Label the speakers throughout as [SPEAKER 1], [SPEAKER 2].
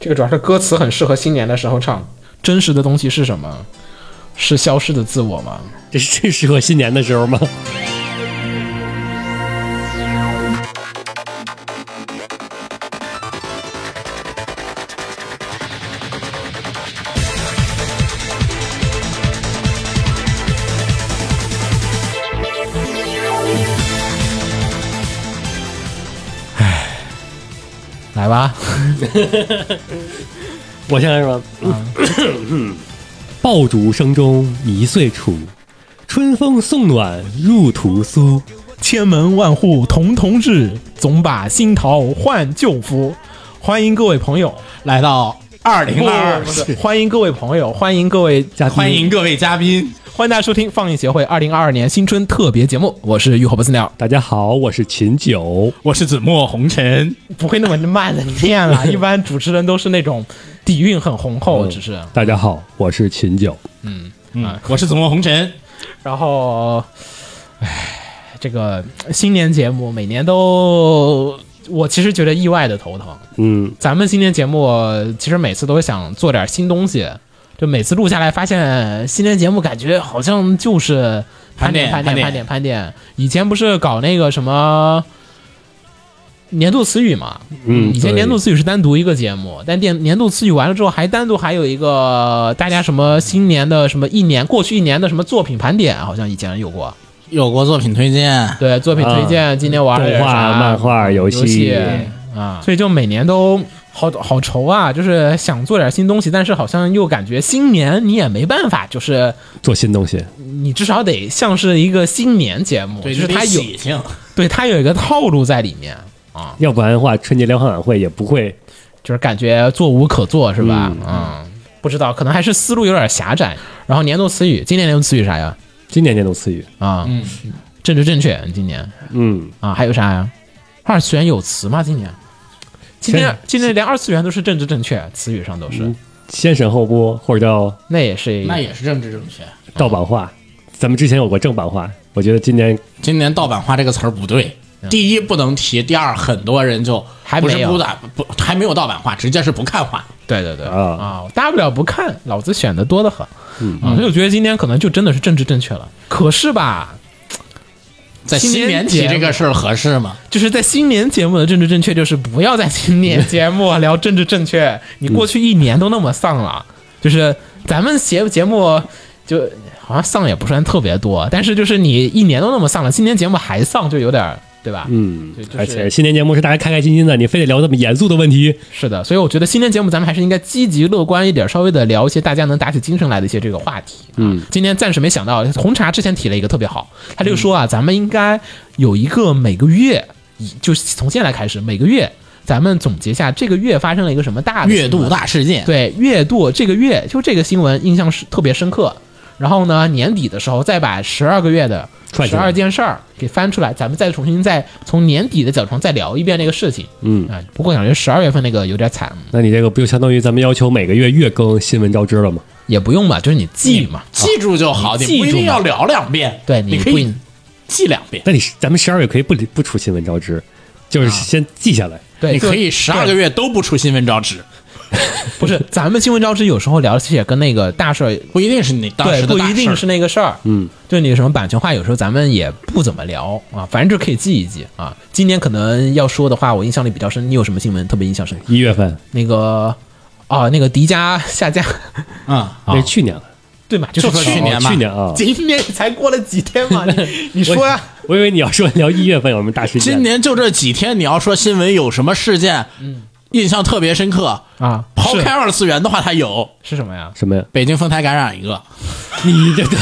[SPEAKER 1] 这个主要是歌词很适合新年的时候唱。真实的东西是什么？是消失的自我吗？
[SPEAKER 2] 这是最适合新年的时候吗？
[SPEAKER 1] 来吧，
[SPEAKER 2] 我想想什么？嗯 爆竹声中一岁除，春风送暖入屠苏。
[SPEAKER 1] 千门万户曈曈至，总把新桃换旧符。欢迎各位朋友来到
[SPEAKER 3] 二零二
[SPEAKER 1] 不是不是欢迎各位朋友，欢迎各位
[SPEAKER 2] 嘉
[SPEAKER 3] 二，
[SPEAKER 2] 宾
[SPEAKER 3] 欢迎各位嘉宾。
[SPEAKER 1] 欢迎大家收听放映协会二零二二年新春特别节目，我是浴火不死鸟，
[SPEAKER 2] 大家好，我是秦九。
[SPEAKER 3] 我是子墨红尘，
[SPEAKER 1] 不会那么慢的念 了，一般主持人都是那种底蕴很雄厚，只是
[SPEAKER 2] 大家好，我是秦九。
[SPEAKER 1] 嗯，
[SPEAKER 3] 嗯，我是子墨红尘，
[SPEAKER 1] 然后，唉，这个新年节目每年都，我其实觉得意外的头疼。
[SPEAKER 2] 嗯，
[SPEAKER 1] 咱们新年节目其实每次都想做点新东西，就每次录下来发现新年节目感觉好像就是盘
[SPEAKER 3] 盘
[SPEAKER 1] 点
[SPEAKER 3] 点
[SPEAKER 1] 盘点
[SPEAKER 3] 盘
[SPEAKER 1] 盘点盘点。以前不是搞那个什么年度词语嘛？
[SPEAKER 2] 嗯
[SPEAKER 1] 以前
[SPEAKER 2] 对
[SPEAKER 1] 年度词语是单独一个节目，但电年度词语完了之后，还单独还有一个大家什么新年的什么一年过去一年的什么作品盘点，好像以前有过。
[SPEAKER 3] 有过作品推荐，
[SPEAKER 1] 对，作品推荐，今天玩了
[SPEAKER 2] 啊动
[SPEAKER 1] 点
[SPEAKER 2] 画、
[SPEAKER 1] 啥
[SPEAKER 2] 漫画、游
[SPEAKER 1] 游戏啊，所以就每年都好好愁啊，就是想做点新东西，但是好像又感觉新年你也没办法，就是
[SPEAKER 2] 做新东西。
[SPEAKER 1] 你至少得像是一个新年节目，
[SPEAKER 3] 对，
[SPEAKER 1] 就是
[SPEAKER 3] 得
[SPEAKER 1] 它有
[SPEAKER 3] 喜庆，
[SPEAKER 1] 对它有一个套路在里面，
[SPEAKER 2] 要不然的话，春节联欢晚会也不会。
[SPEAKER 1] 就是感觉做无可做是吧？
[SPEAKER 2] 嗯
[SPEAKER 1] 嗯，不知道，可能还是思路有点狭窄。然后年度词语，今年年度词语啥呀？
[SPEAKER 2] 今年年度词语，
[SPEAKER 1] 啊，
[SPEAKER 3] 嗯，
[SPEAKER 1] 政治正确，今年
[SPEAKER 2] 嗯，
[SPEAKER 1] 啊，还有啥呀？二次元有词吗？今年？今
[SPEAKER 2] 天
[SPEAKER 1] 年今年连二次元都是政治正确，词语上都是，
[SPEAKER 2] 先审后播或者叫
[SPEAKER 1] 嗯那也是一
[SPEAKER 3] 那也是政治正确。
[SPEAKER 2] 盗版化。咱们之前有过正版化，我觉得今年
[SPEAKER 3] 今年盗版化这个词儿不对，第一不能提，第二很多人就
[SPEAKER 1] 嗯还
[SPEAKER 3] 不
[SPEAKER 1] 没
[SPEAKER 3] 是
[SPEAKER 1] 有
[SPEAKER 3] 不打不还没有盗版化，直接是不看化。
[SPEAKER 1] 对对对
[SPEAKER 2] 啊
[SPEAKER 1] 啊，大不了不看，老子选的多得很。
[SPEAKER 2] 嗯
[SPEAKER 1] 啊，所以我觉得今天可能就真的是政治正确了。可是吧，
[SPEAKER 3] 在
[SPEAKER 1] 新
[SPEAKER 3] 新
[SPEAKER 1] 年
[SPEAKER 3] 年
[SPEAKER 1] 节
[SPEAKER 3] 提这
[SPEAKER 1] 目
[SPEAKER 3] 个事儿合适吗？
[SPEAKER 1] 就是在新年节目的政治正确，就是不要在新年节目聊政治正确。你过去一年都那么丧了，就是咱们节节目就好像丧也不算特别多，但是就是你一年都那么丧了，新年节目还丧，就有点儿对吧？
[SPEAKER 2] 嗯
[SPEAKER 1] 对就，是
[SPEAKER 2] 而且新年节目是大家开开心心的，你非得聊这么严肃的问题，
[SPEAKER 1] 是的，所以我觉得新年节目咱们还是应该积极乐观一点，稍微的聊一些大家能打起精神来的一些这个话题。嗯，今天暂时没想到，红茶之前提了一个特别好，他就说啊，咱们应该有一个每个月，以就是从现在开始每个月，咱们总结一下这个月发生了一个什么大的啊
[SPEAKER 3] 月
[SPEAKER 1] 新
[SPEAKER 3] 度
[SPEAKER 1] 闻
[SPEAKER 3] 大事件，
[SPEAKER 1] 对月度这个月就这个新闻印象是特别深刻。然后呢，年底的时候再把十二个月的
[SPEAKER 2] 串起
[SPEAKER 1] 十
[SPEAKER 2] 来
[SPEAKER 1] 二件事儿给翻出来，咱们再重新再从年底的角度上再聊一遍那个事情。
[SPEAKER 2] 嗯
[SPEAKER 1] 啊，不过感觉十二月份那个有点惨，
[SPEAKER 2] 那你这个不就相当于咱们要求每个月月更新闻招知了吗？
[SPEAKER 1] 也不用吧，就是你记嘛，哦
[SPEAKER 3] 记住就好，你
[SPEAKER 1] 记
[SPEAKER 3] 不一
[SPEAKER 1] 住
[SPEAKER 3] 定
[SPEAKER 1] 嘛
[SPEAKER 3] 要聊两遍，
[SPEAKER 1] 对
[SPEAKER 3] 你可
[SPEAKER 1] 不
[SPEAKER 3] 以
[SPEAKER 1] 应
[SPEAKER 3] 记两遍，
[SPEAKER 2] 那你咱们十二月可以不不出新闻招知，就是先记下来。
[SPEAKER 1] 对，
[SPEAKER 3] 你
[SPEAKER 1] 就
[SPEAKER 3] 可以十二个月都不出新闻招致，
[SPEAKER 1] 不是咱们新闻招知有时候聊的也跟那个大事儿，
[SPEAKER 3] 不一定是你当
[SPEAKER 1] 对，
[SPEAKER 3] 时的
[SPEAKER 1] 不
[SPEAKER 3] 大
[SPEAKER 1] 一
[SPEAKER 3] 事
[SPEAKER 1] 定
[SPEAKER 3] 儿
[SPEAKER 1] 是那个事儿，
[SPEAKER 2] 嗯，
[SPEAKER 1] 就你什么版权话，有时候咱们也不怎么聊啊，反正就可以记一记啊。今年可能要说的话，我印象里比较深，你有什么新闻特别印象深刻？
[SPEAKER 2] 一月份，
[SPEAKER 1] 那个啊，那个迪迦下架，
[SPEAKER 3] 啊，
[SPEAKER 2] 那是去年了，
[SPEAKER 1] 对嘛，就是
[SPEAKER 3] 就
[SPEAKER 1] 说
[SPEAKER 3] 去年
[SPEAKER 2] 哦
[SPEAKER 3] 嘛
[SPEAKER 2] 去年啊，
[SPEAKER 1] 今年才过了几天嘛， 你你说呀、
[SPEAKER 2] 我以为你要说聊一月份有什么大事件。
[SPEAKER 3] 今年就这几天，你要说新闻有什么事件，印象特别深刻，
[SPEAKER 1] 啊，
[SPEAKER 3] 抛
[SPEAKER 1] 嗯是
[SPEAKER 3] 开二次元的话，它有
[SPEAKER 1] 是什么呀？
[SPEAKER 2] 什么呀？
[SPEAKER 3] 北京丰台感染一个，
[SPEAKER 2] 你这个，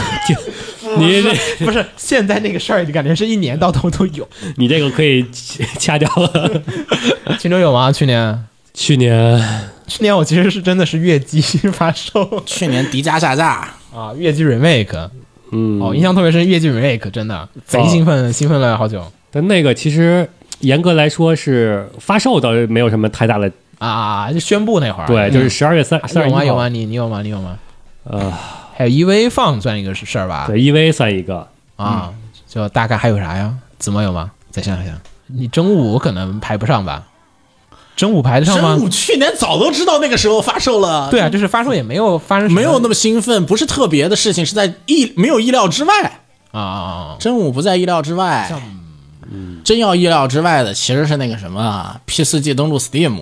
[SPEAKER 2] 你这
[SPEAKER 1] 不是现在那个事儿，感觉是一年到头都 有。
[SPEAKER 2] 你这个可以掐掉了。
[SPEAKER 1] 秦州有吗？去年？
[SPEAKER 2] 去年
[SPEAKER 1] 去年我其实是真的是月姬发售
[SPEAKER 3] 去年迪迦下架，
[SPEAKER 1] 啊，月姬 remake，
[SPEAKER 2] 嗯
[SPEAKER 1] 哦，印象特别深，月姬 remake 真的贼兴奋，兴奋了好久
[SPEAKER 2] 但那个其实严格来说是发售倒是没有什么太大的，
[SPEAKER 1] 啊，就宣布那会儿，嗯啊
[SPEAKER 2] 对，就是十二月
[SPEAKER 3] 啊
[SPEAKER 2] 三
[SPEAKER 1] 有
[SPEAKER 2] 三十
[SPEAKER 1] 吗？
[SPEAKER 2] 一
[SPEAKER 1] 有
[SPEAKER 2] 号
[SPEAKER 1] 吗？，你你有吗？你有吗？
[SPEAKER 2] 呃，
[SPEAKER 1] 还有 EV 放算一个事儿吧？
[SPEAKER 2] 对，EV 算一个，
[SPEAKER 1] 啊，就大概还有啥呀？子墨有吗？再想想，你真武可能排不上吧？神武排得上吗
[SPEAKER 3] 神？武去年早都知道那个时候发售了，
[SPEAKER 1] 对啊，就是发售也没有发生什
[SPEAKER 3] 没有那
[SPEAKER 1] 么
[SPEAKER 3] 么兴奋，不是特别的事情，是在意没有意料之外。
[SPEAKER 1] 啊啊啊啊！
[SPEAKER 3] 真武不在意料之外，真要意料之外的其实是那个什么啊，P 四 G 登陆 Steam，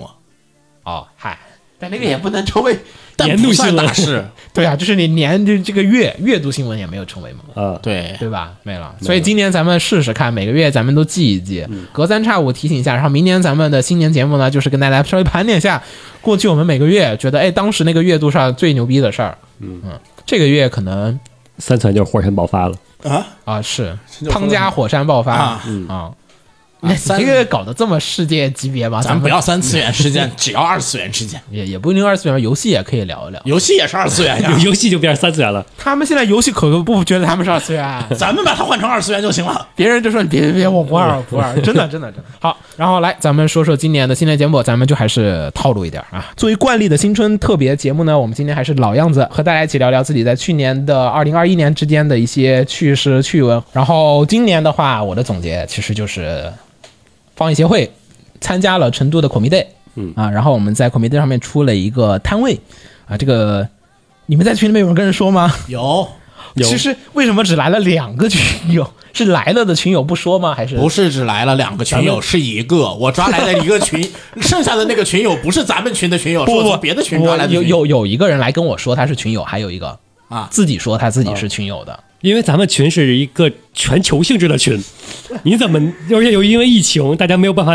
[SPEAKER 1] 哦，嗨，但那个也不能成为，
[SPEAKER 3] 但
[SPEAKER 2] 年度
[SPEAKER 3] 不算
[SPEAKER 2] 新闻
[SPEAKER 3] 大事。
[SPEAKER 1] 对啊，就是你年这这个月月度新闻也没有成为嘛。
[SPEAKER 2] 啊，
[SPEAKER 3] 对，
[SPEAKER 1] 对吧？没了，嗯所以今年咱们试试看，每个月咱们都记一记，隔三差五提醒一下。然后明年咱们的新年节目呢，就是跟大家稍微盘点一下过去我们每个月觉得，哎，当时那个月度上最牛逼的事儿。嗯这个月可能
[SPEAKER 2] 三传就是火山爆发了，
[SPEAKER 3] 啊
[SPEAKER 1] 啊是
[SPEAKER 3] 这就说
[SPEAKER 1] 汤加火山爆发
[SPEAKER 3] 啊
[SPEAKER 1] 啊，那
[SPEAKER 3] 三
[SPEAKER 1] 你这个搞得这么世界级别吗？
[SPEAKER 3] 啊咱
[SPEAKER 1] 咱
[SPEAKER 3] 不要三次元事 件，只要二次元事件，
[SPEAKER 1] 也也不一定二次元，游戏也可以聊一聊。
[SPEAKER 3] 游戏也是二次元呀
[SPEAKER 1] 啊
[SPEAKER 2] 有。游戏就变成三次元了。
[SPEAKER 1] 他们现在游戏可不觉得他们是二次 元， 啊
[SPEAKER 3] 咱们把它换成二次元就行了。
[SPEAKER 1] 别人就说你别别别，我不二我不二，真的真的真的。好，然后来咱们说说今年的新年节目，咱们就还是套路一点啊。作为惯例的新春特别节目呢，我们今天还是老样子，和大家一起聊聊自己在去年的二零二一年之间的一些趣事趣闻。然后今年的话，我的总结其实就是，方艺协会参加了成都的 c o m i d a y
[SPEAKER 2] 嗯
[SPEAKER 1] 啊，然后我们在 c o m i d a y 上面出了一个摊位啊，这个你们在群里面有人跟人说吗？
[SPEAKER 3] 有，
[SPEAKER 2] 有
[SPEAKER 1] 其实为什么只来了两个群友？ 是来了的群友不说吗？还是
[SPEAKER 3] 不是只来了两个群友，是一个。我抓来的一个群， 剩下的那个群友不是咱们群的群友，是
[SPEAKER 1] 不
[SPEAKER 3] 我
[SPEAKER 1] 不
[SPEAKER 3] 从别的群抓来的
[SPEAKER 1] 有
[SPEAKER 3] 群友
[SPEAKER 1] 有有一个人来跟我说他是群友，还有一个
[SPEAKER 3] 啊。
[SPEAKER 1] 自己说他自己是群友的。
[SPEAKER 2] 因为咱们群是一个全球性质的群，你怎么而且又因为疫情，大家没有办法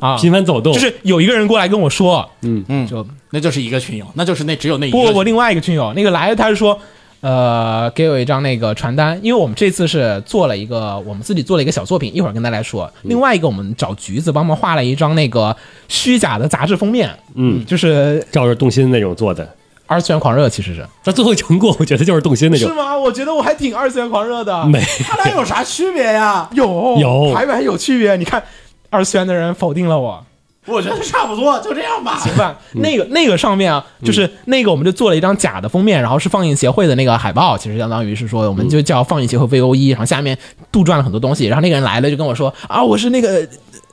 [SPEAKER 1] 啊，
[SPEAKER 2] 频繁走动，
[SPEAKER 1] 就是有一个人过来跟我说，
[SPEAKER 2] 嗯
[SPEAKER 3] 嗯
[SPEAKER 1] 就不
[SPEAKER 3] 那就是一个群友，那就是那只有那一个
[SPEAKER 1] 不不，另外一个群友那个来，他是说，呃，给我一张那个传单，因为我们这次是做了一个我们自己做了一个小作品，一会儿跟大家说。
[SPEAKER 3] 嗯
[SPEAKER 1] 另外一个我们找橘子帮忙画了一张那个虚假的杂志封面，
[SPEAKER 2] 嗯，
[SPEAKER 1] 就是
[SPEAKER 2] 照着动心那种做的。
[SPEAKER 1] 二次元狂热其实是。
[SPEAKER 2] 但最后成果，我觉得就是动心那种
[SPEAKER 1] 是。啊吗？我觉得我还挺二次元狂热的。
[SPEAKER 2] 没
[SPEAKER 3] 他俩有啥区别呀？
[SPEAKER 1] 有
[SPEAKER 2] 有
[SPEAKER 1] 排版有区别。你看，二次元的人否定了 我，
[SPEAKER 3] 我觉得差不多，就这样吧。
[SPEAKER 1] 行吧？
[SPEAKER 3] 嗯
[SPEAKER 1] 那个那个上面啊，就是那个我们就做了一张假的封面，然后是放映协会的那个海报，其实相当于是说我们就叫放映协会 V O E，然后下面杜撰了很多东西，然后那个人来了就跟我说啊，我是那个。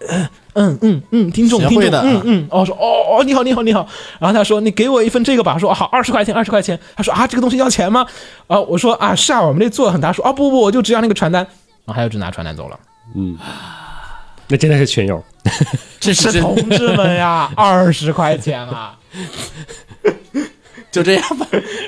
[SPEAKER 1] 呃嗯嗯嗯，听众
[SPEAKER 3] 协
[SPEAKER 1] 听
[SPEAKER 3] 会
[SPEAKER 1] 众，
[SPEAKER 3] 的
[SPEAKER 1] 嗯嗯，哦，我说哦哦，你好你好你好，然后他说你给我一份这个吧，我说哦好二十块钱二十块钱，他说啊这个东西要钱吗？啊、我说啊是啊，我们这做的很大，说啊不不，我就只要那个传单，然后他就只拿传单走了。
[SPEAKER 2] 那真的是群友，
[SPEAKER 3] 这
[SPEAKER 1] 是同志们呀，二十块钱啊。
[SPEAKER 3] 就这样 吧。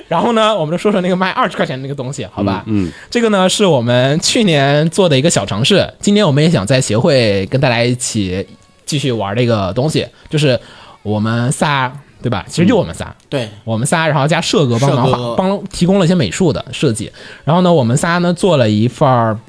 [SPEAKER 1] 然后呢，我们就说说那个卖二十块钱的那个东西，好吧？
[SPEAKER 2] 嗯，
[SPEAKER 1] 这个呢是我们去年做的一个小尝试，今年我们也想在协会跟大家一起继续玩这个东西，就是我们仨，对吧？其实就我们仨，
[SPEAKER 3] 对，
[SPEAKER 1] 我们仨，然后加社哥帮忙
[SPEAKER 3] 社
[SPEAKER 1] 画
[SPEAKER 3] 哥，
[SPEAKER 1] 帮提供了一些美术的设计。然后呢，我们仨呢做了一份儿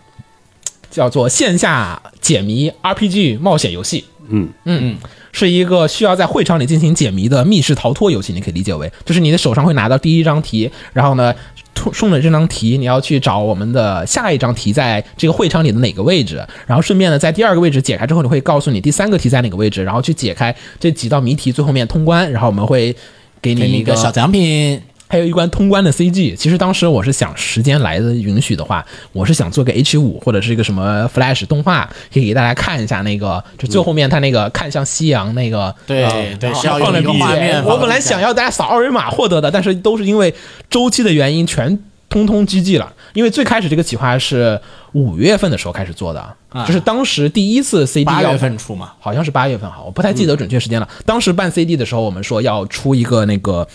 [SPEAKER 1] 叫做线下解谜 RPG 冒险游戏。
[SPEAKER 2] 嗯
[SPEAKER 1] 嗯，是一个需要在会场里进行解谜的密室逃脱游戏，你可以理解为，就是你的手上会拿到第一张题，然后呢，冲顺着这张题，你要去找我们的下一张题在这个会场里的哪个位置，然后顺便呢，在第二个位置解开之后，你会告诉你第三个题在哪个位置，然后去解开这几道谜题，最后面通关，然后我们会。给你
[SPEAKER 3] 给你
[SPEAKER 1] 一
[SPEAKER 3] 一个小奖品，
[SPEAKER 1] 还有一关通关的 CG。其实当时我是想，时间来的允许的话，我是想做个 H 五或者是一个什么 Flash 动画，可以给大家看一下那个，就最后面他那个看向夕阳那个。
[SPEAKER 3] 对对，是要
[SPEAKER 1] 放
[SPEAKER 3] 有
[SPEAKER 1] 了
[SPEAKER 3] 一个
[SPEAKER 1] BGM
[SPEAKER 3] 画面。
[SPEAKER 1] 我本来想要大家扫二维码获得的，但是都是因为周期的原因，全通通 GG 了。因为最开始这个企划是五月份的时候开始做的，就是当时第一次 CD
[SPEAKER 3] 啊八
[SPEAKER 1] 要
[SPEAKER 3] 月份出嘛，
[SPEAKER 1] 好像是八月份哈，我不太记得准确时间了。当时办 CD 的时候，我们说要出一个那个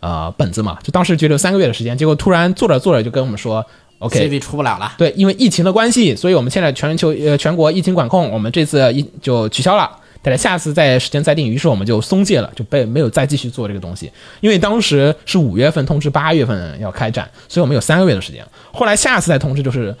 [SPEAKER 1] 呃本子嘛，就当时觉得有三个月的时间，结果突然做着做着就跟我们说，OK，
[SPEAKER 3] ，CD 出不了了。
[SPEAKER 1] 对，因为疫情的关系，所以我们现在全球呃全国疫情管控，我们这次一就取消了。大家下次再时间再定，于是我们就松懈了，就被没有再继续做这个东西，因为当时是五月份通知八月份要开展，所以我们有三个月的时间。后来下次再通知就是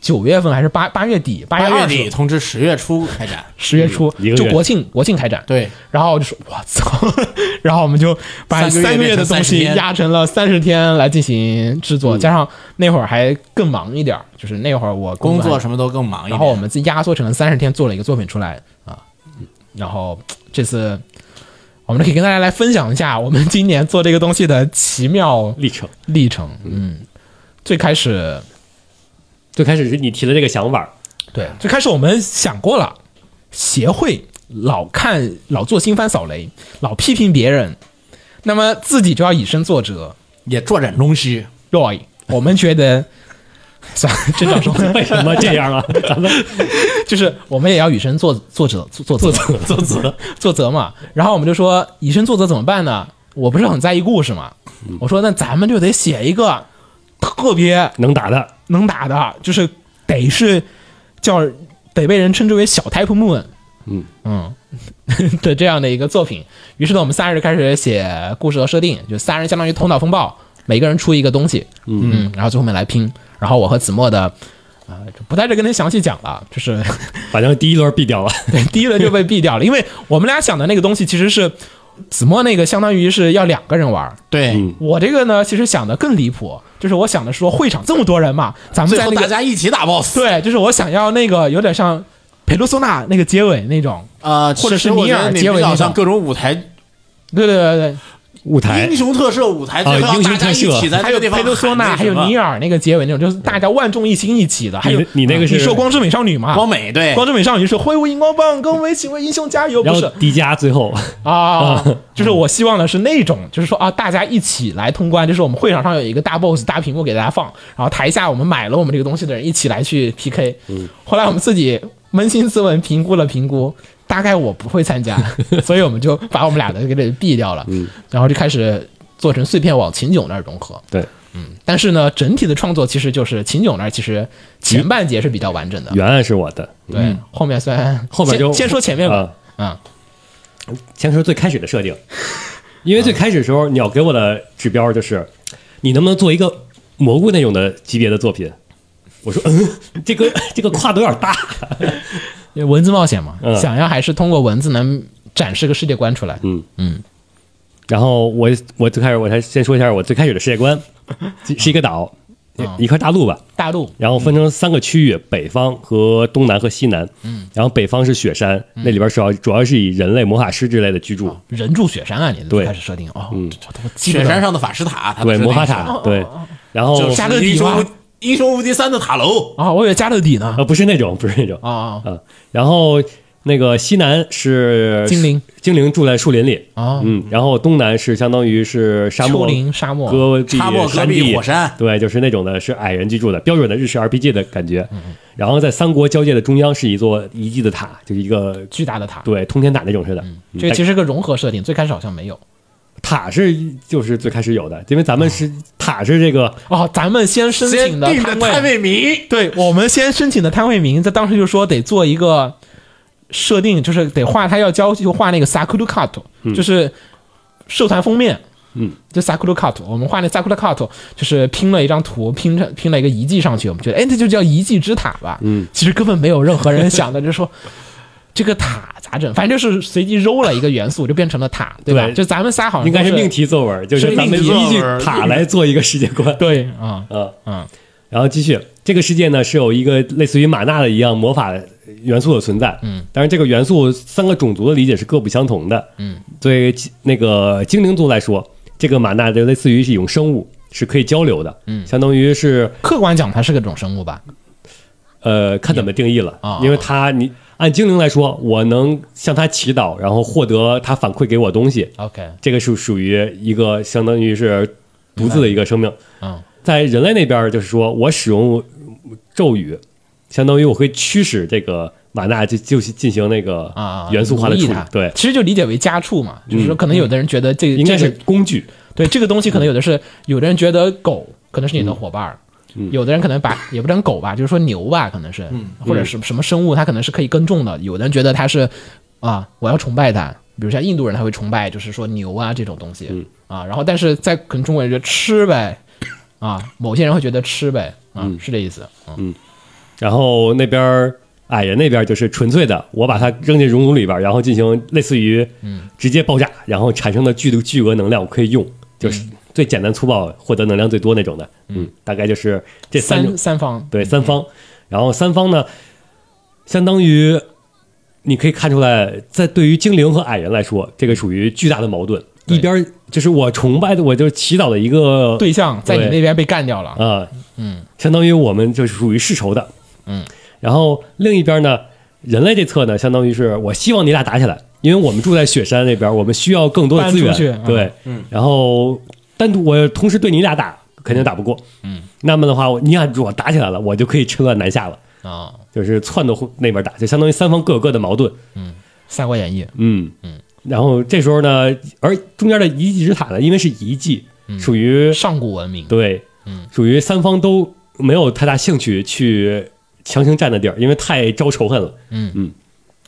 [SPEAKER 1] 九月份还是八八月底，八
[SPEAKER 3] 八
[SPEAKER 1] 月
[SPEAKER 3] 月
[SPEAKER 1] 20
[SPEAKER 3] 底通知十月初开展。
[SPEAKER 1] 十月初
[SPEAKER 2] 嗯一个
[SPEAKER 1] 就
[SPEAKER 2] 月
[SPEAKER 1] 国庆国庆开展，
[SPEAKER 3] 对，
[SPEAKER 1] 然后我就说我操， 然后我们就把
[SPEAKER 3] 三个月
[SPEAKER 1] 三个月的
[SPEAKER 3] 变成
[SPEAKER 1] 东西
[SPEAKER 3] 30天嗯
[SPEAKER 1] 压成了三十天来进行制作，加上那会儿还更忙一点儿，就是那会儿我
[SPEAKER 3] 工
[SPEAKER 1] 还
[SPEAKER 3] 作什么都更忙一点。
[SPEAKER 1] 然后我们自己压缩成了三十天做了一个作品出来啊，然后这次我们可以跟大家来分享一下我们今年做这个东西的奇妙
[SPEAKER 2] 历程。
[SPEAKER 1] 历程。嗯，最开始
[SPEAKER 2] 最开始是你提的这个想法，
[SPEAKER 1] 对，最开始我们想过了，协会老看老做新番扫雷，老批评别人，那么自己就要以身作则。
[SPEAKER 3] 也坐枕东西，
[SPEAKER 1] 对，我们觉得， 算了，这种说
[SPEAKER 2] 为什么这样啊？ 咱们
[SPEAKER 1] 就是我们也要以身作作则作作则
[SPEAKER 2] 作则，
[SPEAKER 1] 作则嘛。然后我们就说以身作则怎么办呢？我不是很在意故事嘛，我说那咱们就得写一个特别
[SPEAKER 2] 能打的，
[SPEAKER 1] 能打的，就是得是叫得被人称之为小 type moon，
[SPEAKER 2] 嗯
[SPEAKER 1] 嗯 的这样的一个作品。于是呢，我们仨人就开始写故事和设定，就仨人相当于头脑风暴，每个人出一个东西，
[SPEAKER 2] 嗯
[SPEAKER 1] 然后最后面来拼。然后我和子墨的。啊、就不在这跟您详细讲了，就是
[SPEAKER 2] 反正第一轮毙掉了。
[SPEAKER 1] 对第一轮就被毙掉了，因为我们俩想的那个东西其实是子墨那个，相当于是要两个人玩儿，
[SPEAKER 3] 对，
[SPEAKER 2] 嗯
[SPEAKER 1] 我这个呢，其实想的更离谱，就是我想的说会场这么多人嘛，咱们
[SPEAKER 3] 最
[SPEAKER 1] 在
[SPEAKER 3] 后
[SPEAKER 1] 那
[SPEAKER 3] 大
[SPEAKER 1] 个
[SPEAKER 3] 家一起打 BOSS。
[SPEAKER 1] 对，就是我想要那个有点像佩鲁索纳那个结尾那种，
[SPEAKER 3] 呃，
[SPEAKER 1] 或者是
[SPEAKER 3] 其实我觉得
[SPEAKER 1] 尼尔
[SPEAKER 3] 你
[SPEAKER 1] 结尾
[SPEAKER 3] 比
[SPEAKER 1] 那种
[SPEAKER 3] 较像各种舞台
[SPEAKER 1] 对对对
[SPEAKER 2] 舞台
[SPEAKER 3] 英雄特摄舞台，
[SPEAKER 2] 啊
[SPEAKER 3] 最后
[SPEAKER 2] 英雄
[SPEAKER 3] 大家
[SPEAKER 2] 特摄
[SPEAKER 3] 一起在
[SPEAKER 1] 对，还
[SPEAKER 3] 那
[SPEAKER 1] 有
[SPEAKER 3] 个地方
[SPEAKER 1] 佩鲁索纳，还有尼
[SPEAKER 3] 尔、
[SPEAKER 1] 尔那个结尾那种，就是大家万众一心一起的，还有
[SPEAKER 2] 你那个是
[SPEAKER 1] 你说光之美少女嘛？
[SPEAKER 3] 光美，对，
[SPEAKER 1] 光之美少女是挥舞荧光棒，跟我一起为英雄加油，
[SPEAKER 2] 然
[SPEAKER 1] 不
[SPEAKER 2] 后
[SPEAKER 1] 是
[SPEAKER 2] 迪迦最后
[SPEAKER 1] 啊，就是我希望的是那种，就是说啊，大家一起来通关，就是我们会场上有一个大 boss 大屏幕给大家放，然后台下我们买了我们这个东西的人一起来去 PK。后
[SPEAKER 2] 嗯
[SPEAKER 1] 来我们自己扪心自问，评估了评估，大概我不会参 加，所以我们就把我们俩的给给毙掉了，
[SPEAKER 2] 嗯
[SPEAKER 1] 然后就开始做成碎片往秦九那儿融合。
[SPEAKER 2] 对，
[SPEAKER 1] 嗯，但是呢，整体的创作其实就是秦九那儿其实前半节是比较完整的，
[SPEAKER 2] 原案是我的，
[SPEAKER 1] 对，后面虽然
[SPEAKER 2] 嗯后面就
[SPEAKER 1] 先先说前面吧，
[SPEAKER 2] 啊，
[SPEAKER 1] 嗯，
[SPEAKER 2] 先说最开始的设定， 因为最开始的时候鸟给我的指标就是，你能不能做一个蘑菇那种的级别的作品？我说，嗯， 这个这个跨度有点大，
[SPEAKER 1] 文字冒险嘛，
[SPEAKER 2] 嗯
[SPEAKER 1] 想要还是通过文字能展示个世界观出来。
[SPEAKER 2] 嗯嗯。然后我我最开始我才先说一下我最开始的世界观，是一个岛，一块大陆吧，
[SPEAKER 1] 大陆
[SPEAKER 2] 然后分成三个区域，北方和东南和西南。嗯，然后北方是雪山，那里边主要主要是以人类、魔法师之类的居住。
[SPEAKER 1] 人住雪山啊，你
[SPEAKER 2] 对
[SPEAKER 1] 开始设定哦，我他妈记不
[SPEAKER 3] 雪
[SPEAKER 1] 得
[SPEAKER 3] 山上的法师塔，它
[SPEAKER 2] 对，
[SPEAKER 3] 不是
[SPEAKER 2] 魔法
[SPEAKER 3] 那个
[SPEAKER 2] 塔，哦对。然后
[SPEAKER 3] 就是
[SPEAKER 1] 加勒比
[SPEAKER 3] 英雄
[SPEAKER 1] 吧
[SPEAKER 3] 无英雄无敌三的塔楼，
[SPEAKER 1] 啊，我以为加勒比呢
[SPEAKER 2] 呃，不是那种，不是那种
[SPEAKER 1] 啊啊
[SPEAKER 2] 啊。然后那个西南是
[SPEAKER 1] 精灵，
[SPEAKER 2] 精灵住在树林里。
[SPEAKER 1] 啊，
[SPEAKER 2] 嗯，然后东南是相当于是沙
[SPEAKER 1] 丘
[SPEAKER 2] 漠、
[SPEAKER 1] 陵沙漠
[SPEAKER 2] 戈壁、
[SPEAKER 3] 沙漠戈壁
[SPEAKER 2] 地
[SPEAKER 3] 火山
[SPEAKER 2] 对，就是那种的，是矮人居住的，标准的日式 RPG 的感觉。然后在三国交界的中央是一座遗迹的塔，就是一个
[SPEAKER 1] 巨大的塔，
[SPEAKER 2] 对通天塔那种似的。嗯
[SPEAKER 1] 这个其实是个融合设定，最开始好像没有
[SPEAKER 2] 塔是就是最开始有的，因为咱们是、塔是这个
[SPEAKER 1] 哦，咱们先申
[SPEAKER 3] 先
[SPEAKER 1] 请
[SPEAKER 3] 定
[SPEAKER 1] 的摊
[SPEAKER 3] 的摊
[SPEAKER 1] 位，
[SPEAKER 3] 位名，
[SPEAKER 1] 对我们先申请的摊位名，在当时就说得做一个设定，就是得画他要交就画那个 sakura cut，、就是社团封面。
[SPEAKER 2] 嗯，
[SPEAKER 1] 就 sakura cut，我们画那 sakura cut，就是拼了一张图，拼成拼了一个遗迹上去，我们觉得，哎，这就叫遗迹之塔吧。
[SPEAKER 2] 嗯，
[SPEAKER 1] 其实根本没有任何人想的，就是说这个塔咋整？反正就是随机揉了一个元素，就变成了塔，对吧？
[SPEAKER 2] 对
[SPEAKER 1] 就咱们仨好像
[SPEAKER 2] 应该
[SPEAKER 1] 都
[SPEAKER 2] 是
[SPEAKER 1] 是
[SPEAKER 2] 命题作文，就是是咱们
[SPEAKER 3] 命题作文
[SPEAKER 2] 依据塔来做一个世界观。
[SPEAKER 1] 对啊，
[SPEAKER 2] 嗯
[SPEAKER 1] 嗯，
[SPEAKER 2] 然后继续，这个世界呢是有一个类似于玛纳的一样魔法元素的存在。嗯，但是这个元素三个种族的理解是各不相同的。
[SPEAKER 1] 嗯，
[SPEAKER 2] 对那个精灵族来说，这个玛纳就类似于是一种生物，是可以交流的。嗯，相当于是
[SPEAKER 1] 客观讲它是个种生物吧？
[SPEAKER 2] 呃，看怎么定义了，
[SPEAKER 1] 啊
[SPEAKER 2] 因为他你按精灵来说，我能向他祈祷，然后获得他反馈给我东西，
[SPEAKER 1] OK，
[SPEAKER 2] 这个是属于一个相当于是独自的一个生命。
[SPEAKER 1] 嗯，
[SPEAKER 2] 在人类那边儿，就是说我使用咒语，相当于我会驱使这个玛纳就就是进行那个
[SPEAKER 1] 啊，
[SPEAKER 2] 元素化的
[SPEAKER 1] 奴役
[SPEAKER 2] 处理
[SPEAKER 1] 它，
[SPEAKER 2] 对，嗯
[SPEAKER 1] 其实就理解为家畜嘛，就是说可能有的人觉得这个
[SPEAKER 2] 应该是
[SPEAKER 1] 这个
[SPEAKER 2] 工具。
[SPEAKER 1] 对这个东西，可能有的是有的人觉得狗可能是你
[SPEAKER 2] 嗯
[SPEAKER 1] 的伙伴儿。有的人可能把也不能狗吧，就是说牛吧，可能是，
[SPEAKER 2] 嗯
[SPEAKER 1] 或者是什么生物，它可能是可以耕种的。有的人觉得它是，啊，我要崇拜它，比如像印度人，他会崇拜，就是说牛啊这种东
[SPEAKER 2] 嗯
[SPEAKER 1] 西，啊，然后但是在可能中国人觉得吃呗，啊，某些人会觉得吃呗，啊，是这意思，嗯
[SPEAKER 2] 然后那边儿矮人那边儿就是纯粹的，我把它扔进熔炉里边儿，然后进行类似于直接爆炸，然后产生的巨巨额能量我可以用，就是
[SPEAKER 1] 嗯
[SPEAKER 2] 最简单粗暴获得能量最多那种的。嗯，大概就是这三种
[SPEAKER 1] 三三方，
[SPEAKER 2] 对三方，然后三方呢，相当于你可以看出来，在对于精灵和矮人来说，这个属于巨大的矛盾。
[SPEAKER 1] 对
[SPEAKER 2] 一边儿就是我崇拜的，我就祈祷的一个啊
[SPEAKER 1] 对象在你
[SPEAKER 2] 对
[SPEAKER 1] 那边被干掉了，
[SPEAKER 2] 啊，嗯，相当于我们就是属于世仇的，嗯。然后另一边呢，人类这侧呢，相当于是我希望你俩打起来，因为我们住在雪山那边，我们需要更多的资源
[SPEAKER 1] 搬出去啊。
[SPEAKER 2] 对，然后单独我同时对你俩打，肯定打不过。嗯，那么的话，我你俩如果打起来了，我就可以趁乱南下了，
[SPEAKER 1] 啊，
[SPEAKER 2] 就是窜到那边打，就相当于三方各有各的矛盾。
[SPEAKER 1] 《三国演义》
[SPEAKER 2] 嗯嗯。然后这时候呢，而中间的遗迹之塔呢，因为是遗迹，
[SPEAKER 1] 嗯
[SPEAKER 2] 属于
[SPEAKER 1] 上古文明，
[SPEAKER 2] 对，
[SPEAKER 1] 嗯
[SPEAKER 2] 属于三方都没有太大兴趣去强行占的地儿，因为太招仇恨了。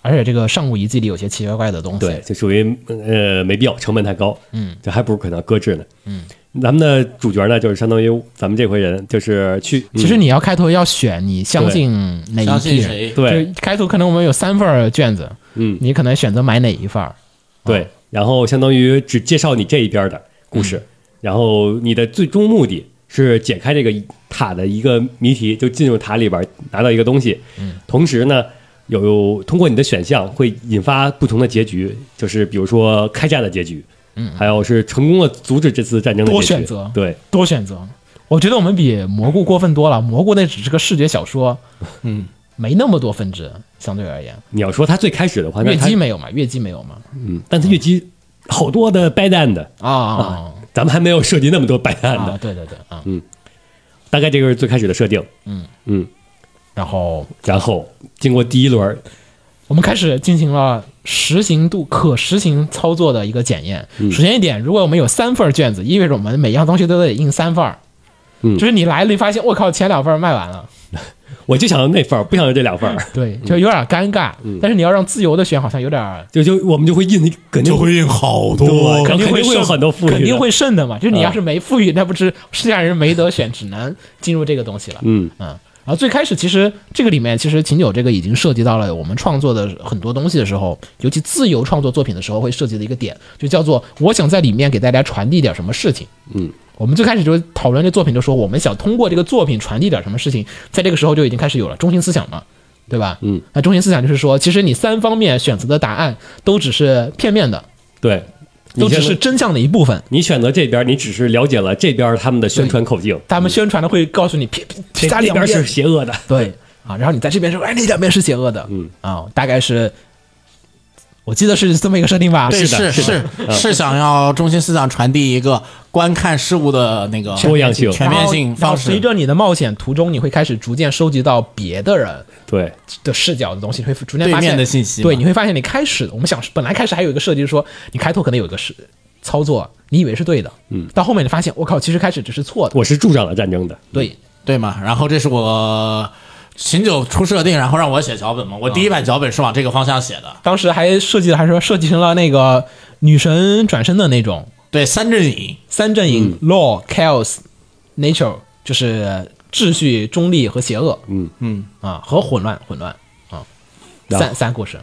[SPEAKER 1] 而且这个上古遗迹里有些奇奇怪怪的东西，
[SPEAKER 2] 对，就属于呃没必要，成本太高。
[SPEAKER 1] 嗯，
[SPEAKER 2] 这还不如可能搁置呢。
[SPEAKER 1] 嗯，
[SPEAKER 2] 咱们的主角呢，就是相当于咱们这回人，就是去，
[SPEAKER 1] 其实你要开头要选你相信哪
[SPEAKER 3] 相
[SPEAKER 1] 一批
[SPEAKER 3] 信
[SPEAKER 1] 人，
[SPEAKER 3] 谁？
[SPEAKER 2] 嗯对，
[SPEAKER 1] 就开头可能我们有三份儿卷子，
[SPEAKER 2] 嗯，
[SPEAKER 1] 你可能选择买哪一份儿，
[SPEAKER 2] 对，然后相当于只介绍你这一边的故
[SPEAKER 1] 嗯
[SPEAKER 2] 事，然后你的最终目的是解开这个塔的一个谜题，就进入塔里边拿到一个东西。嗯，同时呢，有通过你的选项会引发不同的结局，就是比如说开战的结局，嗯，还有是成功的阻止这次战争的
[SPEAKER 1] 多
[SPEAKER 2] 结局
[SPEAKER 1] 选择
[SPEAKER 2] 对，
[SPEAKER 1] 多选择。我觉得我们比蘑菇过分多了，蘑菇那只是个视觉小说，嗯，没那么多分支，相对而言，
[SPEAKER 2] 你要说他最开始的话，那
[SPEAKER 1] 月
[SPEAKER 2] 他
[SPEAKER 1] 姬没有嘛，月姬没有嘛，
[SPEAKER 2] 嗯，但是月姬好多的 bad end 的，
[SPEAKER 1] 啊啊
[SPEAKER 2] 咱们还没有涉及那么多 bad
[SPEAKER 1] 啊
[SPEAKER 2] end 的，
[SPEAKER 1] 啊，对对对啊，
[SPEAKER 2] 大概这个是最开始的设定。
[SPEAKER 1] 然后
[SPEAKER 2] 然后经过第一轮，
[SPEAKER 1] 我们开始进行了实行度可实行操作的一个检验。首先一点，如果我们有三份卷子，意味着我们每样东西都得印三份儿。
[SPEAKER 2] 嗯
[SPEAKER 1] 就是你来了，你发现我靠，前两份儿卖完了，
[SPEAKER 2] 我就想要那份儿，不想要这两 份儿，
[SPEAKER 1] 对，就有点尴尬。但是你要让自由的选，好像有点儿
[SPEAKER 2] 就就我们就会印，肯定
[SPEAKER 4] 就会印好
[SPEAKER 2] 多，
[SPEAKER 4] 多。
[SPEAKER 2] 肯定
[SPEAKER 1] 会
[SPEAKER 2] 会有
[SPEAKER 1] 剩
[SPEAKER 2] 很多富裕，
[SPEAKER 1] 肯定，会剩的嘛。就是你
[SPEAKER 2] 啊
[SPEAKER 1] 要是没富裕，那不是世界上人没得选，只能进入这个东西了。
[SPEAKER 2] 嗯
[SPEAKER 1] 嗯，然后最开始其实这个里面，其实秦九这个已经涉及到了我们创作的很多东西的时候，尤其自由创作作品的时候会涉及的一个点，就叫做我想在里面给大家传递点什么事情。
[SPEAKER 2] 嗯，
[SPEAKER 1] 我们最开始就讨论这作品，就说我们想通过这个作品传递点什么事情，在这个时候就已经开始有了中心思想嘛。对吧？
[SPEAKER 2] 嗯，
[SPEAKER 1] 那中心思想就是说，其实你三方面选择的答案都只是片面的，
[SPEAKER 2] 对，
[SPEAKER 1] 都
[SPEAKER 2] 你
[SPEAKER 1] 只
[SPEAKER 2] 现
[SPEAKER 1] 是
[SPEAKER 2] 在
[SPEAKER 1] 真相的一部分。
[SPEAKER 2] 你选择这边，你只是了解了这边他们的宣传口径，
[SPEAKER 1] 他们宣传的会告诉你，偏
[SPEAKER 2] 这
[SPEAKER 1] 其他
[SPEAKER 2] 这
[SPEAKER 1] 两
[SPEAKER 2] 边是邪 恶的，
[SPEAKER 1] 对啊，然后你在这边说，哎，那两边是邪恶的，
[SPEAKER 2] 嗯
[SPEAKER 1] 啊，大概是，我记得是这么一个设定吧，
[SPEAKER 3] 对，
[SPEAKER 2] 是的
[SPEAKER 3] 是
[SPEAKER 2] 是
[SPEAKER 3] 是是想要中心思想传递一个观看事物的那个
[SPEAKER 2] 多样性，
[SPEAKER 3] 全面性
[SPEAKER 1] 然后
[SPEAKER 3] 方
[SPEAKER 1] 随
[SPEAKER 3] 式。
[SPEAKER 1] 着你的冒险途中，你会开始逐渐收集到别的人
[SPEAKER 2] 对，
[SPEAKER 1] 的视角的东西，你会逐渐
[SPEAKER 3] 对
[SPEAKER 1] 发现
[SPEAKER 3] 面的信息嘛
[SPEAKER 1] 对，你会发现你开始，我们想本来开始还有一个设计是说，你开头可能有一个是操作，你以为是对的，嗯，到后面你发现，我靠，其实开始只是错的，
[SPEAKER 2] 我是助长了战争的，
[SPEAKER 1] 对，
[SPEAKER 3] 对嘛？然后这是我秦九出设定，然后让我写脚本嘛。我第一版脚本是往这个方向写的，
[SPEAKER 1] 当时还设计的还说设计成了那个女神转身的那种，
[SPEAKER 3] 对三阵营，
[SPEAKER 1] 三阵营、law、chaos、nature，就是秩序、中立和邪恶。
[SPEAKER 2] 嗯
[SPEAKER 1] 嗯啊，和混乱、混乱啊，
[SPEAKER 2] 然后
[SPEAKER 1] 三三故事。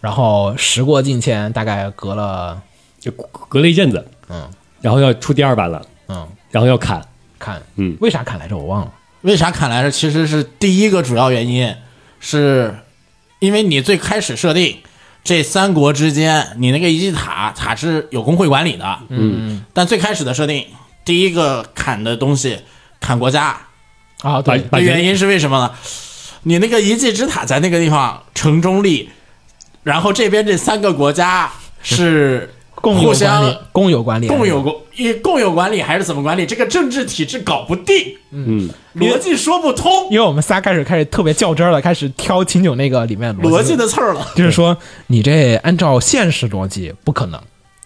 [SPEAKER 1] 然后时过境迁，大概隔了
[SPEAKER 2] 就隔了一阵子，
[SPEAKER 1] 嗯
[SPEAKER 2] 然后要出第二版了，
[SPEAKER 1] 嗯，
[SPEAKER 2] 然后要砍，
[SPEAKER 1] 看
[SPEAKER 2] 嗯
[SPEAKER 1] 为啥砍来着？我忘了。
[SPEAKER 3] 为啥砍来着？其实是第一个主要原因，是因为你最开始设定这三国之间，你那个遗迹塔塔是有工会管理的，嗯，但最开始的设定，第一个砍的东西砍国家，
[SPEAKER 1] 啊，
[SPEAKER 2] 把
[SPEAKER 1] 对，
[SPEAKER 2] 把
[SPEAKER 3] 这
[SPEAKER 2] 人
[SPEAKER 3] 原因是为什么呢？你那个遗迹之塔在那个地方城中立，然后这边这三个国家是
[SPEAKER 1] 共有
[SPEAKER 3] 互
[SPEAKER 1] 管
[SPEAKER 3] 相
[SPEAKER 1] 理，共有管理，
[SPEAKER 3] 共有共一共有管理还是怎么管理？这个政治体制搞不定，
[SPEAKER 2] 嗯，
[SPEAKER 3] 逻辑说不通，
[SPEAKER 1] 因为我们仨开始开始特别较真儿了，开始挑秦九那个里面的
[SPEAKER 3] 逻
[SPEAKER 1] 辑
[SPEAKER 3] 辑，的刺儿了。
[SPEAKER 1] 就是说你这按照现实逻辑不可能，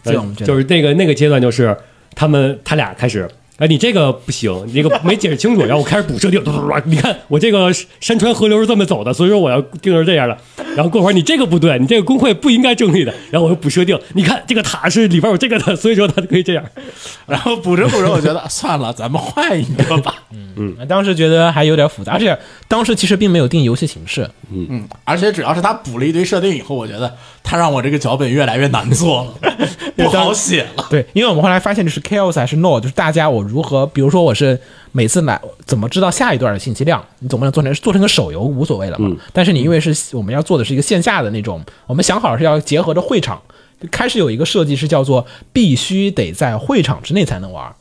[SPEAKER 1] 所以我们觉得
[SPEAKER 2] 哎就是那个那个阶段，就是他们他俩开始。哎，你这个不行，你这个没解释清楚，然后我开始补设定，嘟嘟嘟嘟你看我这个山川河流是这么走的，所以说我要定成这样的。然后过会儿你这个不对，你这个工会不应该正立的，然后我又补设定，你看这个塔是里边有这个的，所以说它可以这 样。
[SPEAKER 3] 然后补着补着，我觉得 算了，咱们换一个吧。
[SPEAKER 2] 嗯
[SPEAKER 1] 当时觉得还有点复杂，而且当时其实并没有定游戏形式，
[SPEAKER 3] 嗯， 而且主要是他补了一堆设定以后，我觉得他让我这个脚本越来越难做 了，不好写了。
[SPEAKER 1] 对，因为我们后来发现就是 chaos 还是 no，就是大家我如何，比如说我是每次来怎么知道下一段的信息量，你总不能做成做成个手游无所谓了嘛。
[SPEAKER 3] 嗯
[SPEAKER 1] 但是你因为是我们要做的是一个线下的那种，我们想好是要结合着会场，就开始有一个设计是叫做必须得在会场之内才能玩儿，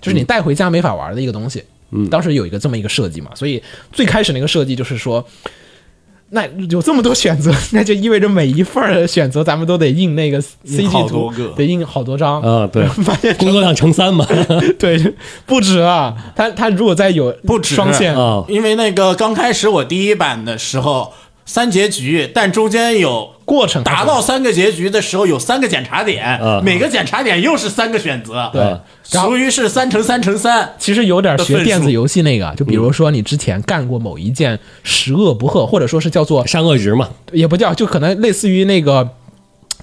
[SPEAKER 1] 就是
[SPEAKER 3] 嗯
[SPEAKER 1] 你带回家没法玩儿的一个东西。嗯，当时有一个这么一个设计嘛，所以最开始那个设计就是说，那有这么多选择， 那就意味着每一份儿的选择咱们都得印那个 CG
[SPEAKER 3] 好
[SPEAKER 1] 图
[SPEAKER 3] 多个，嗯
[SPEAKER 1] 得印好多张。
[SPEAKER 2] 啊，对，
[SPEAKER 1] 发现
[SPEAKER 2] 工作量乘三嘛，
[SPEAKER 1] 对，不止啊，他他如果再有
[SPEAKER 3] 不止
[SPEAKER 1] 双线，
[SPEAKER 2] 啊，
[SPEAKER 3] 因为那个刚开始我第一版的时候三结局，但中间有
[SPEAKER 1] 过程
[SPEAKER 3] 达到三个结局的时候有三个检查点，
[SPEAKER 2] 嗯
[SPEAKER 3] 每个检查点又是三个选择，
[SPEAKER 1] 对
[SPEAKER 2] 嗯，
[SPEAKER 1] 然后
[SPEAKER 3] 属于是三乘三乘三。
[SPEAKER 1] 其实有点学电子游戏那个，啊
[SPEAKER 3] 嗯
[SPEAKER 1] 就比如说你之前干过某一件十恶不赦，或者说是叫做
[SPEAKER 2] 善恶值嘛，
[SPEAKER 1] 也不叫，就可能类似于那个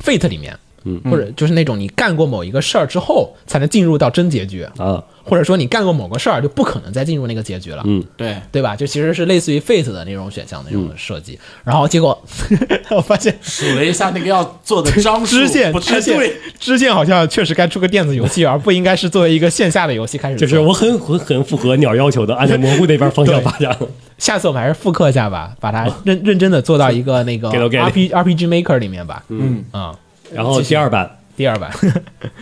[SPEAKER 1] Fate 里面，嗯，或者就是那种你干过某一个事儿之后才能进入到真结局，
[SPEAKER 2] 啊，
[SPEAKER 1] 或者说你干过某个事儿就不可能再进入那个结局了，
[SPEAKER 2] 嗯，
[SPEAKER 3] 对，
[SPEAKER 1] 对吧？就其实是类似于 Fate 的那种选项的那
[SPEAKER 3] 嗯
[SPEAKER 1] 种设计，然后结果 我发现
[SPEAKER 3] 数了一下那个要做的张数
[SPEAKER 1] 支线
[SPEAKER 3] 不太
[SPEAKER 1] 支线
[SPEAKER 3] 对，
[SPEAKER 1] 支线好像确实该出个电子游 戏，而不应该是作为一个线下的游戏开始
[SPEAKER 2] 就
[SPEAKER 1] 做。
[SPEAKER 2] 是我很很很符合鸟要求的，按照蘑菇那边方向发展，
[SPEAKER 1] 下次我们还是复刻一下吧，把它认认真的做到一个那个
[SPEAKER 2] 给了给了
[SPEAKER 1] R P R P G Maker 里面吧。
[SPEAKER 3] 嗯，
[SPEAKER 1] 啊、
[SPEAKER 2] 然后第二版。
[SPEAKER 1] 第二版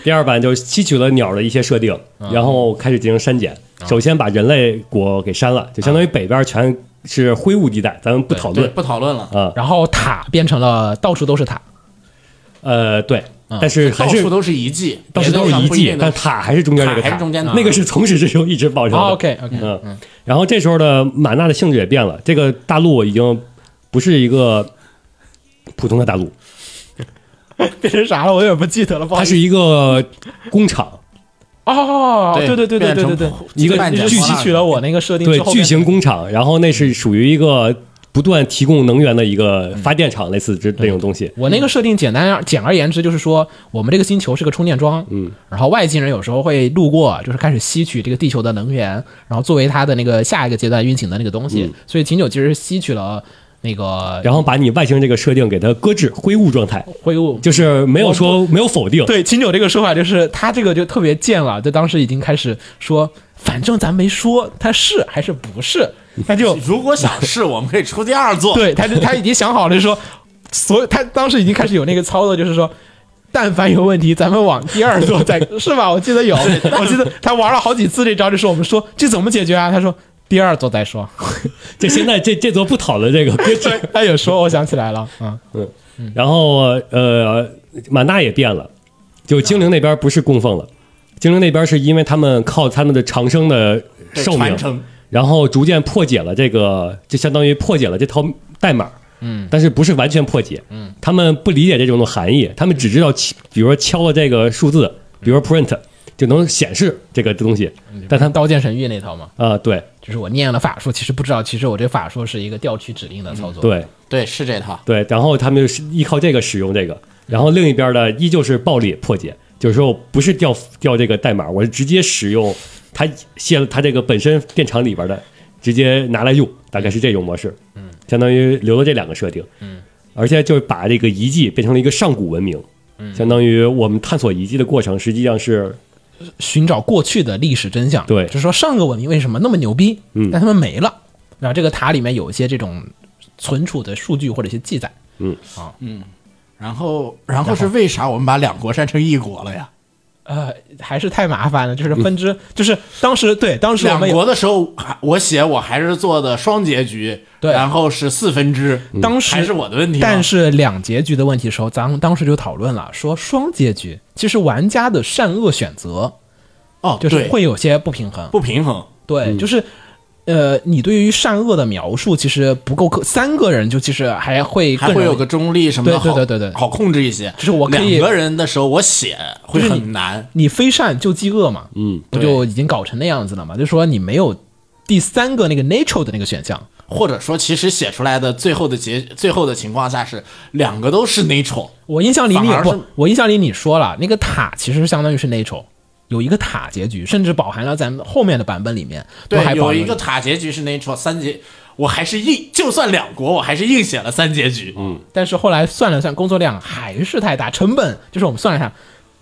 [SPEAKER 2] 第二版就吸取了鸟的一些设定，
[SPEAKER 3] 嗯
[SPEAKER 2] 然后开始进行删减。
[SPEAKER 3] 哦
[SPEAKER 2] 首先把人类国给删了，就相当于北边全是灰雾地带，咱们不讨
[SPEAKER 3] 嗯对，
[SPEAKER 2] 论。
[SPEAKER 3] 不讨论了，
[SPEAKER 2] 啊，
[SPEAKER 1] 然后塔变成了到处都是塔，
[SPEAKER 2] 呃，对，
[SPEAKER 3] 嗯
[SPEAKER 2] 但是还
[SPEAKER 3] 到
[SPEAKER 2] 是
[SPEAKER 3] 处都是遗迹，
[SPEAKER 2] 到处都是
[SPEAKER 3] 别的地
[SPEAKER 2] 遗
[SPEAKER 3] 方不
[SPEAKER 2] 迹
[SPEAKER 3] 定，
[SPEAKER 2] 但
[SPEAKER 3] 的
[SPEAKER 2] 塔还是中间那个
[SPEAKER 3] 塔还是中间的
[SPEAKER 2] 那个是从始至终一直保留的。
[SPEAKER 1] 哦，OK，OK，
[SPEAKER 2] 嗯，然后这时候的满纳的性质也变了，这个大陆已经不是一个普通的大陆，
[SPEAKER 1] 变成啥了？我有点不记得了，不好
[SPEAKER 2] 它
[SPEAKER 1] 意思。
[SPEAKER 2] 是一个工厂，
[SPEAKER 1] 哦，对对对对
[SPEAKER 3] 变
[SPEAKER 1] 对
[SPEAKER 3] 成
[SPEAKER 1] 对对，
[SPEAKER 2] 一个
[SPEAKER 3] 半
[SPEAKER 1] 就
[SPEAKER 3] 解
[SPEAKER 1] 是
[SPEAKER 3] 放
[SPEAKER 1] 吸
[SPEAKER 3] 了
[SPEAKER 1] 取了我那个设定
[SPEAKER 2] 对
[SPEAKER 1] 之后，
[SPEAKER 2] 巨型工厂，然后那是属于一个不断提供能源的一个发电厂，类似
[SPEAKER 1] 嗯
[SPEAKER 2] 这这种东西。
[SPEAKER 1] 我那个设定简单而简而言之就是说，我们这个星球是个充电桩，嗯，然后外星人有时候会路过，就是开始吸取这个地球的能源，然后作为它的那个下一个阶段运行的那个东西，所以秦九其实吸取了那个
[SPEAKER 2] 然后把你外星人这个设定给它搁置，灰雾状态，
[SPEAKER 1] 灰雾。
[SPEAKER 2] 就是没有说没有否定，
[SPEAKER 1] 对秦九这个说法，就是他这个就特别贱了，就当时已经开始说，反正咱没说他是还是不是，他就
[SPEAKER 3] 如果想试，我们可以出第二 座。
[SPEAKER 1] 对，他就他已经想好了，就说，所有他当时已经开始有那个操作，就是说，但凡有问题，咱们往第二座再，是吧？我记 得有，我记得他玩了好几次这招，就是我们说这怎么解决啊？他说第二座再说，
[SPEAKER 2] 这现在这这座不讨论这个搁置。
[SPEAKER 1] 他有说，我想起来了，嗯，
[SPEAKER 2] 然后呃，满大也变了，就精灵那边不是供奉了，精灵那边是因为他们靠他们的长生的
[SPEAKER 3] 对
[SPEAKER 2] 寿命
[SPEAKER 3] 传，承
[SPEAKER 2] 然后逐渐破解了这个，就相当于破解了这套代码。嗯，但是不是完全破解？嗯，他们不理解这种的含义，他们只知道敲，比如说敲了这个数字，比如说 print 就能显示这个东西，但他
[SPEAKER 1] 刀剑神域那套嘛，
[SPEAKER 2] 啊、对
[SPEAKER 1] 就是我念了法术，其实不知道，其实我这法术是一个调取指令的操作，，
[SPEAKER 2] 对
[SPEAKER 3] 对，是这套。
[SPEAKER 2] 对，然后他们就是依靠这个使用这个，然后另一边的依旧是暴力破解，就是说我不是调调这个代码，我是直接使用它卸了它这个本身电厂里边的，直接拿来用，大概是这种模式。嗯，相当于留了这两个设定。嗯，而且就是把这个遗迹变成了一个上古文明。相当于我们探索遗迹的过程，实际上是
[SPEAKER 1] 寻找过去的历史真相，
[SPEAKER 2] 对
[SPEAKER 1] 就是说上个文明为什么那么牛逼，
[SPEAKER 2] 嗯
[SPEAKER 1] 但他们没了，然后这个塔里面有一些这种存储的数据或者一些记载。
[SPEAKER 3] 然后，然后是为啥我们把两国删成一国了呀？
[SPEAKER 1] 呃，还是太麻烦了，就是分支，就是当时对，当时我
[SPEAKER 3] 两
[SPEAKER 1] 们也
[SPEAKER 3] 国的时候，还我写我还是做的双结局，
[SPEAKER 1] 对
[SPEAKER 3] 然后是四分之，
[SPEAKER 1] 当时
[SPEAKER 3] 还是我的问题吗。
[SPEAKER 1] 但是两结局的问题的时候，咱们当时就讨论了，说双结局其实玩家的善恶选择
[SPEAKER 3] 哦，
[SPEAKER 1] 就是
[SPEAKER 3] 对
[SPEAKER 1] 会有些不平衡，
[SPEAKER 3] 不平衡，
[SPEAKER 1] 对，就是。呃，你对于善恶的描述其实不够客，三个人就其实还会更
[SPEAKER 3] 还会
[SPEAKER 1] 容
[SPEAKER 3] 有
[SPEAKER 1] 易
[SPEAKER 3] 个中立什么的，
[SPEAKER 1] 对对
[SPEAKER 3] 好
[SPEAKER 1] 对对对
[SPEAKER 3] 好控制一些。
[SPEAKER 1] 就是我可以
[SPEAKER 3] 两个人的时候，我写会很难。
[SPEAKER 1] 你非善就饥饿嘛，
[SPEAKER 2] 嗯，
[SPEAKER 1] 不
[SPEAKER 3] 对
[SPEAKER 1] 就已经搞成那样子了嘛？就说你没有第三个那个 natural 的那个选项，
[SPEAKER 3] 或者说，其实写出来的最后的结，最后的情况下是两个都是 natural，
[SPEAKER 1] 我印象里你
[SPEAKER 3] 反而
[SPEAKER 1] 不
[SPEAKER 3] 是，
[SPEAKER 1] 我印象里你说了，那个塔其实相当于是 natural，有一个塔结局，甚至饱含了咱们后面的版本里面都
[SPEAKER 3] 对
[SPEAKER 1] 还，保
[SPEAKER 3] 有
[SPEAKER 1] 留
[SPEAKER 3] 一个塔结局是 natural，三结我还是硬，就算两国，我还是硬写了三结局。嗯，
[SPEAKER 1] 但是后来算了算，工作量还是太大，成本就是我们算了一下，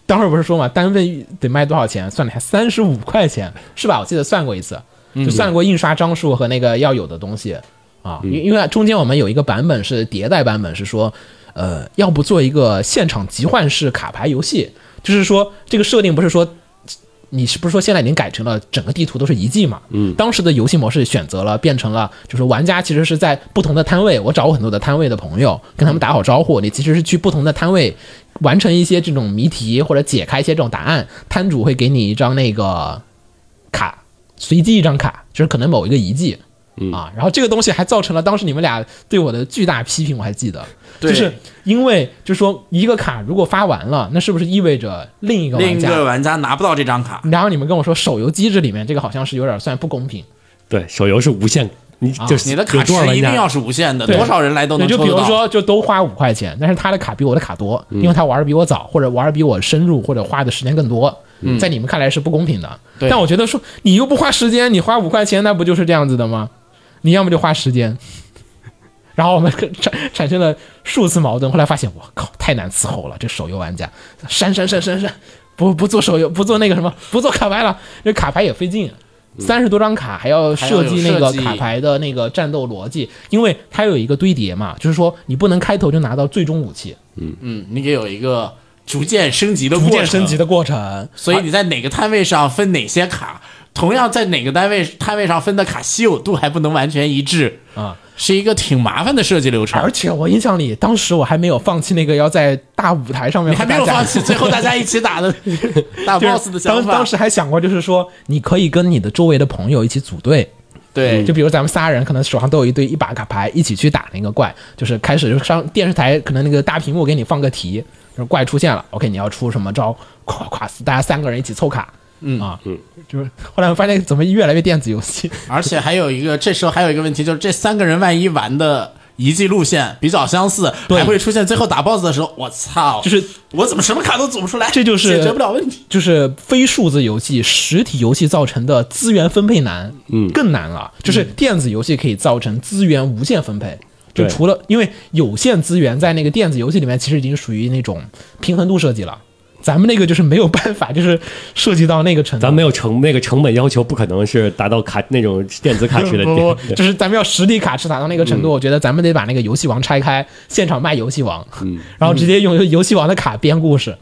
[SPEAKER 1] 当时不是说嘛，单位得卖多少钱？算了一下，三十五块钱是吧？我记得算过一次，
[SPEAKER 3] 嗯
[SPEAKER 1] 就算过印刷张数和那个要有的东西啊，
[SPEAKER 3] 嗯
[SPEAKER 1] 因因为中间我们有一个版本是迭代版本，是说，呃，要不做一个现场集换式卡牌游戏，就是说这个设定不是说。你是不是说现在已经改成了整个地图都是遗迹嘛？
[SPEAKER 2] 嗯
[SPEAKER 1] 当时的游戏模式选择了变成了，就是玩家其实是在不同的摊位，我找我很多的摊位的朋友，跟他们打好招呼，你其实是去不同的摊位完成一些这种谜题或者解开一些这种答案，摊主会给你一张那个卡，随机一张卡，就是可能某一个遗迹。
[SPEAKER 3] 嗯
[SPEAKER 1] 啊，然后这个东西还造成了当时你们俩对我的巨大批评，我还记得，
[SPEAKER 3] 对
[SPEAKER 1] 就是因为就是说一个卡如果发完了，那是不是意味着另一个
[SPEAKER 3] 另
[SPEAKER 1] 玩
[SPEAKER 3] 一
[SPEAKER 1] 家
[SPEAKER 3] 个玩家拿不到这张卡，
[SPEAKER 1] 然后你们跟我说手游机制里面这个好像是有点算不公平，
[SPEAKER 2] 对，手游是无限，你就是
[SPEAKER 3] 你的
[SPEAKER 2] 有
[SPEAKER 3] 卡是
[SPEAKER 2] 多少玩
[SPEAKER 3] 一定
[SPEAKER 2] 家
[SPEAKER 3] 要是无限的，
[SPEAKER 1] 对
[SPEAKER 3] 多少人来都
[SPEAKER 1] 对，
[SPEAKER 3] 能抽
[SPEAKER 1] 就
[SPEAKER 3] 得到。嗯
[SPEAKER 1] 比如说就都花五块钱，但是他的卡比我的卡多，因为他玩的比我早，或者玩的比我深入，或者花的时间更多，
[SPEAKER 3] 嗯
[SPEAKER 1] 在你们看来是不公平的。
[SPEAKER 3] 对
[SPEAKER 1] 但我觉得说你又不花时间，你花五块钱，那不就是这样子的吗？你要么就花时间， 然后我们跟产产生了数次矛盾，后来发现我靠太难伺候了，这手游玩家删删删删删，不不做手游，不做那个什么， 不做卡牌了，这卡牌也费劲。啊三十多张卡还要设计那个
[SPEAKER 3] 还要有设计
[SPEAKER 1] 卡牌的那个战斗逻辑，因为它有一个堆叠嘛，就是说你不能开头就拿到最终武器，
[SPEAKER 3] 嗯，你得有一个逐渐升级的
[SPEAKER 1] 逐
[SPEAKER 3] 过
[SPEAKER 1] 渐
[SPEAKER 3] 程，
[SPEAKER 1] 升级的过程。
[SPEAKER 3] 所以你在哪个摊位上分哪些卡，同样在哪个单位摊位上分的卡稀有度还不能完全一致
[SPEAKER 1] 啊，
[SPEAKER 3] 是一个挺麻烦的设计流
[SPEAKER 1] 而
[SPEAKER 3] 程。
[SPEAKER 1] 且我印象里，当时我还没有放弃那个要在大舞台上面
[SPEAKER 3] 你
[SPEAKER 1] 和
[SPEAKER 3] 还
[SPEAKER 1] 大家，
[SPEAKER 3] 没有 放弃，最后大家一起打的大
[SPEAKER 1] 就是
[SPEAKER 3] boss 的想
[SPEAKER 1] 当
[SPEAKER 3] 法。
[SPEAKER 1] 当时还想过，就是说你可以跟你的周围的朋友一起组队，
[SPEAKER 3] 对，
[SPEAKER 1] 就比如咱们仨人可能手上都有一堆一把卡牌，一起去打那个怪，就是开始上电视台可能那个大屏幕给你放个题，就是怪出现了，OK，你要出什么招，咵咵死，大家三个人一起凑卡。嗯啊，嗯，就是后来我发现怎么越来越电子游戏，
[SPEAKER 3] 而且还有一个，这时候还有一个问题，就是这三个人万一玩的遗迹路线比较相似，
[SPEAKER 1] 对
[SPEAKER 3] 还会出现最后打 boss 的时候，我操，
[SPEAKER 1] 就是
[SPEAKER 3] 我怎么什么卡都组不出来，
[SPEAKER 1] 这就是
[SPEAKER 3] 解决不了问题。
[SPEAKER 1] 就是非数字游戏、实体游戏造成的资源分配难，嗯，更难了。就是电子游戏可以造成资源无限分配，就
[SPEAKER 2] 对
[SPEAKER 1] 除了因为有限资源在那个电子游戏里面其实已经属于那种平衡度设计了，咱们那个就是没有办法，就是涉及到那个程度。
[SPEAKER 2] 咱没有成那个成本要求，不可能是达到卡那种电子卡池的
[SPEAKER 1] 不不
[SPEAKER 2] 点
[SPEAKER 1] 不，。就是咱们要实体卡池打到那个程度，我觉得咱们得把那个游戏王拆开，现场卖游戏王，然后直接用游戏王的卡编故事，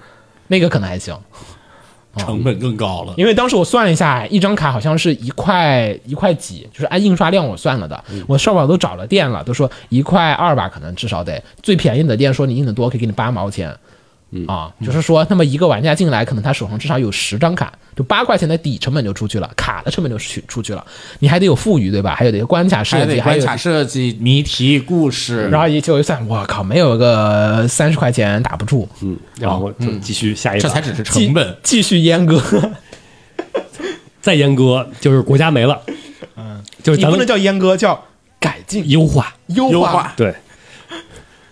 [SPEAKER 1] 那个可能还行。哦
[SPEAKER 3] 成本更高了，
[SPEAKER 1] 因为当时我算了一下，一张卡好像是一块一块几，就是按印刷量我算了的。我上网都找了店了，都说一块二吧，可能至少得最便宜的店说你印的多可以给你八毛钱，啊，就是说那么一个玩家进来，可能他手上至少有十张卡，就八块钱的底成本就出去了，卡的成本就去出去了，你还得有富余对吧？还有得关卡设
[SPEAKER 3] 还
[SPEAKER 1] 计，
[SPEAKER 3] 得
[SPEAKER 1] 还
[SPEAKER 3] 关
[SPEAKER 1] 有
[SPEAKER 3] 卡设计、谜题、故事，
[SPEAKER 1] 然后一就一算，我靠，没有个三十块钱打不住，
[SPEAKER 2] 嗯，然后就继续下一把
[SPEAKER 3] 这才只是成本。
[SPEAKER 1] 继续阉割，
[SPEAKER 2] 再阉割，就是国家没了。嗯，就是
[SPEAKER 1] 你
[SPEAKER 2] 咱
[SPEAKER 1] 不能
[SPEAKER 2] 们
[SPEAKER 1] 叫阉割，叫改进
[SPEAKER 2] 优化，
[SPEAKER 1] 优
[SPEAKER 3] 优
[SPEAKER 1] 化。
[SPEAKER 3] 化
[SPEAKER 2] 对，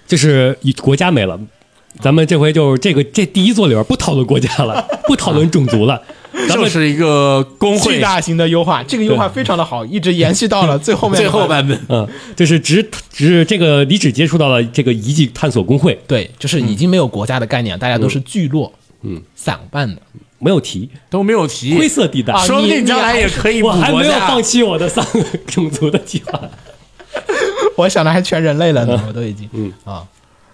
[SPEAKER 2] 就是以国家没了。咱们这回就是这个这第一座里边不讨论国家了，不讨论种族了，咱
[SPEAKER 3] 就
[SPEAKER 2] 们
[SPEAKER 3] 是一个工
[SPEAKER 1] 巨
[SPEAKER 3] 会
[SPEAKER 1] 大型的优化，这个优化非常的好，一直延续到了最后面。
[SPEAKER 3] 最后，版本，
[SPEAKER 2] 嗯，就是只只这个你只接触到了这个遗迹探索工会，
[SPEAKER 1] 对，就是已经没有国家的概念，大家都是聚落，嗯，散办的。
[SPEAKER 2] 没有提
[SPEAKER 3] 都没有
[SPEAKER 2] 灰
[SPEAKER 3] 提，
[SPEAKER 2] 色地带。
[SPEAKER 1] 啊
[SPEAKER 3] 说不
[SPEAKER 1] 你
[SPEAKER 3] 定将来也可以补
[SPEAKER 2] 我还
[SPEAKER 3] 国
[SPEAKER 2] 没有
[SPEAKER 3] 家
[SPEAKER 2] 放弃我的三个种族的计划。
[SPEAKER 1] 我想的还全人类了呢，我都已经，嗯啊。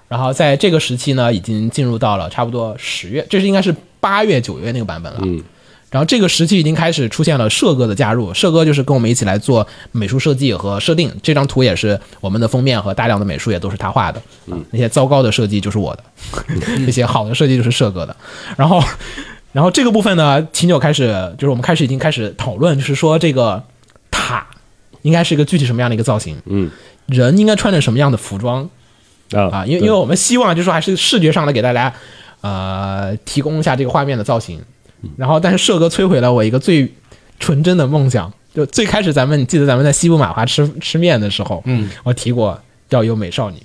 [SPEAKER 1] 然后在这个时期呢，已经进入到了差不多十月，这是应该是八月九月那个版本了。嗯。然后这个时期已经开始出现了社哥的加入，社哥就是跟我们一起来做美术设计和设定。这张图也是我们的封面和大量的美术也都是他画的，嗯，那些糟糕的设计就是 我的，那些好的设计就是社哥的。然后，然后这个部分呢，秦九开始就是我们开始已经开始讨论，就是说这个塔应该是一个具体什么样的一个造型，
[SPEAKER 2] 嗯
[SPEAKER 1] 人应该穿着什么样的服装
[SPEAKER 2] 啊
[SPEAKER 1] 啊？因为因为我们希望就是说还是视觉上的给大家呃提供一下这个画面的造型。然后，但是社哥摧毁了我一个最纯真的梦想。就最开始咱们记得咱们在西部马华吃吃面的时候，嗯，我提过要有美少女，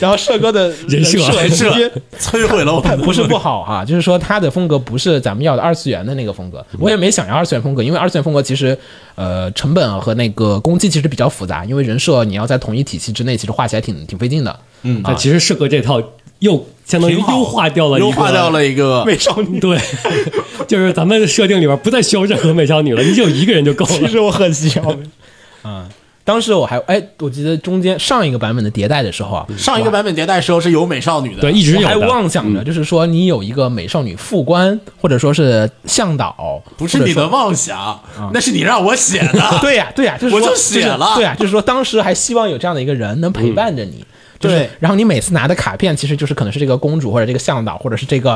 [SPEAKER 1] 然后社哥的
[SPEAKER 2] 人设
[SPEAKER 1] 设
[SPEAKER 3] 人设啊
[SPEAKER 1] 直接
[SPEAKER 3] 摧毁了我
[SPEAKER 1] 他
[SPEAKER 3] 们 的
[SPEAKER 1] 不是不好哈、就是说他的风格不是咱们要的二次元的那个风格。
[SPEAKER 3] 嗯
[SPEAKER 1] 我也没想要二次元风格，因为二次元风格其实，呃，成本和那个攻击其实比较复杂，因为人设你要在同一体系之内，其实画起来挺挺费劲 的。嗯
[SPEAKER 2] 啊，其实社哥这套又相当于
[SPEAKER 3] 挺好
[SPEAKER 2] 优化掉了，
[SPEAKER 3] 优化掉。了一个
[SPEAKER 1] 美少女，
[SPEAKER 2] 对，就是 咱们设定里边不再需要任何美少女了，你只有一个人就够
[SPEAKER 1] 其
[SPEAKER 2] 了。
[SPEAKER 1] 实我很喜欢。嗯，当时我还哎，我记得中间上一个版本的迭代的时候啊，
[SPEAKER 3] 上一个版本迭代时候是嗯有美少女的，嗯
[SPEAKER 2] 对，一直
[SPEAKER 1] 我还
[SPEAKER 2] 有的。
[SPEAKER 1] 妄想着，就是说你有一个美少女副官，或者说是向导，
[SPEAKER 3] 不是你的妄想，那是你让我写的。
[SPEAKER 1] 对呀、对呀、就是说
[SPEAKER 3] 我就写了嗯
[SPEAKER 1] 就是对呀、就是说当时还希望有这样的一个人能陪伴着你。就是
[SPEAKER 3] 对
[SPEAKER 1] 然后你每次拿的卡片，其实就是可能是这个公主或者这个向导，或者是这个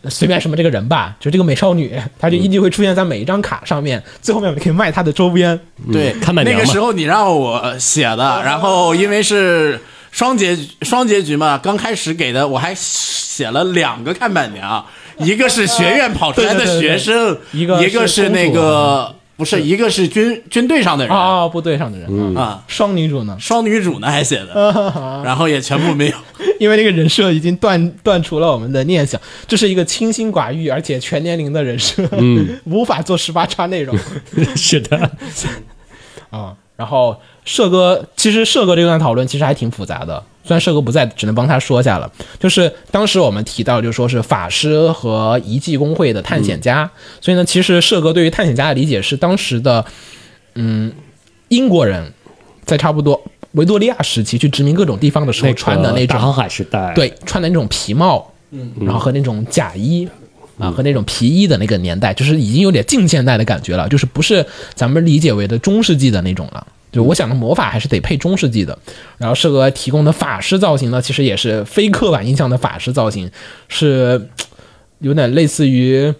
[SPEAKER 1] 呃随便什么这个人吧，就是这个美少女，她
[SPEAKER 3] 嗯
[SPEAKER 1] 就一定会出现在每一张卡上面，最后面我们可以卖她的周边。
[SPEAKER 3] 对，
[SPEAKER 2] 看板娘
[SPEAKER 3] 那
[SPEAKER 2] 嘛
[SPEAKER 3] 个时候你让我写
[SPEAKER 1] 嗯
[SPEAKER 3] 的，然后因为是双结双结局嘛，刚开始给的我还写了两个看板 娘，一个是学院跑出来的
[SPEAKER 1] 对对对对
[SPEAKER 3] 学生，
[SPEAKER 1] 一个是
[SPEAKER 3] 是
[SPEAKER 1] 公主啊
[SPEAKER 3] 那个不是，一个是军军队上的人
[SPEAKER 1] 哦，部队上的人，嗯，
[SPEAKER 3] 啊，
[SPEAKER 1] 双女主呢？
[SPEAKER 3] 双女主呢还写的，
[SPEAKER 1] 啊
[SPEAKER 3] 然后也全部 没有。
[SPEAKER 1] 因为这个人设已经断断除了我们的念想，这是一个清心寡欲而且全年龄的人设，嗯， 无法做十八叉内容
[SPEAKER 2] 是的，
[SPEAKER 1] 啊。然后社哥，其实社哥这段讨论其实还挺复杂的，虽然社哥不在，只能帮他说一下了。就是当时我们提到，就说是法师和遗迹工会的探险家，所以呢，其实社哥对于探险家的理解是当时的，嗯，英国人在差不多维多利亚时期去殖民各种地方的时候
[SPEAKER 2] 个
[SPEAKER 1] 穿的那种
[SPEAKER 2] 大航海时代，，
[SPEAKER 1] 对，穿的那种皮帽，嗯，然后和那种甲衣。啊，和那种皮衣的那个年代，就是已经有点近现代的感觉了，就是不是咱们理解为的中世纪的那种了。就我想的魔法还是得配中世纪的。然后，社哥提供的法师造型呢，其实也是非刻板印象的法师造型，是有点类似于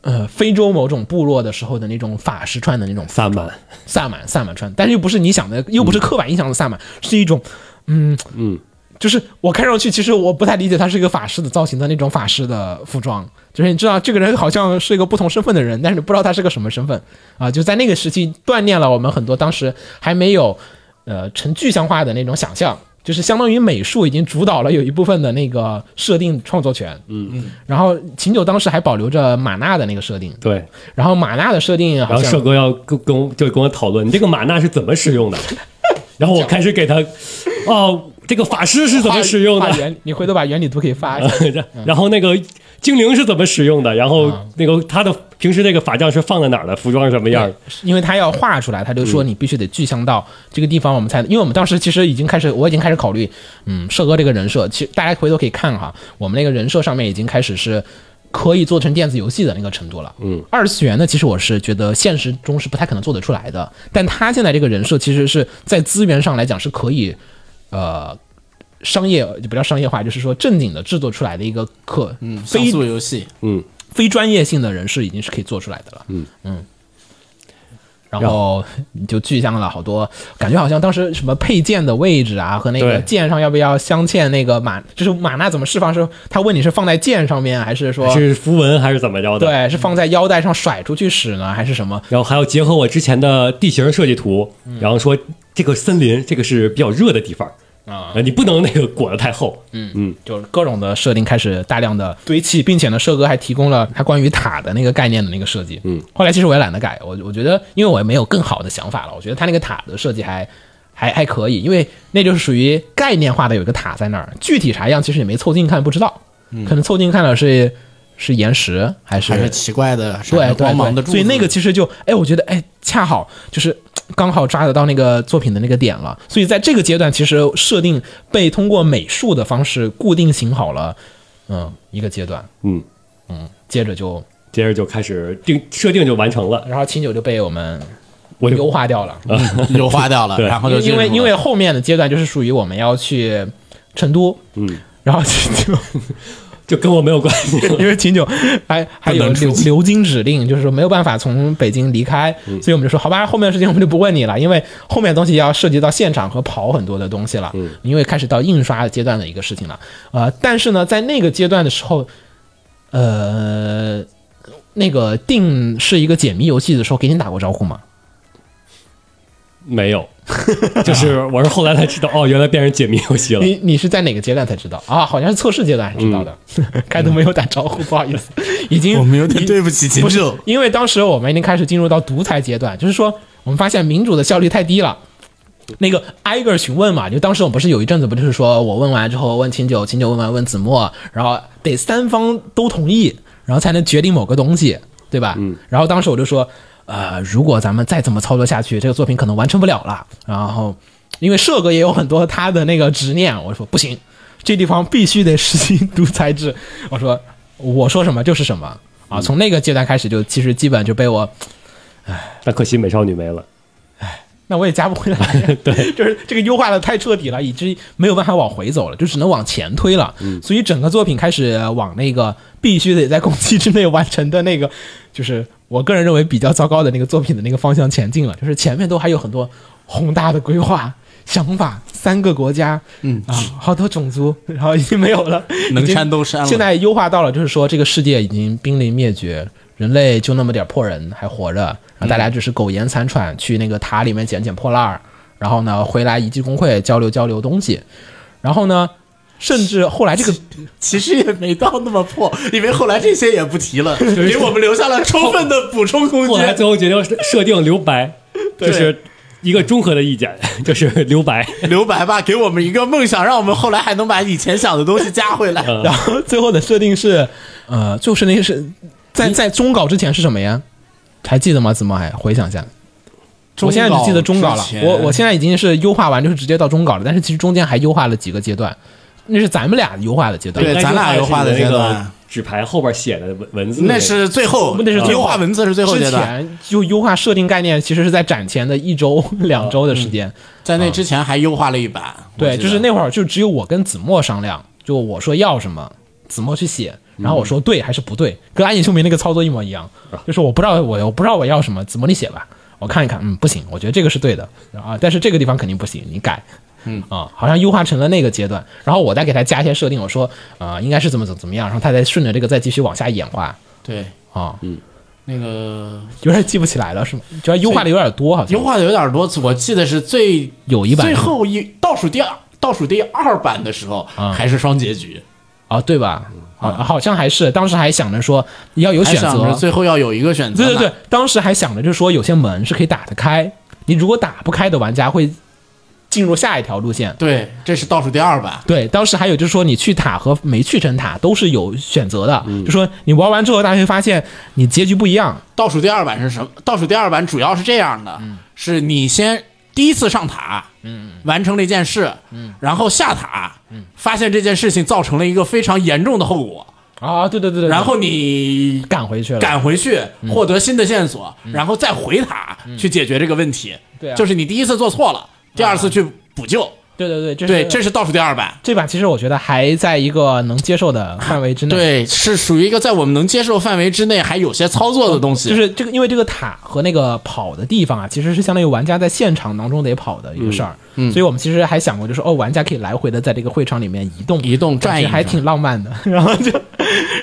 [SPEAKER 1] 呃非洲某种部落的时候的那种法师穿的那种
[SPEAKER 2] 萨满，
[SPEAKER 1] 萨满萨满穿，但是又不是你想的，又不是刻板印象的萨满，是一种，嗯
[SPEAKER 2] 嗯，
[SPEAKER 1] 就是我看上去其实我不太理解他是一个法师的造型的那种法师的服装，就是你知道这个人好像是一个不同身份的人，但是你不知道他是个什么身份啊，就在那个时期锻炼了我们很多当时还没有呃成具象化的那种想象。就是相当于美术已经主导了有一部分的那个设定创作权，嗯嗯，然后秦九当时还保留着马纳的那个设定，
[SPEAKER 2] 对。
[SPEAKER 1] 然后马纳的设定好
[SPEAKER 2] 然后
[SPEAKER 1] 像
[SPEAKER 2] 社哥要跟跟我就跟我讨论你这个玛纳是怎么使用的，然后我开始给他，哦，这个法师是怎么使用
[SPEAKER 1] 把
[SPEAKER 2] 的，
[SPEAKER 1] 原你回头把原理图可以发 一下。
[SPEAKER 2] 然后那个精灵是怎么使用的，然后
[SPEAKER 1] 嗯
[SPEAKER 2] 那个他的平时那个法杖是放在哪儿的，服装是什么样儿，嗯
[SPEAKER 1] 因为他要画出来，他就说你必须得具象到这个地方，我们才。因为我们当时其实已经开始，我已经开始考虑，嗯，社哥这个人设，其实大家回头可以看哈，我们那个人设上面已经开始是可以做成电子游戏的那个程度了。嗯，二次元呢，其实我是觉得现实中是不太可能做得出来的，但他现在这个人设其实是在资源上来讲是可以，呃。商业就不叫商业化，就是说正经的制作出来的一个可
[SPEAKER 2] 嗯
[SPEAKER 3] 像
[SPEAKER 1] 非
[SPEAKER 3] 素游戏，
[SPEAKER 1] 非专业性的人士已经是可以做出来的了。嗯嗯。然后你就具象了好多，感觉好像当时什么配件的位置啊，和那个
[SPEAKER 2] 对
[SPEAKER 1] 剑上要不要镶嵌那个马，就是马纳怎么释放是？他问你是放在剑上面，还是说
[SPEAKER 2] 是符文还是怎么着的？。
[SPEAKER 1] 对是放在腰带上甩出去使呢，还是什么？
[SPEAKER 2] 然后还要结合我之前的地形设计图，
[SPEAKER 3] 嗯
[SPEAKER 2] 然后说这个森林这个是比较热的地方
[SPEAKER 1] 啊，
[SPEAKER 2] 你不能那个裹得太厚，
[SPEAKER 3] 嗯
[SPEAKER 1] 就是各种的设定开始大量的堆砌，并且呢，社哥还提供了他关于塔的那个概念的那个设计。嗯，后来其实我也懒得改，我我觉得因为我也没有更好的想法了，我觉得他那个塔的设计还还还可以，因为那就是属于概念化的有一个塔在那儿，具体啥样其实也没凑近看不知道，可能凑近看了是是岩石嗯还是
[SPEAKER 3] 还是奇怪的闪
[SPEAKER 1] 对
[SPEAKER 3] 着
[SPEAKER 1] 对
[SPEAKER 3] 光芒的
[SPEAKER 1] 对，
[SPEAKER 3] 柱
[SPEAKER 1] 所以那
[SPEAKER 3] 子
[SPEAKER 1] 个其实就哎，我觉得哎，恰好就是刚好抓得到那个作品的那个点了。所以在这个阶段，其实设定被通过美术的方式固定型好了，嗯，一个阶段，
[SPEAKER 2] 嗯
[SPEAKER 1] 嗯，接着就，
[SPEAKER 2] 接着就开始定设定就完成了，
[SPEAKER 1] 然后秦九就被我们
[SPEAKER 2] 我
[SPEAKER 1] 优
[SPEAKER 2] 就
[SPEAKER 1] 化掉了，
[SPEAKER 3] 油花 掉了，
[SPEAKER 2] 对
[SPEAKER 3] 哎然后
[SPEAKER 1] 因
[SPEAKER 3] 就
[SPEAKER 1] 为因为
[SPEAKER 3] 进入
[SPEAKER 1] 因
[SPEAKER 3] 了
[SPEAKER 1] 为后面的阶段就是属于我们要去成都，
[SPEAKER 2] 嗯，
[SPEAKER 1] 然后秦九。
[SPEAKER 2] 就跟我没有关系 了。
[SPEAKER 1] 因为秦九还还有
[SPEAKER 2] 能出
[SPEAKER 1] 流
[SPEAKER 2] 去
[SPEAKER 1] 流经指令，就是说没有办法从北京离开，
[SPEAKER 2] 嗯
[SPEAKER 1] 所以我们就说好吧，后面的事情我们就不问你了，因为后面的东西要涉及到现场和跑很多的东西了，
[SPEAKER 2] 嗯
[SPEAKER 1] 因为开始到印刷阶段的一个事情了。呃，但是呢，在那个阶段的时候，呃，那个定是一个解谜游戏的时候，给你打过招呼吗？
[SPEAKER 2] 没有，就是我是后来才知道，哦，原来变成解谜游戏了。
[SPEAKER 1] 你你是在哪个阶段才知道啊？好像是测试阶段才知道的，
[SPEAKER 2] 嗯
[SPEAKER 1] 开头没有打招呼，不好意 思，已经
[SPEAKER 3] 我们有点对不起秦
[SPEAKER 1] 不是
[SPEAKER 3] 九，
[SPEAKER 1] 因为当时我们已经开始进入到独裁阶段，就是说我们发现民主的效率太低了。那个挨个询问嘛，就当时我们不是有一阵子不就是说我问完之后问秦九，秦九问完问子墨，然后得三方都同意，然后才能决定某个东西，对吧？嗯。然后当时我就说，呃，如果咱们再这么操作下去，这个作品可能完成不了了。然后，因为社哥也有很多他的那个执念，我说不行，这地方必须得实行独裁制。我说我说什么就是什么啊！从那个阶段开始就，其实基本就被我，
[SPEAKER 2] 但可惜美少女没了。
[SPEAKER 1] 那我也加不回来， 对，就是这个优化的太彻底了，以至于没有办法往回走了，就只能往前推了。所以整个作品开始往那个必须得在工期之内完成的那个，就是我个人认为比较糟糕的那个作品的那个方向前进了。就是前面都还有很多宏大的规划。想法，三个国家，嗯啊，好多种族，然后已经没有了，
[SPEAKER 3] 能
[SPEAKER 1] 已经
[SPEAKER 3] 删都删了
[SPEAKER 1] 现在优化到了，就是说这个世界已经濒临灭绝，人类就那么点破人还活着，然后
[SPEAKER 3] 嗯
[SPEAKER 1] 大家只是苟延残喘，去那个塔里面捡捡破烂儿，然后呢回来遗迹工会交流交流东西，然后呢，甚至后来这 个
[SPEAKER 3] 其实也没到那么破，因为后来这些也不提 了，给我们留下了充分的补充空
[SPEAKER 2] 后来
[SPEAKER 3] 间。
[SPEAKER 2] 最后决定设定留白，就是一个综合的意见， 就是留白。
[SPEAKER 3] 留白吧，给我们一个梦想，让我们后来还能把以前想的东西加回来。
[SPEAKER 1] 然后最后的设定是，呃，最后设定是在在中稿之前是什么呀？还记得吗？子墨还回想一下。我现在只记得中稿了
[SPEAKER 3] 之，前
[SPEAKER 1] 我我现在已经是优化完，就是直接到中稿了。但是其实中间还优化了几个阶段，那是咱们俩优化的阶段。
[SPEAKER 3] 对咱俩有画的阶
[SPEAKER 2] 那
[SPEAKER 3] 段
[SPEAKER 2] 个纸牌后边写的文文字，
[SPEAKER 3] 嗯那是最后，
[SPEAKER 1] 那是最后
[SPEAKER 3] 优化文字是最后
[SPEAKER 1] 之
[SPEAKER 3] 阶段，
[SPEAKER 1] 前就优化设定概念，其实是在展前的一 周、两周的时间。
[SPEAKER 3] 在那之前还优化了一版。嗯我
[SPEAKER 1] 对，
[SPEAKER 3] 记得
[SPEAKER 1] 就是那会儿就只有我跟子墨商量，就我说要什么，子墨去写，
[SPEAKER 3] 嗯
[SPEAKER 1] 然后我说对还是不对，跟暗夜秀明那个操作一模一样，就是我不知道我我不知道我要什么，子墨你写吧，我看一看，嗯，不行，我觉得这个是对的啊，但是这个地方肯定不行，你改。嗯啊，好像优化成了那个阶段，然后我再给他加一些设定，我说啊、呃应该是怎么怎么怎么样，然后他再顺着这个再继续往下演化
[SPEAKER 3] 对
[SPEAKER 1] 啊，
[SPEAKER 3] 嗯那个
[SPEAKER 1] 有点记不起来了，是吗？主要优化的有点多，好像
[SPEAKER 3] 优化的有点多，我记得是最
[SPEAKER 1] 有一版
[SPEAKER 3] 最后一倒数第二倒数第二版的时候、
[SPEAKER 1] 啊
[SPEAKER 3] 还是双结局，
[SPEAKER 1] 啊，对吧？好，好像还是当时还想着说要有
[SPEAKER 3] 嗯还
[SPEAKER 1] 选
[SPEAKER 3] 想
[SPEAKER 1] 择
[SPEAKER 3] 着，最后要有一个选择。
[SPEAKER 1] 对对对，，当时还想着就是说有些门是可以打得开，你如果打不开的玩家会进入下一条路线。
[SPEAKER 3] 对，这是倒数第二版。
[SPEAKER 1] 对，当时还有就是说你去塔和没去成塔都是有选择的，
[SPEAKER 3] 嗯
[SPEAKER 1] 就说你玩完之后，大家会发现你结局不一样。
[SPEAKER 3] 倒数第二版是什么？倒数第二版主要是这样的，
[SPEAKER 1] 嗯
[SPEAKER 3] 是你先第一次上塔，嗯，完成了一件事，嗯，然后下塔，嗯，发现这件事情造成了一个非常严重的后果，
[SPEAKER 1] 啊，对对对对，
[SPEAKER 3] 然后你
[SPEAKER 1] 赶回去了，
[SPEAKER 3] 赶回去
[SPEAKER 1] 嗯
[SPEAKER 3] 获得新的线索，然后再回塔去解决这个问题。
[SPEAKER 1] 对啊啊
[SPEAKER 3] 就是你第一次做错了，第二次去补救。
[SPEAKER 1] 对对对，这是
[SPEAKER 3] 对，这是倒数第二版。
[SPEAKER 1] 这把其实我觉得还在一个能接受的范围之内。
[SPEAKER 3] 对，是属于一个在我们能接受范围之内还有些操作的东西。
[SPEAKER 1] 就是这个，因为这个塔和那个跑的地方啊，其实是相当于玩家在现场当中得跑的一个事儿，
[SPEAKER 3] 嗯
[SPEAKER 1] 所以我们其实还想过，就是哦，玩家可以来回的在这个会场里面移动
[SPEAKER 3] 移动转一
[SPEAKER 1] 感觉还
[SPEAKER 3] 转
[SPEAKER 1] 挺浪漫的。 然后就，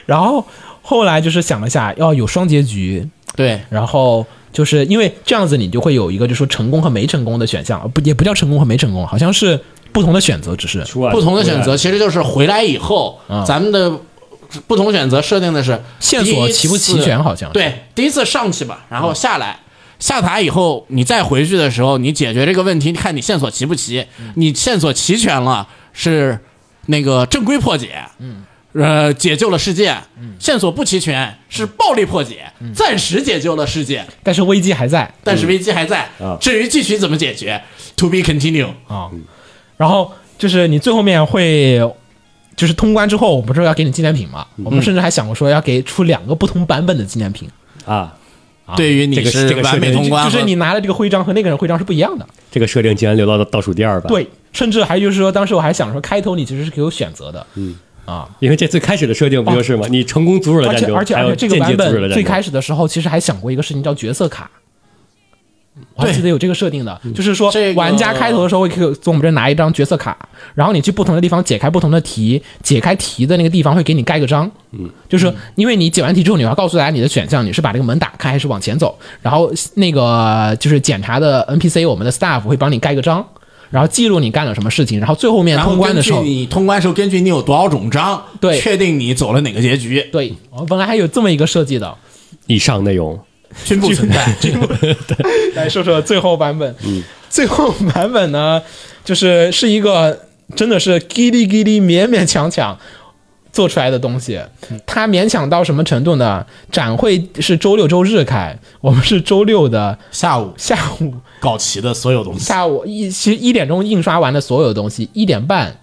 [SPEAKER 1] 然后后来就是想了下，要有双结局，
[SPEAKER 3] 对，
[SPEAKER 1] 然后就是因为这样子，你就会有一个就说成功和没成功的选项，呃不也不叫成功和没成功，好像是不同的选择，只是
[SPEAKER 2] 出来
[SPEAKER 3] 不同的选择，其实就是回来以后，咱们的不同选择设定的是
[SPEAKER 1] 啊线索
[SPEAKER 3] 第一次
[SPEAKER 1] 齐不齐全好嗯像是
[SPEAKER 3] 对，第一次上去吧，然后下来。下塔以后，你再回去的时候，你解决这个问题，看你线索齐不齐。
[SPEAKER 1] 嗯
[SPEAKER 3] 你线索齐全了，是那个正规破解，嗯，呃，解救了世界。
[SPEAKER 1] 嗯
[SPEAKER 3] 线索不齐全是暴力破解，暂时解救了世界，
[SPEAKER 1] 但是危机还在。
[SPEAKER 3] 但是危机还在
[SPEAKER 2] 啊。
[SPEAKER 3] 至于具体怎么解决，to be continue。
[SPEAKER 1] 啊、然后就是你最后面会，就是通关之后，我们不是要给你纪念品嘛？
[SPEAKER 3] 嗯
[SPEAKER 1] 我们甚至还想过说要给出两个不同版本的纪念品，
[SPEAKER 2] 啊，
[SPEAKER 3] 对于你
[SPEAKER 2] 这个
[SPEAKER 3] 是
[SPEAKER 2] 这个
[SPEAKER 3] 完美
[SPEAKER 2] 设定
[SPEAKER 3] 通关
[SPEAKER 1] 就
[SPEAKER 3] 和，
[SPEAKER 1] 是你拿了这个徽章和那个人徽章是不一样的。
[SPEAKER 2] 这个设定竟然留到倒数第二版。，
[SPEAKER 1] 对，甚至还就是说，当时我还想说，开头你其实是可以有选择的。嗯啊，
[SPEAKER 2] 因为这最开始的设定不就是吗？你成功阻止了
[SPEAKER 1] 而
[SPEAKER 2] 战
[SPEAKER 1] 且
[SPEAKER 2] 争，
[SPEAKER 1] 哦而且
[SPEAKER 2] 还
[SPEAKER 1] 而
[SPEAKER 2] 有
[SPEAKER 1] 且这个
[SPEAKER 2] 间
[SPEAKER 1] 版
[SPEAKER 2] 接阻止
[SPEAKER 1] 本
[SPEAKER 2] 了
[SPEAKER 1] 最
[SPEAKER 2] 战
[SPEAKER 1] 开
[SPEAKER 2] 争。
[SPEAKER 1] 始的时候，其实还想过一个事情叫角色卡。我还
[SPEAKER 3] 对
[SPEAKER 1] 记得有这个设定的，
[SPEAKER 2] 嗯
[SPEAKER 1] 就是说
[SPEAKER 3] 这个
[SPEAKER 1] 玩家开头的时候会可以从我们这拿一张角色卡，然后你去不同的地方解开不同的题，解开题的那个地方会给你盖个章，嗯，就是因为你解完题之后，你要告诉大家你的选项，你是把这个门打开还是往前走，然后那个就是检查的 NPC 我们的 staff 会帮你盖个章，然后记录你干了什么事情，然后最后面
[SPEAKER 3] 然后
[SPEAKER 1] 通关的时候
[SPEAKER 3] 根据，你通关的时候，根据你有多少种章，
[SPEAKER 1] 对
[SPEAKER 3] 确定你走了哪个 结局，
[SPEAKER 1] 对，我本来还有这么一个设计的，
[SPEAKER 2] 以上内容
[SPEAKER 3] 均不存在。
[SPEAKER 1] 来说说最后版本。嗯，最后版本呢，就是是一个真的是叽里叽里勉勉强强。做出来的东西，
[SPEAKER 3] 嗯
[SPEAKER 1] 它勉强到什么程度呢？展会是周六周日开，我们是周六的
[SPEAKER 3] 下午
[SPEAKER 1] 下 午
[SPEAKER 3] 搞齐的所有东 西，
[SPEAKER 1] 下午一其实一点钟印刷完的所有东西，一点半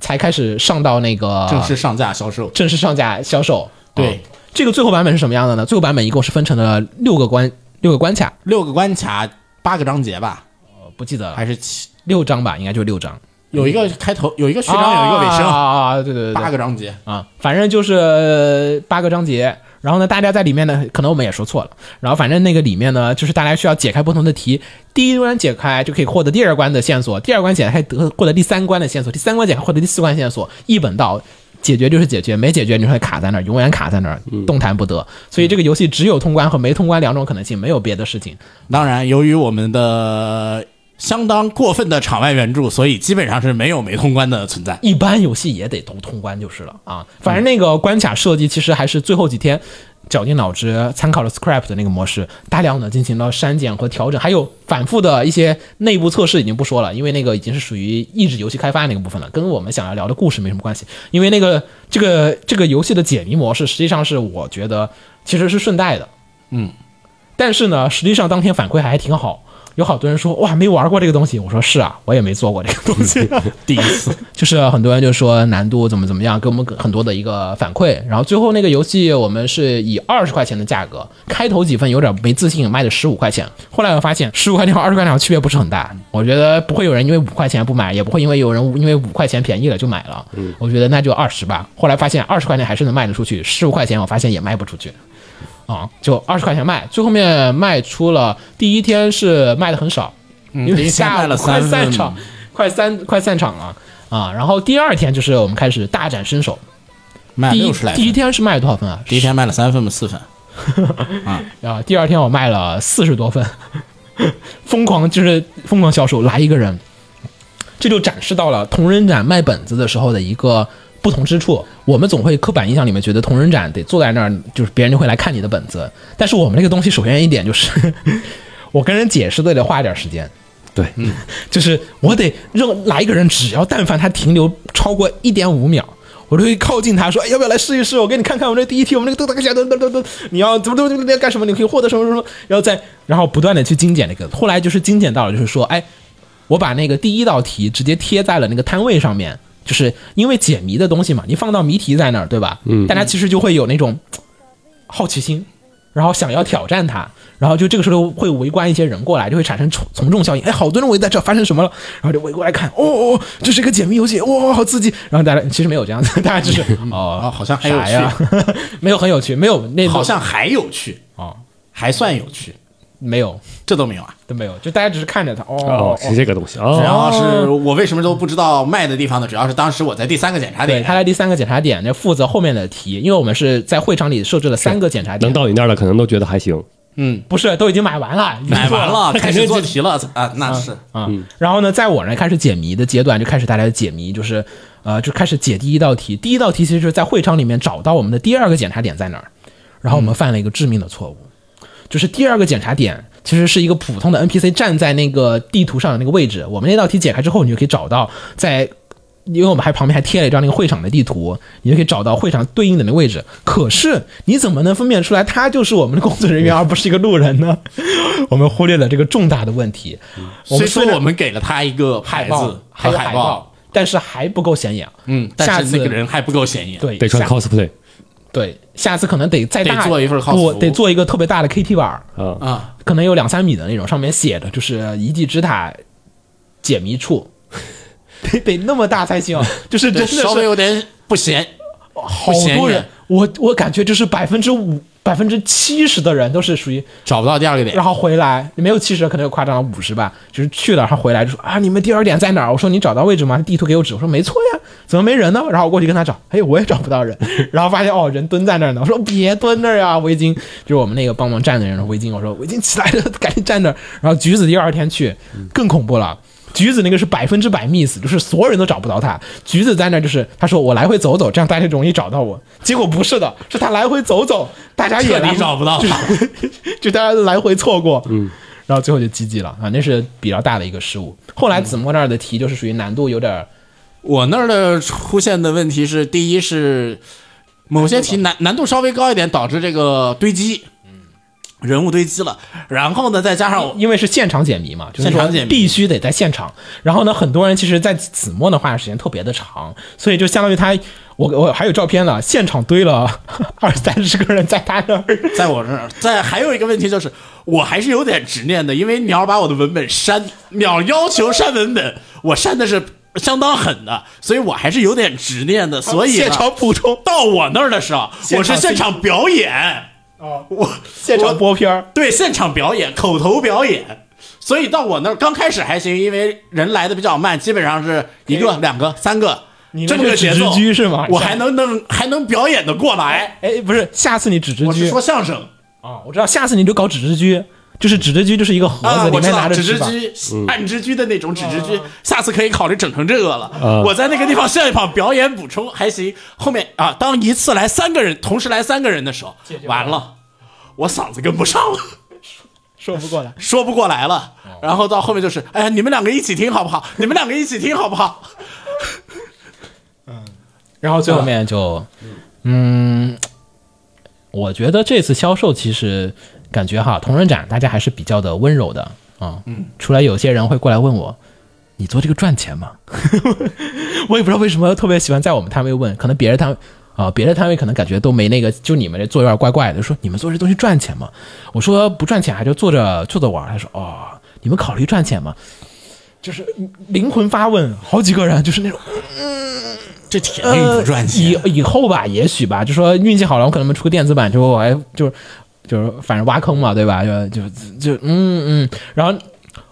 [SPEAKER 1] 才开始上到那个
[SPEAKER 3] 正式上架销售。
[SPEAKER 1] 正式上架销售。啊
[SPEAKER 3] 对，
[SPEAKER 1] 这个最后版本是什么样的呢？最后版本一共是分成了六个关六个关卡，
[SPEAKER 3] 六个关卡，八个章节吧，
[SPEAKER 1] 呃不记得了，
[SPEAKER 3] 还是七？
[SPEAKER 1] 六章吧，应该就六章。
[SPEAKER 3] 有一个开头，有一个序
[SPEAKER 1] 啊
[SPEAKER 3] 章，有一个尾声，
[SPEAKER 1] 啊啊！啊对对对，对
[SPEAKER 3] 八个章节。
[SPEAKER 1] 啊，反正就是呃八个章节。然后呢，大家在里面呢，可能我们也说错了。然后反正那个里面呢，就是大家需要解开不同的题。第一关解开就可以获得第二关的线索，第二关解开得获得第三关的线索，第三关解开获得第四关线索，一本道。解决就是解决，没解决你会卡在那儿，永远卡在那儿，动弹不得。所以这个游戏只有通关和没通关两种可能性，没有别的事情。
[SPEAKER 3] 当然，由于我们的相当过分的场外援助，所以基本上是没有没通关的存在。
[SPEAKER 1] 一般游戏也得通通关就是了啊。反正那个关卡设计其实还是最后几天绞尽脑汁参考了 Scrap 的那个模式，大量的进行了删减和调整，还有反复的一些内部测试已经不说了，因为那个已经是属于抑制游戏开发那个部分了，跟我们想要聊的故事没什么关系。因为那个这个这个游戏的解谜模式，实际上是我觉得其实是顺带的，
[SPEAKER 3] 嗯，
[SPEAKER 1] 但是呢，实际上当天反馈还挺好。有好多人说哇没玩过这个东西，我说是啊，我也没做过这个东西，
[SPEAKER 3] 第一次，
[SPEAKER 1] 就是很多人就说难度怎么怎么样，给我们很多的一个反馈。然后最后那个游戏我们是以二十块钱的价格，开头几份有点没自信，卖的十五块钱。后来我发现十五块钱和二十块钱区别不是很大，我觉得不会有人因为五块钱不买，也不会因为有人因为五块钱便宜了就买了。我觉得那就二十吧。后来发现二十块钱还是能卖得出去，十五块钱我发现也卖不出去。啊，就二十块钱卖，最后面卖出了第一天是卖的很少，因
[SPEAKER 3] 第
[SPEAKER 1] 为
[SPEAKER 3] 一天
[SPEAKER 1] 下午
[SPEAKER 3] 卖了
[SPEAKER 1] 快
[SPEAKER 3] 三
[SPEAKER 1] 散
[SPEAKER 3] 份
[SPEAKER 1] 场，快三快散场了啊。然后第二天就是我们开始大展身手，
[SPEAKER 3] 卖
[SPEAKER 1] 第一
[SPEAKER 3] 哎六十来
[SPEAKER 1] 第一
[SPEAKER 3] 分，
[SPEAKER 1] 天是卖了多少分啊？
[SPEAKER 3] 第一天卖了三份嘛，四份。
[SPEAKER 1] 啊，第二天我卖了四十多份，疯狂就是疯狂销售，来一个人，这就展示到了同人展卖本子的时候的一个不同之处。我们总会刻板印象里面觉得同人展得坐在那儿，就是别人就会来看你的本子，但是我们这个东西首先一点就是。 我跟人解释都得花点时间，
[SPEAKER 2] 对，
[SPEAKER 1] 嗯就是我得让来一个人，只要但凡他停留超过一点五秒，我就会靠近他说：“哎，要不要来试一试？我给你看看我们这第一题，我们这个都大家都都都都，你要怎么怎么怎么干什么？你可以获得什么什么？”然后再然后不断的去精简那个，后来就是精简到了，就是说，哎，我把那个第一道题直接贴在了那个摊位上面，就是因为解谜的东西嘛，你放到谜题在那儿，对吧？嗯，大家其实就会有那种好奇心，然后想要挑战它，然后就这个时候会围观一些人过来，就会产生从从众效应。哎，好多人围在这儿，发生什么了？然后就围过来看，哦哦，哦这是一个解谜游戏，哇、好刺激！然后大家其实没有这样子，大家只是
[SPEAKER 3] 哦
[SPEAKER 1] 哦，
[SPEAKER 3] 好像还有
[SPEAKER 1] 啥呀， 没有很有趣，没有那
[SPEAKER 3] 好像还有趣，
[SPEAKER 1] 哦，
[SPEAKER 3] 还算有趣，
[SPEAKER 1] 没有
[SPEAKER 3] 这都没有啊。
[SPEAKER 1] 都没有，就大家只是看着它，哦啊
[SPEAKER 2] 哦，是这个东西哦，
[SPEAKER 3] 然后是我为什么都不知道卖的地方呢？主要是当时我在第三个检查
[SPEAKER 1] 对
[SPEAKER 3] 点，
[SPEAKER 1] 他在第三个检查点，那负责后面的题，因为我们是在会场里设置了三个检查点
[SPEAKER 2] 能，到你那儿的可能都觉得还行，
[SPEAKER 3] 嗯，
[SPEAKER 1] 不是都已经买完了，已经
[SPEAKER 3] 买
[SPEAKER 1] 做
[SPEAKER 3] 完了，开
[SPEAKER 2] 肯定
[SPEAKER 3] 始做题了啊，那是
[SPEAKER 1] 啊。然后呢，在我呢开始解谜的阶段，就开始大家解谜，就是呃，就开始解第一道题。第一道题其实就是在会场里面找到我们的第二个检查点在哪儿，然后我们犯了一个致命的错误，就是第二个检查点其实是一个普通的 NPC 站在那个地图上的那个位置。我们那道题解开之后，你就可以找到在。因为我们还旁边还贴了一张那个会场的地图，你就可以找到会场对应的那个位置。可是你怎么能分辨出来他就是我们的工作人员，而不是一个路人呢？ 我们忽略了这个重大的问题。我
[SPEAKER 3] 虽
[SPEAKER 1] 们
[SPEAKER 3] 说
[SPEAKER 1] 虽然
[SPEAKER 3] 我们给了他一个牌子
[SPEAKER 1] 还
[SPEAKER 3] 和
[SPEAKER 1] 有
[SPEAKER 3] 海报，，
[SPEAKER 1] 但是还不够显眼。
[SPEAKER 3] 嗯，
[SPEAKER 1] 下
[SPEAKER 3] 但是
[SPEAKER 1] 次
[SPEAKER 3] 那个人还不够显眼，
[SPEAKER 1] 对
[SPEAKER 2] 得穿
[SPEAKER 1] 下
[SPEAKER 2] cosplay
[SPEAKER 1] 对，下次可能得再大
[SPEAKER 3] 得做一份 cos
[SPEAKER 1] 不
[SPEAKER 3] 服
[SPEAKER 1] 得做一个特别大的 KT 板儿，
[SPEAKER 2] 啊，
[SPEAKER 3] 啊，
[SPEAKER 1] 可能有两三米的那种，上面写着就是一技之塔解谜处。 得得那么大才 行，就是真
[SPEAKER 3] 对
[SPEAKER 1] 的是
[SPEAKER 3] 稍微有点不显，
[SPEAKER 1] 好
[SPEAKER 3] 显
[SPEAKER 1] 多
[SPEAKER 3] 眼
[SPEAKER 1] 人，我我感觉就是百分之五、百分之七十的人都是属于
[SPEAKER 3] 找不到第二个点
[SPEAKER 1] 然。后回来没有七十，可能有夸张五十吧，就是去了，然后回来就说啊，你们第二点在哪儿？我说你找到位置吗？地图给我指，我说没错呀，怎么没人呢？然后我过去跟他找， 哎，我也找不到人，然后发现哦，人蹲在那儿呢。我说别蹲那儿啊，围巾，就是我们那个帮忙站的人，围巾，我说围巾起来了，赶紧站那儿。然后橘子第二天去更恐怖了。橘子那个是百分之百 miss，就是所有人都找不到他。橘子在那儿就是他说我来回走走，这样大家容易找到我。结果不是的，是他来回走走， 大家也
[SPEAKER 3] 彻底
[SPEAKER 1] 来回
[SPEAKER 3] 找不到
[SPEAKER 1] 就
[SPEAKER 3] 他
[SPEAKER 1] 就 大家来回错过，嗯，然后最后就 GG 了啊，那是比较大的一个失误。后来子墨那儿的题就是属于难度有点儿
[SPEAKER 3] 我那儿的出现的问题是，第一是某些题难难度稍微高一点，导致这个堆积，人物堆积了。然后呢，再加上我
[SPEAKER 1] 因为是现场解谜嘛，就是
[SPEAKER 3] 现场
[SPEAKER 1] 说
[SPEAKER 3] 解谜
[SPEAKER 1] 必须得在现场。然后呢，很多人其实，在子墨呢花的时间特别的长，所以就相当于他，我我还有照片呢，现场堆了 二三十个人在他那儿。
[SPEAKER 3] 在我这儿，在还有一个问题就是，我还是有点执念的，因为鸟把我的文本删，鸟要求删文本，我删的是 相当狠的，所以我还是有点执念的。所以呢
[SPEAKER 1] 现场补充，
[SPEAKER 3] 到我那儿的时候，
[SPEAKER 1] 现场
[SPEAKER 3] 我是现场表演，
[SPEAKER 1] 啊，
[SPEAKER 3] 我
[SPEAKER 1] 现场
[SPEAKER 3] 我
[SPEAKER 1] 播片儿，
[SPEAKER 3] 对，现场表演，口头表演。所以到我那儿刚开始还行，因为人来的比较慢，基本上是一个、两个、三个，
[SPEAKER 1] 哎你
[SPEAKER 3] 这
[SPEAKER 1] 那
[SPEAKER 3] 么个
[SPEAKER 1] 是
[SPEAKER 3] 节
[SPEAKER 1] 纸
[SPEAKER 3] 奏
[SPEAKER 1] 之居是吗？
[SPEAKER 3] 我还能能还能表演的过来。
[SPEAKER 1] 哎，不是，下次你纸之
[SPEAKER 3] 我是
[SPEAKER 1] 居
[SPEAKER 3] 说相声
[SPEAKER 1] 啊，我知道，下次你就搞纸之居，就是纸之居就是一个盒
[SPEAKER 3] 啊，
[SPEAKER 1] 子，
[SPEAKER 3] 我
[SPEAKER 1] 里面
[SPEAKER 3] 知道
[SPEAKER 1] 拿着嗯
[SPEAKER 3] 纸之
[SPEAKER 1] 吧。
[SPEAKER 3] 居、暗之居的那种纸之
[SPEAKER 1] 嗯
[SPEAKER 3] 居，下次可以考虑整成这个了。
[SPEAKER 2] 啊
[SPEAKER 3] 我在那个地方现场表演补充还行。后面啊，当一次来三个人，同时来三个人的时候，完了，我嗓子跟不上了。
[SPEAKER 1] 说不过来，
[SPEAKER 3] 说不过来了。
[SPEAKER 1] 哦
[SPEAKER 3] 然后到后面就是，哎呀，你们两个一起听好 不好？你们两个一起听好不好？
[SPEAKER 1] 然后最后面就，嗯，我觉得这次销售其实感觉哈，同人展大家还是比较的温柔的啊。嗯，出来有些人会过来问我，你做这个赚钱吗？ 我也不知道为什么特别喜欢在我们摊位问，可能别的摊啊、别的摊位可能感觉都没那个，就你们这做有点怪怪的。说你们做这东西赚钱吗？我说不赚钱，还就做着做着玩儿。他说哦，你们考虑赚钱吗？就是灵魂发问，好几个人就是那种。
[SPEAKER 3] 这铁
[SPEAKER 1] 呃，以以后吧，也许吧，就说运气好了，我可能出个电子版之后，我还就是就是反正挖坑嘛，对吧？就就就嗯嗯，然后。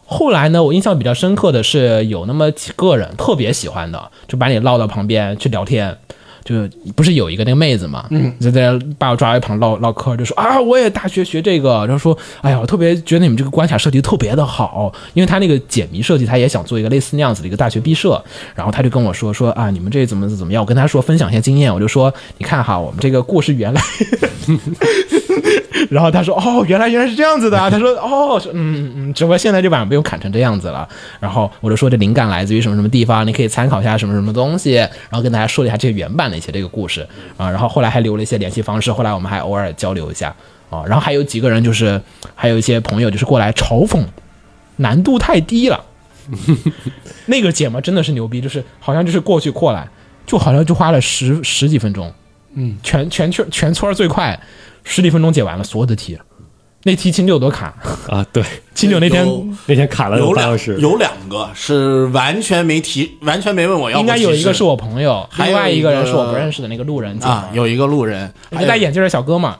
[SPEAKER 1] 后来呢，我印象比较深刻的是有那么几个人特别喜欢的，就把你唠到旁边去聊天，就不是有一个那个妹子嘛，嗯，就在把我抓到一旁唠唠嗑，就说啊，我也大学学这个，然后说，哎呀，我特别觉得你们这个关卡设计特别的好，因为他那个解谜设计，他也想做一个类似那样子的一个大学毕设，然后他就跟我说说啊，你们这怎么怎么样，我跟他说分享一下经验，我就说，你看哈，我们这个故事原来 然后他说：“哦，原来原来是这样子的啊。”他说：“哦，是嗯嗯嗯，只不过现在这版被我砍成这样子了。”然后我就说：“这灵感来自于什么什么地方？你可以参考一下什么什么东西。”然后跟大家说了一下这个原版的一些这个故事啊。然后后来还留了一些联系方式，后来我们还偶尔交流一下啊。然后还有几个人就是，还有一些朋友就是过来嘲讽，难度太低了。那个姐们真的是牛逼，就是好像就是过去过来，就好像就花了十十几分钟，嗯，全全圈全村儿最快，十几分钟解完了所有的题。那题秦九多卡，
[SPEAKER 2] 啊，对，
[SPEAKER 1] 秦九那天
[SPEAKER 3] 有
[SPEAKER 2] 那天卡了
[SPEAKER 3] 有
[SPEAKER 2] 半
[SPEAKER 3] 两
[SPEAKER 2] 小时，
[SPEAKER 3] 有两个是完全没提，完全没问哦我要
[SPEAKER 1] 应
[SPEAKER 3] 不
[SPEAKER 1] 该
[SPEAKER 3] 提示。
[SPEAKER 1] 有一个是我朋友，
[SPEAKER 3] 还有
[SPEAKER 1] 另外一个人
[SPEAKER 3] 一个
[SPEAKER 1] 是我不认识的那个路人姐们
[SPEAKER 3] 啊，有一个路人，还
[SPEAKER 1] 就
[SPEAKER 3] 有
[SPEAKER 1] 戴眼镜的小哥嘛，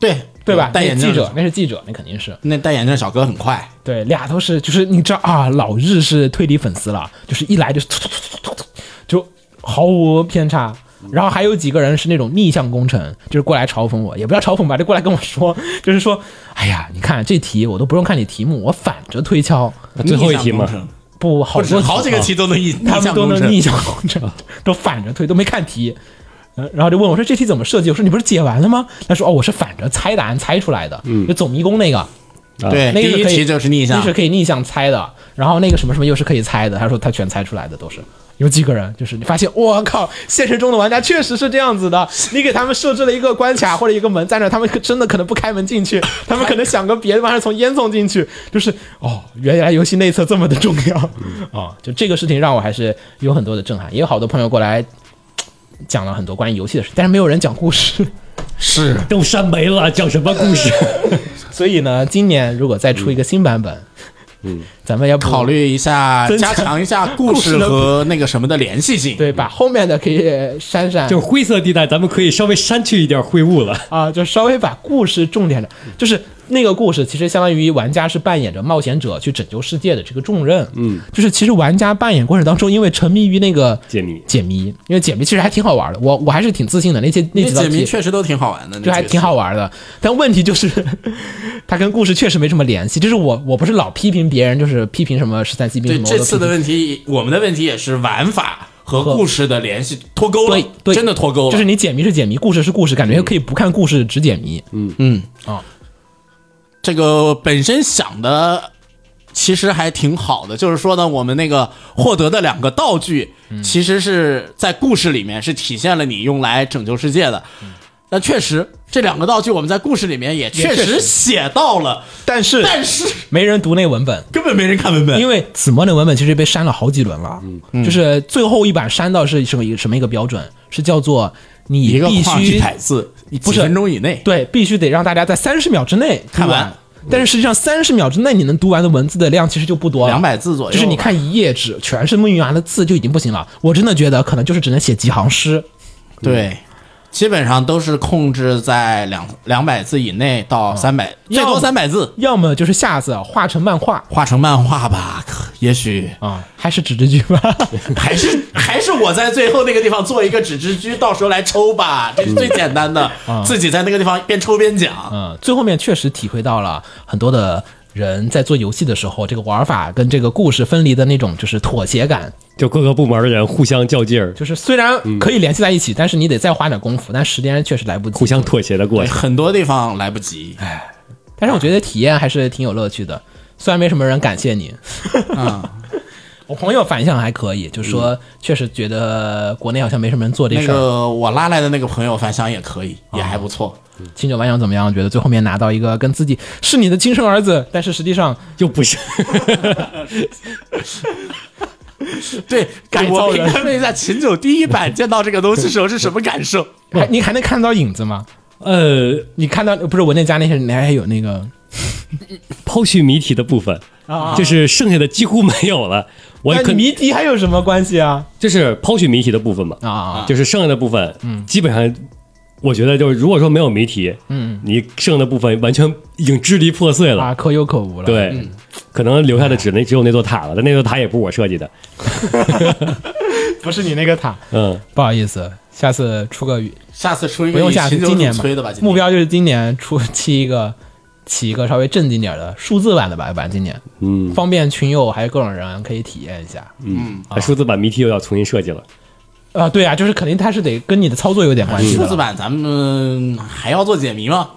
[SPEAKER 3] 对
[SPEAKER 1] 对吧？
[SPEAKER 3] 戴眼镜
[SPEAKER 1] 那
[SPEAKER 3] 的
[SPEAKER 1] 记者，那是记者，那肯定是
[SPEAKER 3] 那戴眼镜小哥很快，
[SPEAKER 1] 对，俩都是就是你知道啊，老日式推理粉丝了，就是一来就是突突突突突突，就毫无偏差。
[SPEAKER 3] 嗯
[SPEAKER 1] 然后还有几个人是那种逆向工程，就是过来嘲讽我，也不叫嘲讽吧，就过来跟我说，就是说，哎呀，你看这题我都不用看你题目，我反着推敲，
[SPEAKER 2] 最后一题嘛
[SPEAKER 3] 逆向，工程
[SPEAKER 1] 不好
[SPEAKER 3] 不
[SPEAKER 1] 多
[SPEAKER 3] 是好
[SPEAKER 1] 题
[SPEAKER 3] 几个题都 能逆，
[SPEAKER 1] 他们都
[SPEAKER 3] 逆向工
[SPEAKER 1] 能
[SPEAKER 3] 程
[SPEAKER 1] 逆向工程，都反着推，都没看题。呃然后就问我说：“这题怎么设计？”我说：“你不是解完了吗？”他说：“哦，我是反着猜答案猜出来的，
[SPEAKER 3] 嗯
[SPEAKER 1] 就走迷宫那个，
[SPEAKER 2] 啊
[SPEAKER 3] 对，
[SPEAKER 1] 那个
[SPEAKER 3] 哎第一
[SPEAKER 1] 可以
[SPEAKER 3] 题就是逆
[SPEAKER 1] 那
[SPEAKER 3] 向
[SPEAKER 1] 是，可以逆向猜的。然后那个什么什么又是可以猜的。”他说：“他全猜出来的都是。”有几个人就是你发现，我靠，现实中的玩家确实是这样子的。你给他们设置了一个关卡或者一个门在那儿，他们可真的可能不开门进去，他们可能想个别的方式从烟囱进去。就是哦，原来游戏内测这么的重要啊、
[SPEAKER 3] 嗯
[SPEAKER 1] 就这个事情让我还是有很多的震撼，也有好多朋友过来嘖讲了很多关于游戏的事，但是没有人讲故事。
[SPEAKER 3] 是
[SPEAKER 2] 都删没了，讲什么故事？
[SPEAKER 1] 所以呢，今年如果再出一个新版本，嗯，咱们要不
[SPEAKER 3] 考虑一下，
[SPEAKER 1] 增加
[SPEAKER 3] 加强一下故
[SPEAKER 1] 故事
[SPEAKER 3] 事
[SPEAKER 1] 的
[SPEAKER 3] 和那个什么的联系性。
[SPEAKER 1] 对，把后面的可以删删，
[SPEAKER 2] 就是灰色地带，咱们可以稍微删去一点秽物了。
[SPEAKER 1] 啊，就稍微把故事重点的，就是那个故事其实相当于玩家是扮演着冒险者去拯救世界的这个重任，嗯，就是其实玩家扮演过程当中，因为沉迷于那个
[SPEAKER 2] 解谜
[SPEAKER 1] 解谜，因为解谜其实还挺好玩的，我我还是挺自信的，那些那
[SPEAKER 3] 那
[SPEAKER 1] 几道
[SPEAKER 3] 解谜
[SPEAKER 1] 题。
[SPEAKER 3] 确实都挺好玩的，
[SPEAKER 1] 就还挺好
[SPEAKER 3] 玩。
[SPEAKER 1] 玩的，但问题就是 它跟故事确实没什么联系。就是我我不是老批评别人，就是批评什么十三级兵
[SPEAKER 3] 对
[SPEAKER 1] 什么，
[SPEAKER 3] 这次的
[SPEAKER 1] 我都批评
[SPEAKER 3] 问题，我们的问题也是玩法和
[SPEAKER 1] 和
[SPEAKER 3] 故事的联系脱钩了
[SPEAKER 1] 对，对
[SPEAKER 3] 真的脱钩了。
[SPEAKER 1] 就是你解谜是解谜，故事是故事，感觉可以不看故事只解谜。
[SPEAKER 3] 嗯
[SPEAKER 1] 啊，
[SPEAKER 3] 这个本身想的其实还挺好的。就是说呢，我们那个获得的两个道具，
[SPEAKER 1] 嗯
[SPEAKER 3] 其实是在故事里面是体现了你用来拯救世界的。
[SPEAKER 1] 嗯
[SPEAKER 3] 但确实，这两个道具我们在故事里面也确
[SPEAKER 1] 确实
[SPEAKER 3] 实写到了，
[SPEAKER 1] 但是
[SPEAKER 3] 但是
[SPEAKER 1] 没人读那文本。
[SPEAKER 3] 根本没人看文本。
[SPEAKER 1] 因为子墨那文本其实被删了好几轮了，
[SPEAKER 3] 嗯
[SPEAKER 1] 就是最后一版删到是什么一个什么一个标准？是叫做你
[SPEAKER 3] 一个
[SPEAKER 1] 必
[SPEAKER 3] 框
[SPEAKER 1] 须
[SPEAKER 3] 一百字，
[SPEAKER 1] 不
[SPEAKER 3] 几
[SPEAKER 1] 是
[SPEAKER 3] 分钟以内。
[SPEAKER 1] 对，必须得让大家在三十秒之内
[SPEAKER 3] 看
[SPEAKER 1] 读
[SPEAKER 3] 完
[SPEAKER 1] 完。但是实际上，三十秒之内你能读完的文字的量其实就不多了，
[SPEAKER 3] 200字左右
[SPEAKER 1] 就是你看一页纸，全是孟玉阳的字就已经不行了。我真的觉得可能就是只能写几行诗。
[SPEAKER 3] 对，基本上都是控制在两两百字以内到三百、最
[SPEAKER 1] 嗯要
[SPEAKER 3] 多
[SPEAKER 1] 么
[SPEAKER 3] 三百字。
[SPEAKER 1] 要么就是下次啊画成漫画
[SPEAKER 3] 画成漫画吧，可也许
[SPEAKER 1] 啊，还是纸质剧 吧。
[SPEAKER 3] 还是还是我在最后那个地方做一个纸质居，到时候来抽吧，这是最简单的，自己在那个地方边抽边讲。
[SPEAKER 1] 嗯，最后面确实体会到了很多的人在做游戏的时候，这个玩法跟这个故事分离的那种就是妥协感。
[SPEAKER 2] 就各个部门的人互相较劲儿，
[SPEAKER 1] 就是虽然可以联系在一起，但是你得再花点功夫，但时间确实来不及。
[SPEAKER 2] 互相妥协的过
[SPEAKER 3] 对，
[SPEAKER 2] 程。
[SPEAKER 3] 很多地方来不及，
[SPEAKER 1] 哎但是我觉得体验还是挺有乐趣的，虽然没什么人感谢你。 我朋友反响还可以，就是说确实觉得国内好像没什么人做这
[SPEAKER 3] 那
[SPEAKER 1] 事儿。啊
[SPEAKER 3] 个我拉来的那个朋友反响也可以，也还不错。
[SPEAKER 1] 清酒万象怎么样？觉得最后面拿到一个跟自己是你的亲生儿子，但是实际上
[SPEAKER 2] 又不是，
[SPEAKER 3] 对，
[SPEAKER 1] 改造
[SPEAKER 3] 我
[SPEAKER 1] 人
[SPEAKER 3] 评论一下秦九第一版见到这个东西的时候是什么感受？
[SPEAKER 1] 还你还能看到影子吗？
[SPEAKER 2] 呃，
[SPEAKER 1] 你看到不是文件夹那些，你还有那个
[SPEAKER 2] 抛去谜题的部分，
[SPEAKER 1] 啊
[SPEAKER 2] 就是剩下的几乎没有了。我
[SPEAKER 1] 那
[SPEAKER 2] 可
[SPEAKER 1] 你谜题还有什么关系啊？
[SPEAKER 2] 就是抛去谜题的部分嘛，
[SPEAKER 1] 啊，嗯
[SPEAKER 2] 就是剩下的部分，基本上我觉得就是如果说没有谜题，嗯，你剩下的部分完全已经支离破碎了。
[SPEAKER 1] 啊，可有可无了。，
[SPEAKER 2] 对，可能留下的只能只有那座塔了，但那座塔也不是我设计的。
[SPEAKER 1] 不是你那个塔，
[SPEAKER 2] 嗯，
[SPEAKER 1] 不好意思，下次出个
[SPEAKER 3] 下次出一
[SPEAKER 1] 不
[SPEAKER 3] 个
[SPEAKER 1] 用
[SPEAKER 3] 以
[SPEAKER 1] 下次，
[SPEAKER 3] 秦九
[SPEAKER 1] 今年
[SPEAKER 3] 主
[SPEAKER 1] 吧
[SPEAKER 3] 催的吧，今天
[SPEAKER 1] 目标就是今年出期一个，起一个稍微正经点的数字版的吧，版今年，
[SPEAKER 2] 嗯，
[SPEAKER 1] 方便群友还有各种人可以体验一下。嗯
[SPEAKER 2] 数字版谜题又要重新设计了。
[SPEAKER 1] 啊，对啊，就是肯定它是得跟你的操作有点关系
[SPEAKER 3] 数字
[SPEAKER 1] 的，
[SPEAKER 3] 版咱们还要做解谜吗？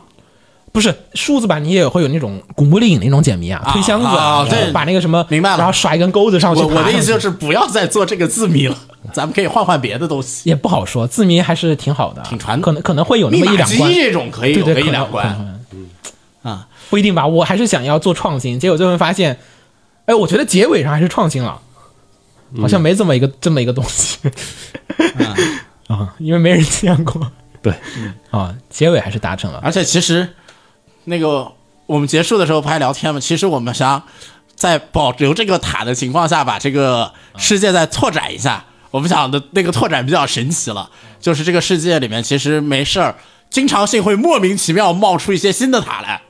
[SPEAKER 1] 不是数字版你也会有那种古墓丽影那种解谜啊，
[SPEAKER 3] 啊
[SPEAKER 1] 推箱子，
[SPEAKER 3] 啊
[SPEAKER 1] 然后
[SPEAKER 3] 对
[SPEAKER 1] 把那个什么
[SPEAKER 3] 明白了
[SPEAKER 1] 然后甩一根钩子上去，
[SPEAKER 3] 我我的意思
[SPEAKER 1] 是
[SPEAKER 3] 就是不要再做这个字谜了，咱们可以换换别的东西。
[SPEAKER 1] 也不好说，字谜还是挺好的，啊
[SPEAKER 3] 挺传
[SPEAKER 1] 可能可能会有那
[SPEAKER 3] 密
[SPEAKER 1] 么
[SPEAKER 3] 码
[SPEAKER 1] 一两
[SPEAKER 3] 机
[SPEAKER 1] 关，
[SPEAKER 3] 这种可以
[SPEAKER 1] 对
[SPEAKER 3] 有
[SPEAKER 1] 对，
[SPEAKER 3] 个
[SPEAKER 1] 可
[SPEAKER 3] 一
[SPEAKER 1] 能
[SPEAKER 3] 两
[SPEAKER 1] 可
[SPEAKER 3] 关，
[SPEAKER 1] 能
[SPEAKER 3] 啊，
[SPEAKER 1] 不一定吧，我还是想要做创新，结果最后发现，哎，我觉得结尾上还是创新了，好像没这么一个、这么一个东 西，啊，因为没人见过
[SPEAKER 2] 对，
[SPEAKER 1] 啊，结尾还是达成了，
[SPEAKER 3] 而且其实那个我们结束的时候不还聊天吗？其实我们想在保留这个塔的情况下，把这个世界再拓展一下。我们想的那个拓展比较神奇了，就是这个世界里面其实没事儿，经常性会莫名其妙冒出一些新的塔来。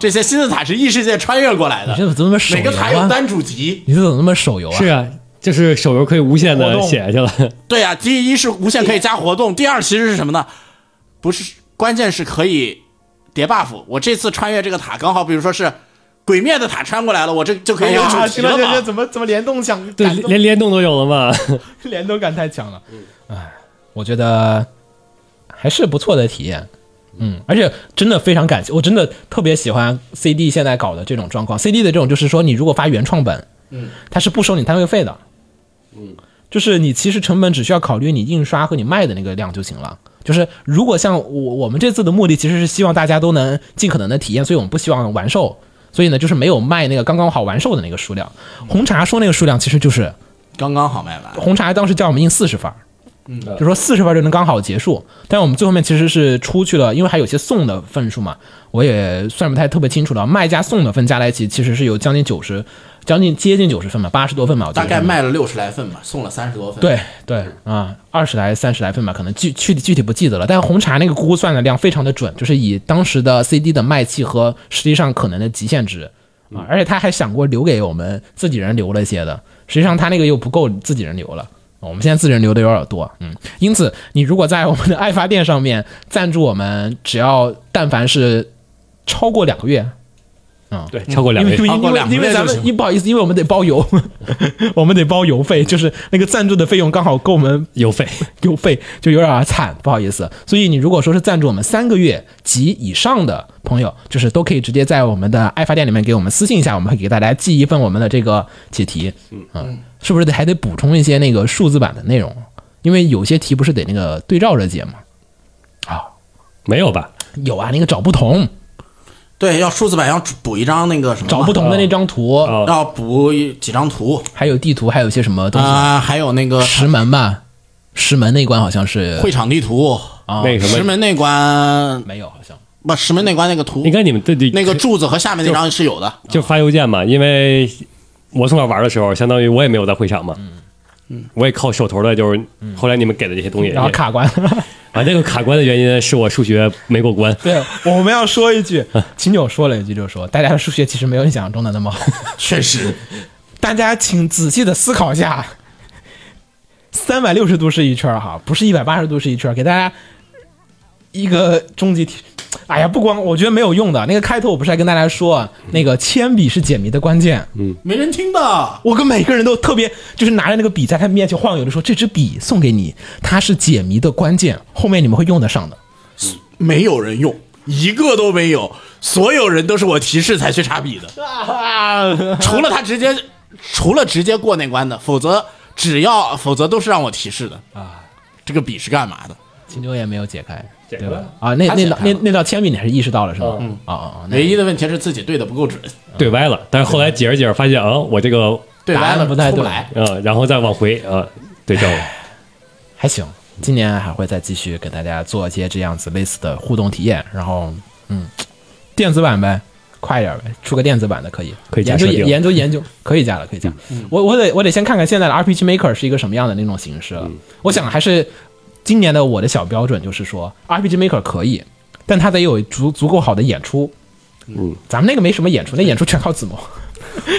[SPEAKER 3] 这些新的塔是异世界穿越过来
[SPEAKER 1] 哦你
[SPEAKER 3] 的，
[SPEAKER 1] 这怎么那么手
[SPEAKER 3] 每
[SPEAKER 1] 游
[SPEAKER 3] 个塔有
[SPEAKER 1] 啊？
[SPEAKER 3] 单主题。
[SPEAKER 1] 你这怎么那么手游啊？
[SPEAKER 2] 是啊，就是手游可以无限
[SPEAKER 1] 活
[SPEAKER 2] 的
[SPEAKER 1] 动
[SPEAKER 2] 写下去 了。
[SPEAKER 3] 对呀、第一是无限可以加活动，第二其实是什么呢？不是，关键是可以叠 buff。我这次穿越这个塔，刚好比如说是鬼灭的塔穿过来了，我这就可
[SPEAKER 1] 哎
[SPEAKER 3] 以有
[SPEAKER 1] 呀，
[SPEAKER 3] 主题
[SPEAKER 1] 行了
[SPEAKER 3] 了
[SPEAKER 1] 行了，
[SPEAKER 3] 嘛。
[SPEAKER 1] 怎么怎么联动想
[SPEAKER 2] 对，
[SPEAKER 1] 感动
[SPEAKER 2] 连联动都有了嘛。
[SPEAKER 1] 联动感太强了。哎，我觉得还是不错的体验。嗯，而且真的非常感谢，我真的特别喜欢 CD 现在搞的这种状况。CD 的这种就是说，你如果发原创本，嗯，它是不收你摊位费的。嗯，就是你其实成本只需要考虑你印刷和你卖的那个量就行了。就是如果像我我们这次的目的其实是希望大家都能尽可能的体验，所以我们不希望完售。所以呢，就是没有卖那个刚刚好完售的那个数量。红茶说那个数量其实就是
[SPEAKER 3] 刚刚好卖完，
[SPEAKER 1] 红茶当时叫我们印四十分，嗯，就说四十分就能刚好结束。但是我们最后面其实是出去了，因为还有些送的份数嘛，我也算不太特别清楚了。卖加送的份加在一起，其实是有将近九十，将近接近九十份吧，八十多份吧，我觉
[SPEAKER 3] 大
[SPEAKER 1] 得
[SPEAKER 3] 概卖了六十来份吧，送了三十多份。，
[SPEAKER 1] 对对啊，二十来三十来份吧，可能具具体具体不记得了。但是红茶那个估算的量非常的准，就是以当时的 CD 的卖气和实际上可能的极限值啊，而且他还想过留给我们自己人留了一些的，实际上他那个又不够自己人留了。我们现在自己人留的有点多，嗯，因此你如果在我们的爱发电上面呃赞助我们，只要但凡是超过两个月，
[SPEAKER 2] 对，超过两
[SPEAKER 1] 啊因为
[SPEAKER 2] 位
[SPEAKER 1] 因为
[SPEAKER 3] 超过
[SPEAKER 1] 因为
[SPEAKER 3] 两个
[SPEAKER 1] 因为
[SPEAKER 3] 月
[SPEAKER 1] 咱
[SPEAKER 3] 就
[SPEAKER 1] 们
[SPEAKER 3] 行
[SPEAKER 1] 因不好意思，因为我们得包邮， 我们得包邮费，就是那个赞助的费用刚好够我们
[SPEAKER 2] 邮费，
[SPEAKER 1] 邮
[SPEAKER 5] 啊
[SPEAKER 1] 费就有点儿惨，不好意思。所以你如果说是赞助我们三个月及以上的朋
[SPEAKER 5] 朋友，就是都可以直接在我们的爱发电里面给我们私信一下，我们会给大家寄一份我们的这个解题。嗯是不是得还得补充一些那个数字版的内容？因为有些题不是得那个对照着解吗？啊，
[SPEAKER 2] 没有吧？
[SPEAKER 5] 有啊，那个找不同，
[SPEAKER 3] 对，要数字版要补一张那个什么嘛，
[SPEAKER 5] 找不同的那张图，
[SPEAKER 2] 哦
[SPEAKER 3] 要补一几张图
[SPEAKER 5] 还有地图，还有一些什么东西，
[SPEAKER 3] 啊、还有那个
[SPEAKER 5] 石门吧，石门那一关好像是
[SPEAKER 3] 会场地图，
[SPEAKER 5] 啊，
[SPEAKER 2] 那个什
[SPEAKER 3] 石
[SPEAKER 2] 么，
[SPEAKER 3] 门那关
[SPEAKER 5] 没有，好像
[SPEAKER 3] 不，石门那关那个图
[SPEAKER 2] 应，该你们对对
[SPEAKER 3] 那个柱子和下面那张是有的，
[SPEAKER 2] 就发邮件嘛，因为我从小玩的时候，相当于我也没有在会场嘛，嗯，我也靠手头的，就是后来你们给的这些东西。
[SPEAKER 5] 然后卡关。
[SPEAKER 2] 啊，那个卡关的原因是我数学没过关，
[SPEAKER 5] 对， 我们要说一句，秦九说了一句，就是说大家的数学其实没有你想象中的那么好，
[SPEAKER 3] 确实，
[SPEAKER 5] 大家请仔细的思考一下，三百六十度是一圈儿哈，不是一百八十度是一圈儿，给大家一个终极题。哎呀，不光我觉得没有用的，那个开头我不是还跟大家说，啊那个铅笔是解谜的关键。
[SPEAKER 3] 没人听的，
[SPEAKER 5] 我跟每个人都特别， 就是拿着那个笔在他面前晃悠的说：“这支笔送给你，它是解谜的关键，后面你们会用得上的。
[SPEAKER 3] 没有人用，一个都没有，所有人都是我提示才去查笔 的，除了他直接，除了直接过那关的，否则只要否则都是让我提示的啊，这个笔是干嘛的？”
[SPEAKER 5] 秦九也没有解开，
[SPEAKER 2] 解开
[SPEAKER 5] 对吧
[SPEAKER 2] 了？
[SPEAKER 5] 啊，那
[SPEAKER 3] 他
[SPEAKER 5] 那
[SPEAKER 3] 解
[SPEAKER 5] 道
[SPEAKER 3] 开
[SPEAKER 5] 那
[SPEAKER 3] 了
[SPEAKER 5] 那道铅笔你还是意识到了是吧？
[SPEAKER 2] 嗯
[SPEAKER 5] 啊啊啊！那
[SPEAKER 3] 唯一的问题是自己对的不够准，
[SPEAKER 2] 对歪了。但是后来解着解着发现啊，我这个
[SPEAKER 3] 对
[SPEAKER 5] 答
[SPEAKER 3] 完
[SPEAKER 5] 案
[SPEAKER 3] 了
[SPEAKER 5] 不太
[SPEAKER 3] 出
[SPEAKER 5] 对
[SPEAKER 3] 来，
[SPEAKER 2] 呃，然后再往回啊，对照了。
[SPEAKER 5] 还行，今年还会再继续给大家做一些这样子类似的互动体验，然后嗯，电子版呗，快一点呗，出个电子版的可以，
[SPEAKER 2] 可以加
[SPEAKER 5] 研究
[SPEAKER 2] 设嗯定
[SPEAKER 5] 研究研究，可以加了，可以加。我我得我得先看看现在的 RPG Maker 是一个什么样的那种形式，
[SPEAKER 2] 嗯
[SPEAKER 5] 我想还是今年的我的小标准就是说，RPG Maker 可以，但它得有足足够好的演出。嗯，咱们那个没什么演出，那演出全靠字幕，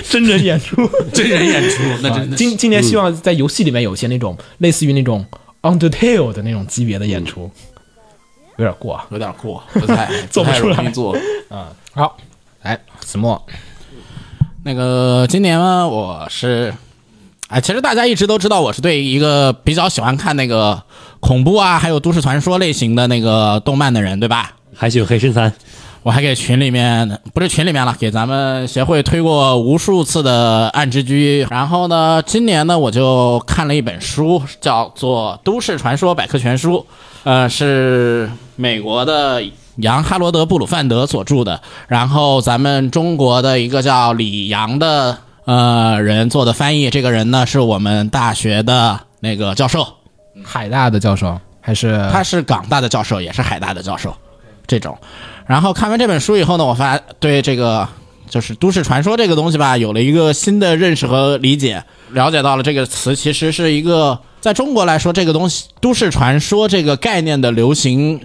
[SPEAKER 5] 真人演出。
[SPEAKER 3] 真人演出，那
[SPEAKER 5] 啊
[SPEAKER 3] 真
[SPEAKER 2] 嗯
[SPEAKER 3] 的是
[SPEAKER 5] 今今年希望在游戏里面有一些那种类似于那种 Undertale 的那种级别的演出，
[SPEAKER 2] 嗯
[SPEAKER 5] 有点过啊。
[SPEAKER 3] 有点过，不太
[SPEAKER 5] 做不出来
[SPEAKER 3] 太容易做。
[SPEAKER 5] 好，来哎子墨，
[SPEAKER 3] 那个今年呢，我是，哎，其实大家一直都知道，我是对一个比较喜欢看那个恐怖啊，还有都市传说类型的那个动漫的人，对吧？
[SPEAKER 2] 还许黑神三，
[SPEAKER 3] 我还给群里面不是群里面了，给咱们协会推过无数次的《暗之居》。然后呢，今年呢，我就看了一本书，叫做《都市传说百科全书》，呃，是美国的杨哈罗德·布鲁范德所著的，然后咱们中国的一个叫李阳的呃人做的翻译。这个人呢，是我们大学的那个教授。
[SPEAKER 5] 海大的教授还是
[SPEAKER 3] 他是港大的教授，也是海大的教授，这种。然后看完这本书以后呢，我发对这个就是都市传说这个东西吧，有了一个新的认识和理解，了解到了这个词其实是一个在中国来说，这个东西都市传说这个概念的流行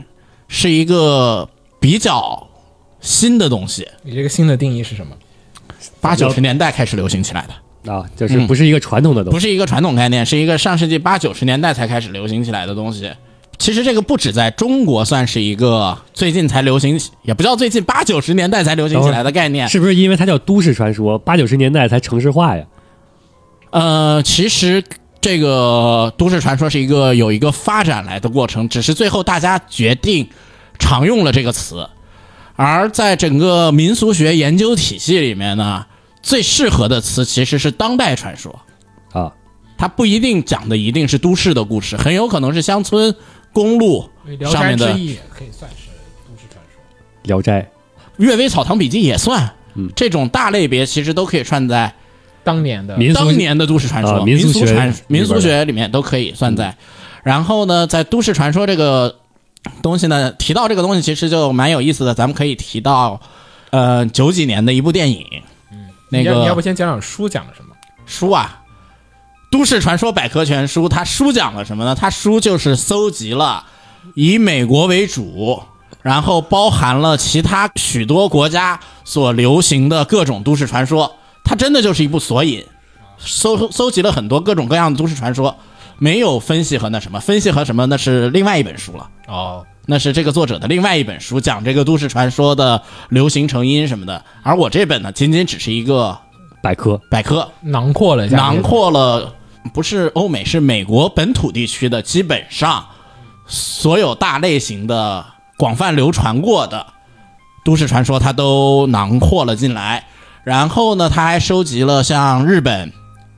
[SPEAKER 3] 是一个比较新的东西，
[SPEAKER 5] 你这个新的定义是什么？
[SPEAKER 3] 八九十年代开始流行起来的。
[SPEAKER 2] 啊，
[SPEAKER 3] 嗯
[SPEAKER 2] 就是不是一个传统的东
[SPEAKER 3] 不
[SPEAKER 2] 西，
[SPEAKER 3] 是一个传统概念，是一个上世纪八九十年代才开始流行起来的东西。其实这个不止在中国算是一个最近才流行起，也不叫最近八九十年代才流行起来的概念。
[SPEAKER 2] 是不是因为它叫都市传说，八九十年代才城市化呀？
[SPEAKER 3] 呃，其实这个都市传说是一个有一个发展来的过程，只是最后大家决定常用了这个词。而在整个民俗学研究体系里面呢，最适合的词其实是当代传说。
[SPEAKER 2] 啊，
[SPEAKER 3] 它不一定讲的一定是都市的故事，很有可能是乡村、公路上面的《
[SPEAKER 5] 弈可以算是都市传说。
[SPEAKER 2] 《聊斋》
[SPEAKER 3] 阅微草堂笔记》也算。这种大类别其实都可以算在
[SPEAKER 5] 当年的
[SPEAKER 2] 民俗
[SPEAKER 3] 当年的都市传说、
[SPEAKER 2] 啊
[SPEAKER 3] 民
[SPEAKER 2] 民俗学
[SPEAKER 3] 传、民
[SPEAKER 2] 里
[SPEAKER 3] 俗
[SPEAKER 2] 边的
[SPEAKER 3] 学里面都可以算在。然后呢，在都市传说这个东西呢，提到这个东西其实就蛮有意思的，咱们可以提到，呃，九几年的一部电影，那
[SPEAKER 5] 你要
[SPEAKER 3] 个
[SPEAKER 5] 你要不先讲讲书讲了什么？
[SPEAKER 3] 书啊，《都市传说百科全书》，它书讲了什么呢？它书就是搜集了以美国为主，然后包含了其他许多国家所流行的各种都市传说。它真的就是一部索引，搜搜集了很多各种各样的都市传说，没有分析和那什么，分析和什么那是另外一本书了。
[SPEAKER 5] 哦，
[SPEAKER 3] 那是这个作者的另外一本书，讲这个都市传说的流行成因什么的。而我这本呢，仅仅只是一个
[SPEAKER 2] 百科，
[SPEAKER 3] 百科，
[SPEAKER 5] 囊括了一下，
[SPEAKER 3] 囊括了不是欧美，是美国本土地区的基本上所有大类型的广泛流传过的都市传说，他都囊括了进来。然后呢，他还收集了像日本、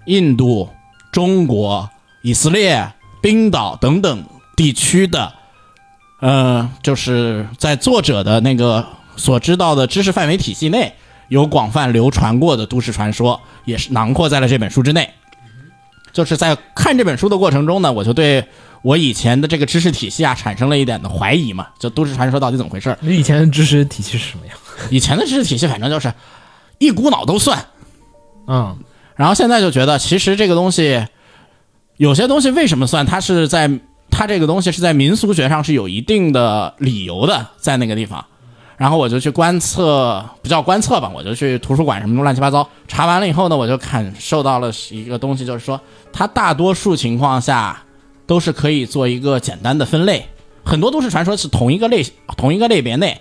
[SPEAKER 3] 印度、中国、以色列、冰岛等等地区的，呃，就是在作者的那个所知道的知识范围体系内有广泛流传过的都市传说，也是囊括在了这本书之内。就是在看这本书的过程中呢，我就对我以前的这个知识体系啊产生了一点的怀疑嘛，就都市传说到底怎么回事儿？
[SPEAKER 1] 你以前的知识体系是什么样？
[SPEAKER 3] 以前的知识体系反正就是一股脑都算，
[SPEAKER 1] 嗯，
[SPEAKER 3] 然后现在就觉得，其实这个东西，有些东西为什么算？它是在它这个东西是在民俗学上是有一定的理由的，在那个地方。然后我就去观测，不叫观测吧，我就去图书馆什么乱七八糟查完了以后呢，我就感受到了一个东西，就是说它大多数情况下都是可以做一个简单的分类，很多都市传说是同一个类同一个类别内，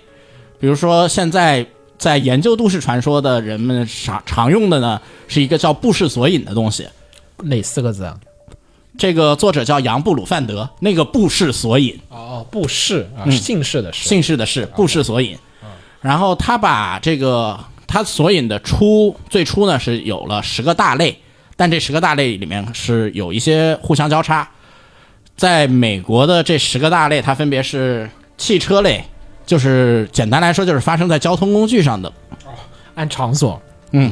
[SPEAKER 3] 比如说现在在研究都市传说的人们常常用的呢，是一个叫布氏索引的东西。
[SPEAKER 1] 哪四个字啊？
[SPEAKER 3] 这个作者叫杨布鲁范德，那个布氏索引，
[SPEAKER 1] 哦，布氏
[SPEAKER 5] 嗯
[SPEAKER 1] 啊，姓氏的氏，
[SPEAKER 3] 姓氏的氏，布氏索引。然后他把这个他索引的出最初呢是有了十个大类，但这十个大类里面是有一些互相交叉。在美国的这十个大类，它分别是汽车类，就是简单来说就是发生在交通工具上的
[SPEAKER 1] 按场所
[SPEAKER 3] 嗯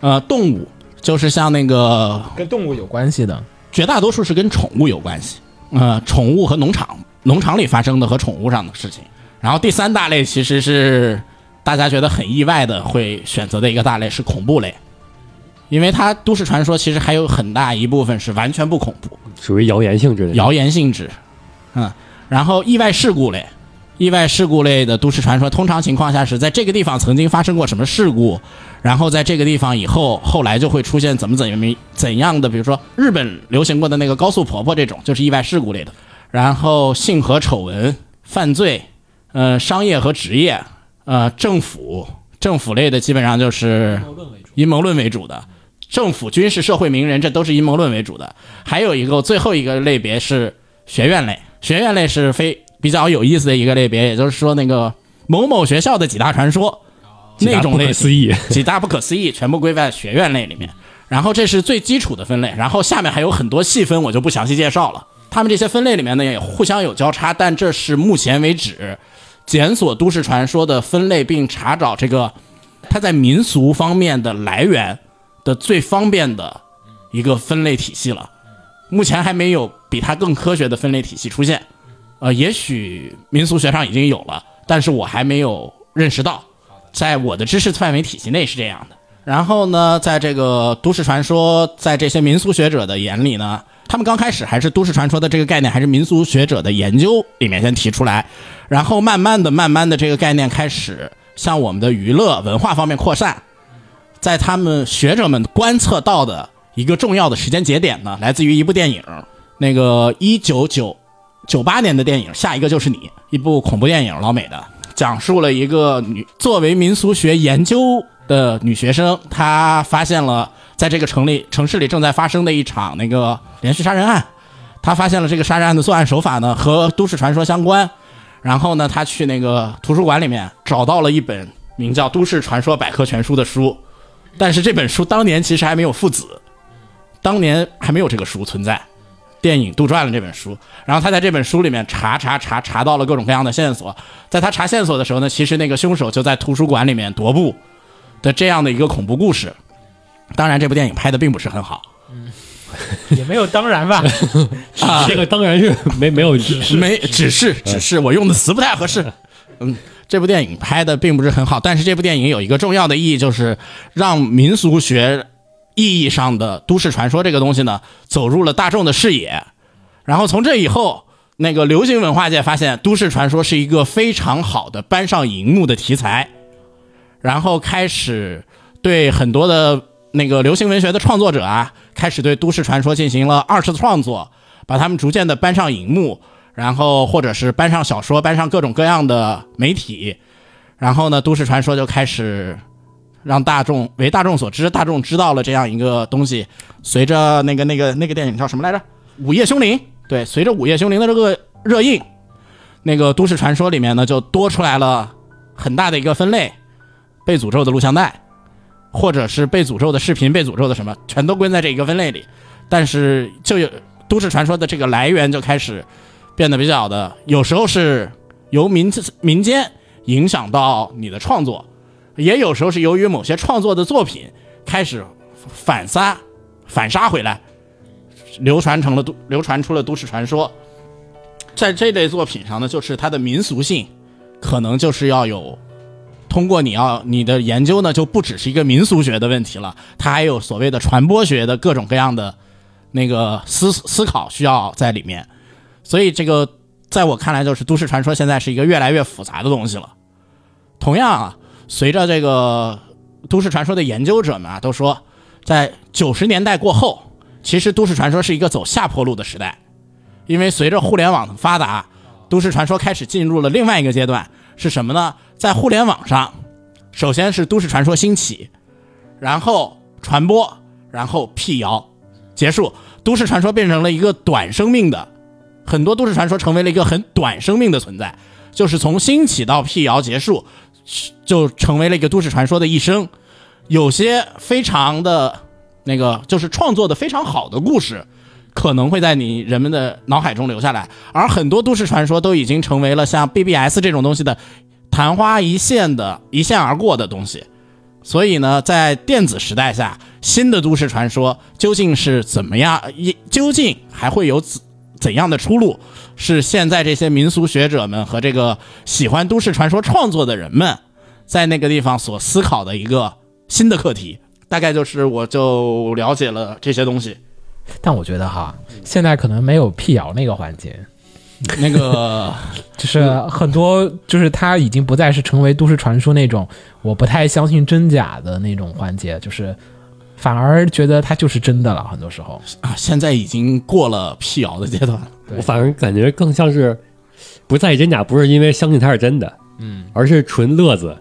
[SPEAKER 3] 呃，动物就是像那个
[SPEAKER 1] 跟动物有关系的，
[SPEAKER 3] 绝大多数是跟宠物有关系，呃，宠物和农场，农场里发生的和宠物上的事情。然后第三大类其实是大家觉得很意外的会选择的一个大类是恐怖类，因为它都市传说其实还有很大一部分是完全不恐怖，
[SPEAKER 2] 属于谣言性质的。
[SPEAKER 3] 谣言性质，嗯，然后意外事故类，意外事故类的都市传说，通常情况下是在这个地方曾经发生过什么事故，然后在这个地方以后，后来就会出现怎么怎么怎样的，比如说日本流行过的那个高速婆婆这种，就是意外事故类的。然后性和丑闻、犯罪，呃，商业和职业，呃，政府政府类的基本上就是阴谋论为主的。政府、军事、社会名人，这都是阴谋论为主的。还有一个最后一个类别是学院类，学院类是非比较有意思的一个类别，也就是说那个某某学校的几大传说，那种类
[SPEAKER 2] 类
[SPEAKER 3] 似
[SPEAKER 2] 思议，
[SPEAKER 3] 几大不可思议，全部归在学院类里面。然后这是最基础的分类，然后下面还有很多细分，我就不详细介绍了。他们这些分类里面呢也互相有交叉，但这是目前为止检索都市传说的分类并查找这个它在民俗方面的来源的最方便的一个分类体系了。目前还没有比它更科学的分类体系出现。呃，也许民俗学上已经有了，但是我还没有认识到，在我的知识范围体系内是这样的。然后呢，在这个都市传说，在这些民俗学者的眼里呢，他们刚开始还是都市传说的这个概念，还是民俗学者的研究里面先提出来，然后慢慢的、慢慢的这个概念开始向我们的娱乐文化方面扩散。在他们学者们观测到的一个重要的时间节点呢，来自于一部电影，那个一九九九八年的电影《下一个就是你》，一部恐怖电影，老美的，讲述了一个女作为民俗学研究的女学生，她发现了在这个城里城市里正在发生的一场那个连续杀人案，她发现了这个杀人案的作案手法呢和都市传说相关，然后呢，她去那个图书馆里面找到了一本名叫《都市传说百科全书》的书，但是这本书当年其实还没有父子，当年还没有这个书存在。电影杜撰了这本书，然后他在这本书里面查查查查到了各种各样的线索。在他查线索的时候呢，其实那个凶手就在图书馆里面踱步的这样的一个恐怖故事。当然，这部电影拍的并不是很好，
[SPEAKER 1] 也没有当然吧，
[SPEAKER 2] 这个当然是没没有
[SPEAKER 3] 啊没只是只是我用的词不太合适。嗯，这部电影拍的并不是很好，但是这部电影有一个重要的意义，就是让民俗学意义上的都市传说这个东西呢，走入了大众的视野。然后从这以后，那个流行文化界发现都市传说是一个非常好的搬上荧幕的题材，然后开始对很多的那个流行文学的创作者啊，开始对都市传说进行了二次创作，把他们逐渐的搬上荧幕，然后或者是搬上小说，搬上各种各样的媒体，然后呢，都市传说就开始让大众为大众所知，大众知道了这样一个东西。随着那个那个那个电影叫什么来着，《午夜凶铃》对，随着《午夜凶铃》的这个热映，那个都市传说里面呢就多出来了很大的一个分类，被诅咒的录像带，或者是被诅咒的视频、被诅咒的什么，全都归在这一个分类里。但是就有都市传说的这个来源就开始变得比较的，有时候是由民民间影响到你的创作，也有时候是由于某些创作的作品开始反杀、反杀回来，流传成了都流传出了都市传说。在这类作品上呢，就是它的民俗性，可能就是要有通过你要你的研究呢，就不只是一个民俗学的问题了，它还有所谓的传播学的各种各样的那个思思考需要在里面。所以这个在我看来，就是都市传说现在是一个越来越复杂的东西了。同样啊，随着这个都市传说的研究者们啊都说，在九十年代过后，其实都市传说是一个走下坡路的时代。因为随着互联网的发达，都市传说开始进入了另外一个阶段，是什么呢？在互联网上，首先是都市传说兴起，然后传播，然后辟谣，结束。都市传说变成了一个短生命的，很多都市传说成为了一个很短生命的存在，就是从兴起到辟谣结束，就成为了一个都市传说的一生。有些非常的那个，就是创作的非常好的故事，可能会在你人们的脑海中留下来。而很多都市传说都已经成为了像 BBS 这种东西的昙花一现的一线而过的东西。所以呢，在电子时代下，新的都市传说究竟是怎么样？一究竟还会有怎怎样的出路？是现在这些民俗学者们和这个喜欢都市传说创作的人们，在那个地方所思考的一个新的课题。大概就是我就了解了这些东西。
[SPEAKER 5] 但我觉得哈，现在可能没有辟谣那个环节，
[SPEAKER 3] 那个
[SPEAKER 5] 就是很多，就是它已经不再是成为都市传说那种我不太相信真假的那种环节，就是反而觉得它就是真的了。很多时候，
[SPEAKER 3] 啊，现在已经过了辟谣的阶段了。
[SPEAKER 5] 对
[SPEAKER 2] 我反而感觉更像是不在意真假，不是因为相信它是真的，嗯，而是纯乐子，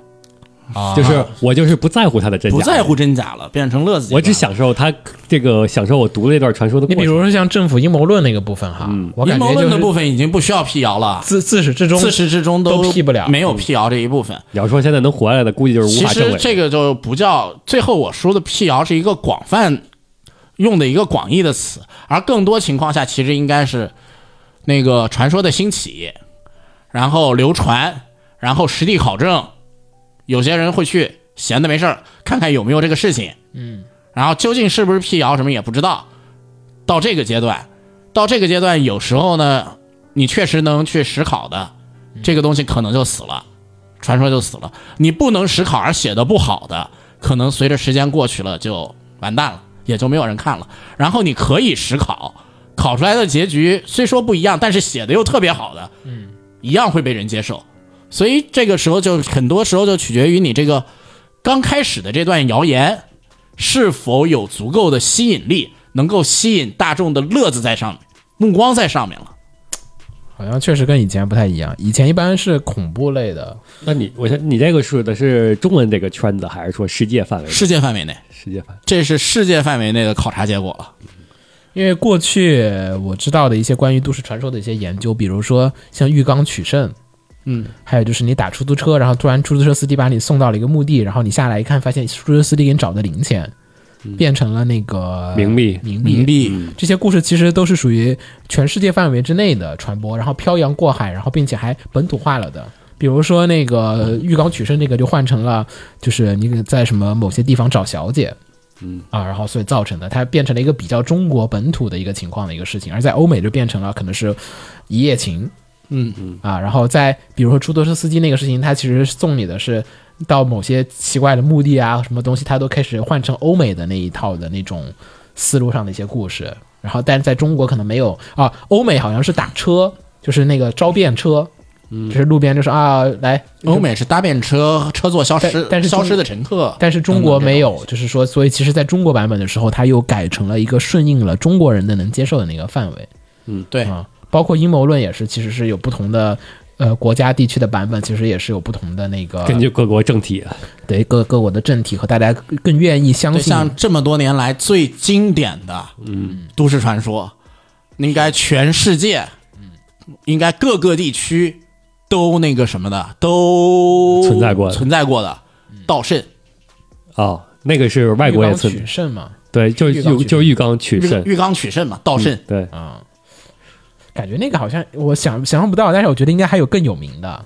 [SPEAKER 5] 啊
[SPEAKER 2] 就是我就是不在乎它的
[SPEAKER 5] 哎
[SPEAKER 2] 真假，
[SPEAKER 3] 不在乎真假了，变成乐子。
[SPEAKER 2] 我只享受它这个享受我读了一段传说的
[SPEAKER 5] 你
[SPEAKER 2] 过
[SPEAKER 5] 比
[SPEAKER 2] 程。
[SPEAKER 5] 如说像政府阴谋论那个部分哈，我
[SPEAKER 3] 阴
[SPEAKER 5] 感
[SPEAKER 3] 谋
[SPEAKER 5] 觉
[SPEAKER 3] 论
[SPEAKER 5] 就
[SPEAKER 3] 的部
[SPEAKER 5] 是
[SPEAKER 3] 分已经不需要辟谣了，
[SPEAKER 5] 自自始至终
[SPEAKER 3] 自始至终
[SPEAKER 5] 都辟不了
[SPEAKER 3] 没有辟谣这一部分。
[SPEAKER 2] 你要说现在能活下来的，估计就是无
[SPEAKER 3] 其
[SPEAKER 2] 法证
[SPEAKER 3] 实
[SPEAKER 2] 伪。
[SPEAKER 3] 这个就不叫，最后我说的辟谣是一个广泛用的一个广义的词，而更多情况下其实应该是那个传说的兴起，然后流传，然后实地考证，有些人会去闲的没事儿看看有没有这个事情，嗯，然后究竟是不是辟谣什么也不知道，到这个阶段，到这个阶段有时候呢，你确实能去实考的，这个东西可能就死了。传说就死了。你不能实考而写的不好的，可能随着时间过去了就完蛋了，也就没有人看了。然后你可以实考，考出来的结局虽说不一样，但是写的又特别好的，嗯，一样会被人接受。所以这个时候就很多时候就取决于你这个刚开始的这段谣言是否有足够的吸引力，能够吸引大众的乐子在上面，目光在上面了。
[SPEAKER 5] 好像确实跟以前不太一样。以前一般是恐怖类的，
[SPEAKER 2] 那你我想你这个说的是中文这个圈子，还是说世界范围？
[SPEAKER 3] 世界范围内，
[SPEAKER 2] 世界范围。
[SPEAKER 3] 这是世界范围内的考察结果了。
[SPEAKER 5] 因为过去我知道的一些关于都市传说的一些研究，比如说像浴缸取胜，
[SPEAKER 3] 嗯，
[SPEAKER 5] 还有就是你打出租车，然后突然出租车司机把你送到了一个墓地，然后你下来一看，发现出租车司机给你找的零钱，变成了那个
[SPEAKER 2] 冥币
[SPEAKER 5] 冥
[SPEAKER 3] 冥
[SPEAKER 5] 币。
[SPEAKER 3] 币。
[SPEAKER 5] 这些故事其实都是属于全世界范围之内的传播，然后漂洋过海，然后并且还本土化了的。比如说那个浴缸取胜这个就换成了，就是你在什么某些地方找小姐，嗯啊，然后所以造成的，它变成了一个比较中国本土的一个情况的一个事情，而在欧美就变成了可能是一夜情，
[SPEAKER 3] 嗯
[SPEAKER 5] 嗯啊，然后在比如说出租车司机那个事情，他其实送你的是到某些奇怪的墓地啊，什么东西，他都开始换成欧美的那一套的那种思路上的一些故事。然后，但是在中国可能没有啊，欧美好像是打车，就是那个招便车，
[SPEAKER 2] 嗯
[SPEAKER 5] 就是路边就是啊来
[SPEAKER 3] 欧美是搭便车，车座消失
[SPEAKER 5] 但，但是中
[SPEAKER 3] 消失的乘客。
[SPEAKER 5] 但是中国没有，就是说，所以其实在中国版本的时候，它又改成了一个顺应了中国人的能接受的那个范围
[SPEAKER 3] 对，
[SPEAKER 5] 啊，包括阴谋论也是，其实是有不同的。呃，国家地区的版本其实也是有不同的那个，
[SPEAKER 2] 根据各国政体，
[SPEAKER 5] 对各各国的政体和大家更愿意相
[SPEAKER 3] 对，
[SPEAKER 5] 信
[SPEAKER 3] 像这么多年来最经典的，嗯，都市
[SPEAKER 2] 嗯
[SPEAKER 3] 传说，应该全世界，应该各个地区都那个什么的，都
[SPEAKER 2] 存在过的嗯
[SPEAKER 3] 存在过的盗肾，
[SPEAKER 2] 哦，那个是外国也存
[SPEAKER 5] 取胜嘛，
[SPEAKER 2] 对，就是
[SPEAKER 5] 浴缸
[SPEAKER 2] 浴
[SPEAKER 5] 取
[SPEAKER 2] 就是浴缸取嗯
[SPEAKER 3] 浴
[SPEAKER 2] 肾，
[SPEAKER 3] 浴缸取肾嘛，盗肾。
[SPEAKER 2] 对，
[SPEAKER 5] 啊、感觉那个好像我想想象不到，但是我觉得应该还有更有名的。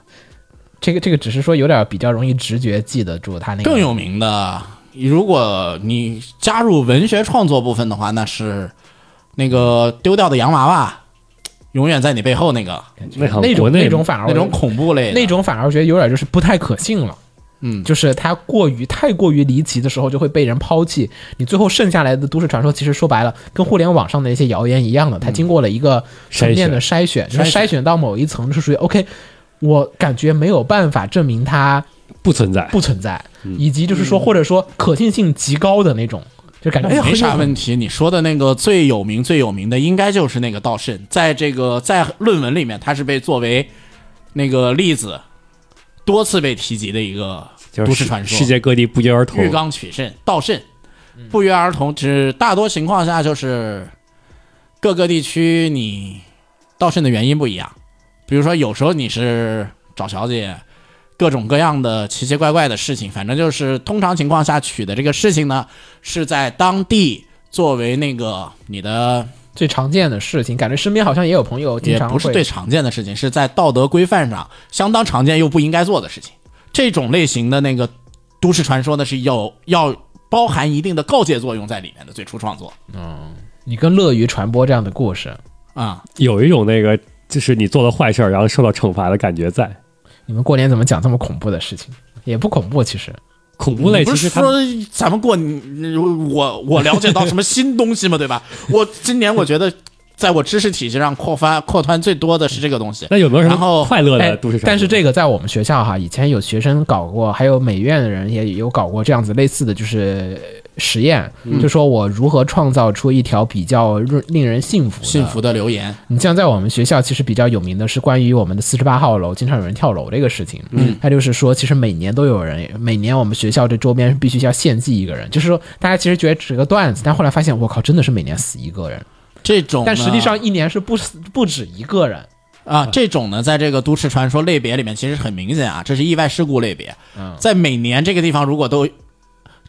[SPEAKER 5] 这个这个只是说有点比较容易直觉记得住他那个
[SPEAKER 3] 更有名的，如果你加入文学创作部分的话，那是那个丢掉的洋娃娃，永远在你背后那个
[SPEAKER 2] 那好像
[SPEAKER 5] 那
[SPEAKER 2] 国
[SPEAKER 5] 种
[SPEAKER 2] 内
[SPEAKER 5] 那种反而
[SPEAKER 3] 那种恐怖类的
[SPEAKER 5] 那种反而觉得有点就是不太可信了。
[SPEAKER 3] 嗯
[SPEAKER 5] 就是它过于太过于离奇的时候，就会被人抛弃。你最后剩下来的都市传说，其实说白了，跟互联网上的一些谣言一样的，它经过了一个层面的筛选，就是
[SPEAKER 3] 嗯筛选
[SPEAKER 5] 筛选到某一层是属于 OK，我感觉没有办法证明它
[SPEAKER 2] 不存在，
[SPEAKER 5] 不存在，
[SPEAKER 3] 嗯
[SPEAKER 5] 以及就是说或者说可信性极高的那种，就感觉哎呀
[SPEAKER 3] 没
[SPEAKER 5] 很
[SPEAKER 3] 啥
[SPEAKER 5] 有
[SPEAKER 3] 问题。你说的那个最有名、最有名的，应该就是那个盗肾，在这个在论文里面，它是被作为那个例子多次被提及的一个
[SPEAKER 2] 就
[SPEAKER 3] 都
[SPEAKER 2] 是
[SPEAKER 3] 市
[SPEAKER 2] 世
[SPEAKER 3] 传说。
[SPEAKER 2] 世界各地不约而同
[SPEAKER 3] 浴，缸取肾、盗肾，不约而同。只大多情况下就是各个地区你盗肾的原因不一样，比如说有时候你是找小姐，各种各样的奇奇怪怪的事情，反正就是通常情况下取的这个事情呢，是在当地作为那个你的
[SPEAKER 5] 最常见的事情，感觉身边好像也有朋友经
[SPEAKER 3] 也
[SPEAKER 5] 常
[SPEAKER 3] 不是
[SPEAKER 5] 会
[SPEAKER 3] 最常见的事情，是在道德规范上相当常见又不应该做的事情。这种类型的那个都市传说呢，是有要包含一定的告诫作用在里面的。最初创作
[SPEAKER 5] 你更乐于传播这样的故事。
[SPEAKER 3] 啊、
[SPEAKER 2] 有一种那个就是你做了坏事儿，然后受到惩罚的感觉在。
[SPEAKER 5] 你们过年怎么讲这么恐怖的事情？也不恐怖，其实
[SPEAKER 2] 恐怖类
[SPEAKER 3] 不
[SPEAKER 2] 其
[SPEAKER 3] 是
[SPEAKER 2] 实他
[SPEAKER 3] 说
[SPEAKER 2] 们
[SPEAKER 3] 咱们过年我我了解到什么新东西吗？对吧？我今年我觉得。在我知识体系上扩发扩宽最多的是这个东西，
[SPEAKER 2] 那有没有什
[SPEAKER 3] 然后
[SPEAKER 2] 么快乐的
[SPEAKER 5] 哎
[SPEAKER 2] 都市传说？
[SPEAKER 5] 但是这个在我们学校哈，以前有学生搞过，还有美院的人也有搞过这样子类似的，就是实验，
[SPEAKER 3] 嗯
[SPEAKER 5] 就说我如何创造出一条比较令令人信服的
[SPEAKER 3] 幸。福的留言，
[SPEAKER 5] 你像在我们学校，其实比较有名的是关于我们的四十八号楼经常有人跳楼这个事情。嗯，他就是说，其实每年都有人，每年我们学校这周边必须要献祭一个人，就是说大家其实觉得只是个段子，但后来发现，我靠，真的是每年死一个人，
[SPEAKER 3] 这种呢，
[SPEAKER 5] 但实际上一年是不死不止一个人。
[SPEAKER 3] 啊，这种呢，在这个都市传说类别里面，其实很明显啊，这是意外事故类别。在每年这个地方如果都，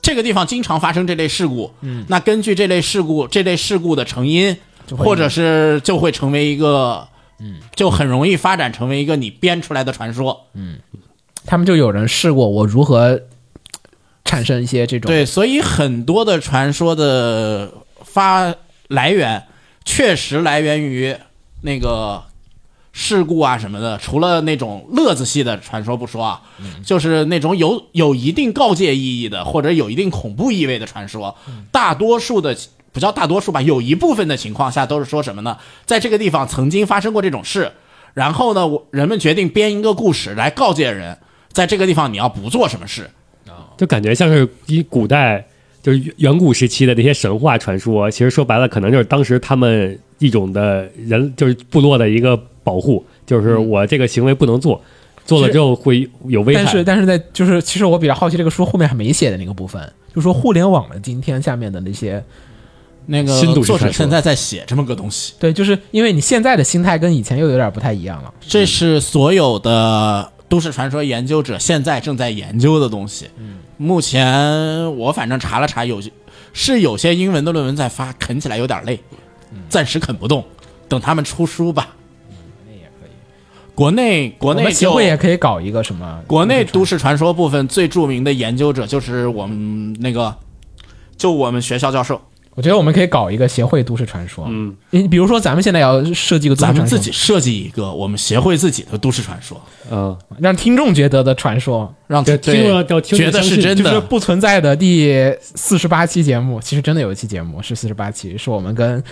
[SPEAKER 3] 这个地方经常发生这类事故，嗯，那根据这类事故，这类事故的成因，
[SPEAKER 5] 就会
[SPEAKER 3] 或者是就会成为一个，嗯，就很容易发展成为一个你编出来的传说。
[SPEAKER 5] 他们就有人试过我如何产生一些这种
[SPEAKER 3] 对，所以很多的传说的发来源，确实来源于那个事故啊什么的。除了那种乐子系的传说不说啊，就是那种有有一定告诫意义的，或者有一定恐怖意味的传说，大多数的。不叫大多数吧，有一部分的情况下都是说什么呢？在这个地方曾经发生过这种事，然后呢，我人们决定编一个故事来告诫人，在这个地方你要不做什么事，
[SPEAKER 2] 就感觉像是一古代就是远古时期的那些神话传说，其实说白了，可能就是当时他们一种的人就是部落的一个保护，就是我这个行为不能做，做了之后会有危害。
[SPEAKER 5] 但是但是在就是，其实我比较好奇这个书后面还没写的那个部分，就说互联网的今天下面的那些，
[SPEAKER 3] 那个
[SPEAKER 2] 深度是
[SPEAKER 3] 作
[SPEAKER 2] 传
[SPEAKER 3] 者
[SPEAKER 2] 说
[SPEAKER 3] 现在在写这么个东西，
[SPEAKER 5] 对，就是因为你现在的心态跟以前又有点不太一样了。
[SPEAKER 3] 这是所有的都市传说研究者现在正在研究的东西。
[SPEAKER 5] 嗯
[SPEAKER 3] 目前我反正查了查，有些是有些英文的论文在发，啃起来有点累，
[SPEAKER 5] 嗯
[SPEAKER 3] 暂时啃不动，等他们出书吧。国内国
[SPEAKER 5] 我
[SPEAKER 3] 内
[SPEAKER 5] 们协
[SPEAKER 3] 就
[SPEAKER 5] 会也可以搞一个什么
[SPEAKER 3] 国内都市传说部分最著名的研究者就是我们那个，就我们学校教授，
[SPEAKER 5] 我觉得我们可以搞一个协会都市传说。嗯，你比如说咱们现在要设计一个都
[SPEAKER 3] 咱
[SPEAKER 5] 市传说
[SPEAKER 3] 们自己设计一个我们协会自己的都市传说，
[SPEAKER 2] 嗯，
[SPEAKER 5] 让听众觉得的传说，
[SPEAKER 3] 让
[SPEAKER 2] 对
[SPEAKER 3] 对
[SPEAKER 2] 听了就听着
[SPEAKER 3] 觉
[SPEAKER 2] 相
[SPEAKER 3] 得是
[SPEAKER 2] 信
[SPEAKER 3] 真
[SPEAKER 5] 就是
[SPEAKER 3] 的，
[SPEAKER 5] 不存在的第四十八期节目，其实真的有一期节目是四十八期，是我们跟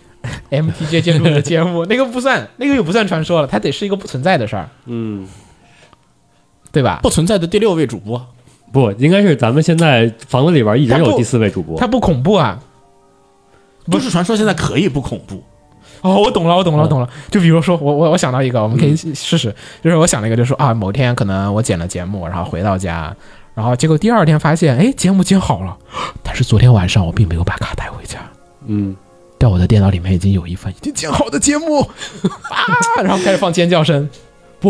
[SPEAKER 5] MTJ 建筑的节目，那个不算，那个又不算传说了，它得是一个不存在的事儿，嗯，对吧？
[SPEAKER 3] 不存在的第六位主播，
[SPEAKER 2] 不，应该是咱们现在房子里边一直
[SPEAKER 5] 他
[SPEAKER 2] 有
[SPEAKER 5] 不
[SPEAKER 2] 第四位主播
[SPEAKER 5] 它，不恐怖啊！
[SPEAKER 3] 都市传说现在可以不恐怖，
[SPEAKER 5] 哦，我懂了，我懂了，我懂了。就比如说，我我我想到一个，我们可以试试，就是我想了一个，就是啊，某天可能我剪了节目，然后回到家。然后结果第二天发现，哎，节目剪好了，但是昨天晚上我并没有把卡带回家。啊
[SPEAKER 2] 嗯，
[SPEAKER 5] 但 我的电脑里面已经有一份已经剪好的节目啊，然后开始放尖叫声。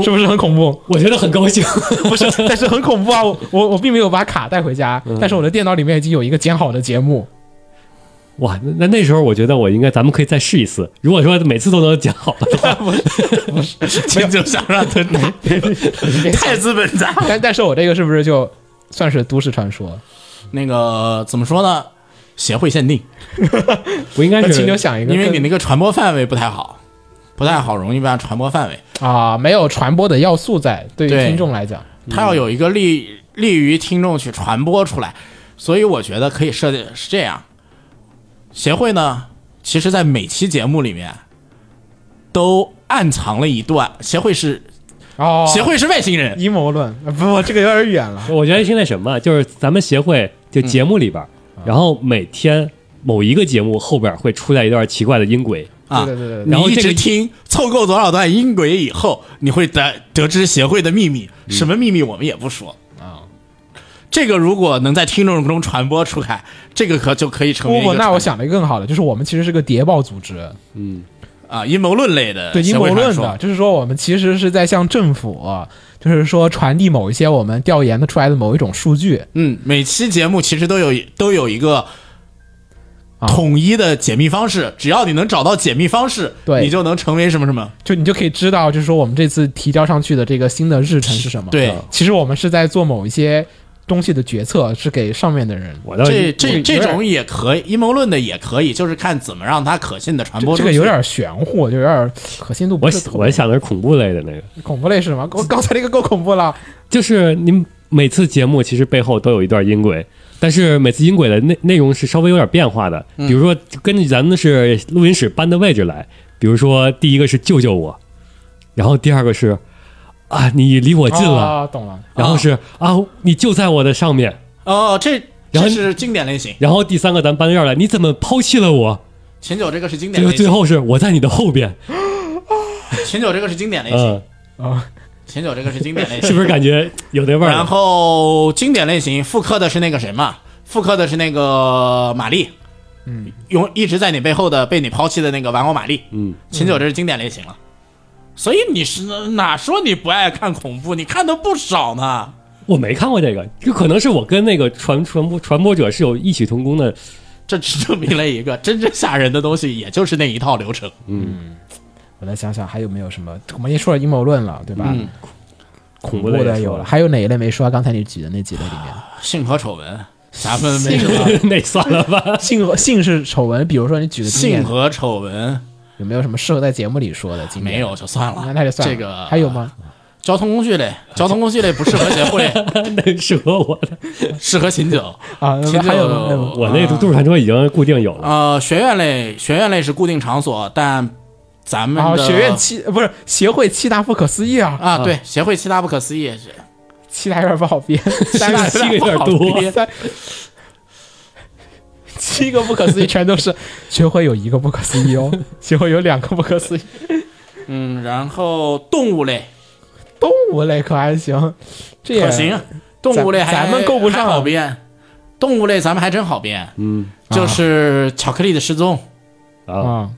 [SPEAKER 1] 是不是很恐怖？
[SPEAKER 2] 我觉得很高兴，
[SPEAKER 1] 不 是，但是很恐怖啊！我我我并没有把卡带回家，但是我的电脑里面已经有一个剪好的节目。
[SPEAKER 2] 哇，那那那时候我觉得我应该咱们可以再试一次。如果说每次都能讲好的话，
[SPEAKER 3] 这就想让 他打，太资本家。
[SPEAKER 1] 但但是我这个是不是就算是都市传说？
[SPEAKER 3] 那个怎么说呢？协会限定，
[SPEAKER 2] 我应该
[SPEAKER 1] 那
[SPEAKER 2] 是
[SPEAKER 1] 请牛想一个
[SPEAKER 3] 因
[SPEAKER 1] 更，
[SPEAKER 3] 为你那个传播范围不太好，不太好，容易被它传播范围。
[SPEAKER 1] 啊没有传播的要素在，对于
[SPEAKER 3] 对
[SPEAKER 1] 听众来讲，
[SPEAKER 3] 它要有一个利利于听众去传播出来，所以我觉得可以设定是这样。协会呢，其实在每期节目里面都暗藏了一段，协会是
[SPEAKER 1] 哦，
[SPEAKER 3] 协会是外星人，
[SPEAKER 1] 阴谋论，呃不，这个有点远了。
[SPEAKER 2] 我觉得是那什么，啊就是咱们协会就
[SPEAKER 1] 嗯
[SPEAKER 2] 节目里边儿，
[SPEAKER 1] 啊
[SPEAKER 2] 然后每天某一个节目后边儿会出来一段奇怪的音轨，
[SPEAKER 3] 啊，
[SPEAKER 1] 对对对对
[SPEAKER 2] 对然后
[SPEAKER 3] 你一
[SPEAKER 2] 这个
[SPEAKER 3] 直听凑够多少段音轨以后，你会得得知协会的秘密，
[SPEAKER 1] 嗯
[SPEAKER 3] 什么秘密我们也不说
[SPEAKER 1] 啊。
[SPEAKER 3] 这个如果能在听众中传播出来，这个可就可以成为
[SPEAKER 1] 不
[SPEAKER 3] 一个
[SPEAKER 1] 不，那我
[SPEAKER 3] 传
[SPEAKER 1] 想的更好了，就是我们其实是个谍报组织，嗯
[SPEAKER 3] 啊阴谋论类的
[SPEAKER 1] 对阴
[SPEAKER 3] 协
[SPEAKER 1] 谋
[SPEAKER 3] 会传
[SPEAKER 1] 论
[SPEAKER 3] 说
[SPEAKER 1] 的，啊就是说我们其实是在向政府，就是说传递某一些我们调研的出来的某一种数据。
[SPEAKER 3] 嗯，每期节目其实都有都有一个
[SPEAKER 1] 啊
[SPEAKER 3] 统一的解密方式，只要你能找到解密方式，
[SPEAKER 1] 对
[SPEAKER 3] 你就能成为什么什么。
[SPEAKER 1] 就你就可以知道，就是说我们这次提交上去的这个新的日程是什么。哦
[SPEAKER 3] 对，
[SPEAKER 1] 其实我们是在做某一些东西的决策，是给上面的人。
[SPEAKER 2] 我倒
[SPEAKER 3] 这
[SPEAKER 2] 是
[SPEAKER 3] 这这种也可以，阴谋论的也可以，就是看怎么让它可信的传播
[SPEAKER 1] 这
[SPEAKER 3] 出
[SPEAKER 1] 个
[SPEAKER 3] 去
[SPEAKER 1] 有点玄乎，就有点可信度不
[SPEAKER 2] 我
[SPEAKER 1] 是特别
[SPEAKER 2] 我想的是恐怖类的那个，
[SPEAKER 1] 恐怖类是吗？我
[SPEAKER 3] 嗯
[SPEAKER 1] 刚才那个够恐怖了。
[SPEAKER 2] 就是您每次节目其实背后都有一段音轨，但是每次音轨的内内容是稍微有点变化的，
[SPEAKER 3] 嗯
[SPEAKER 2] 比如说根据咱们是录音室搬的位置来，比如说第一个是救救我，然后第二个是啊你离我近
[SPEAKER 3] 啊
[SPEAKER 2] 了，
[SPEAKER 1] 哦，懂了。
[SPEAKER 2] 然后是啊你就在我的上面，
[SPEAKER 3] 哦，这
[SPEAKER 2] 然后
[SPEAKER 3] 这是经典类型，
[SPEAKER 2] 然后第三个咱搬到这儿来，你怎么抛弃了我？
[SPEAKER 3] 秦九这个是经
[SPEAKER 2] 最
[SPEAKER 3] 典
[SPEAKER 2] 后
[SPEAKER 3] 类
[SPEAKER 2] 最
[SPEAKER 3] 型，
[SPEAKER 2] 后是我在你的后边，
[SPEAKER 3] 秦九这个是经典类型，
[SPEAKER 2] 嗯，
[SPEAKER 1] 啊，
[SPEAKER 3] 秦九这个是 经典类
[SPEAKER 2] 是
[SPEAKER 3] 型。
[SPEAKER 2] 不是感觉有那味儿
[SPEAKER 3] 然
[SPEAKER 2] 了？
[SPEAKER 3] 后经典类型复刻的是那个谁嘛？复刻的是那个玛丽，嗯，永一直在你背后的被你抛弃的那个玩偶玛丽，
[SPEAKER 2] 嗯，
[SPEAKER 3] 秦九这是经典类型了。所以你是哪说你不爱看恐怖？你看的不少呢。
[SPEAKER 2] 我没看过这个，这可能是我跟那个传传播传播者是有异曲同工
[SPEAKER 3] 啊
[SPEAKER 2] 的。
[SPEAKER 3] 这只证明了一个真正吓人的东西，也就是那一套流程。
[SPEAKER 1] 我来想想还有没有什么？我们也说了阴谋论了，对吧？
[SPEAKER 3] 嗯
[SPEAKER 1] 恐
[SPEAKER 2] 怖
[SPEAKER 1] 怖
[SPEAKER 2] 类也
[SPEAKER 1] 的
[SPEAKER 2] 说
[SPEAKER 1] 有
[SPEAKER 2] 了
[SPEAKER 1] 了，还有哪一类没说啊？刚啊才你举的那几类里面，
[SPEAKER 3] 性和丑闻，咱们没什么。
[SPEAKER 2] 那算了吧，
[SPEAKER 1] 性和性是丑闻，比如说你举个经典
[SPEAKER 3] 性和丑闻
[SPEAKER 1] 有没有什么适合在节目里说的？
[SPEAKER 3] 没，有就算了，
[SPEAKER 1] 那那就算了。
[SPEAKER 3] 这个
[SPEAKER 1] 还有吗？
[SPEAKER 3] 交通工具类，交通工具类不适合协会，
[SPEAKER 2] 那适合我的。
[SPEAKER 3] 适合秦九。
[SPEAKER 1] 啊，
[SPEAKER 3] 其实
[SPEAKER 1] 还有吗
[SPEAKER 3] 就
[SPEAKER 1] 还有吗
[SPEAKER 2] 我那都都市传说已经固定有 了，
[SPEAKER 3] 呃，学院类，学院类是固定场所，但咱们
[SPEAKER 1] 然后
[SPEAKER 3] 的
[SPEAKER 1] 学院七呃不是协会七大不可思议啊，
[SPEAKER 3] 啊，对，协会七大不可思议，是
[SPEAKER 1] 七大有点不好编，三大
[SPEAKER 2] 七个有点多。
[SPEAKER 1] 三七个不可思议全都是学会有一个不可思 议哦，学会有两个不可思议，
[SPEAKER 3] 嗯，然后动物类
[SPEAKER 1] 动物类可还行， 这也
[SPEAKER 3] 可行，动物类还
[SPEAKER 1] 咱们够不上啊
[SPEAKER 3] 还好编，动物类咱们还真好编，
[SPEAKER 2] 嗯
[SPEAKER 3] 就是巧克力的失踪，
[SPEAKER 2] 啊
[SPEAKER 1] 啊，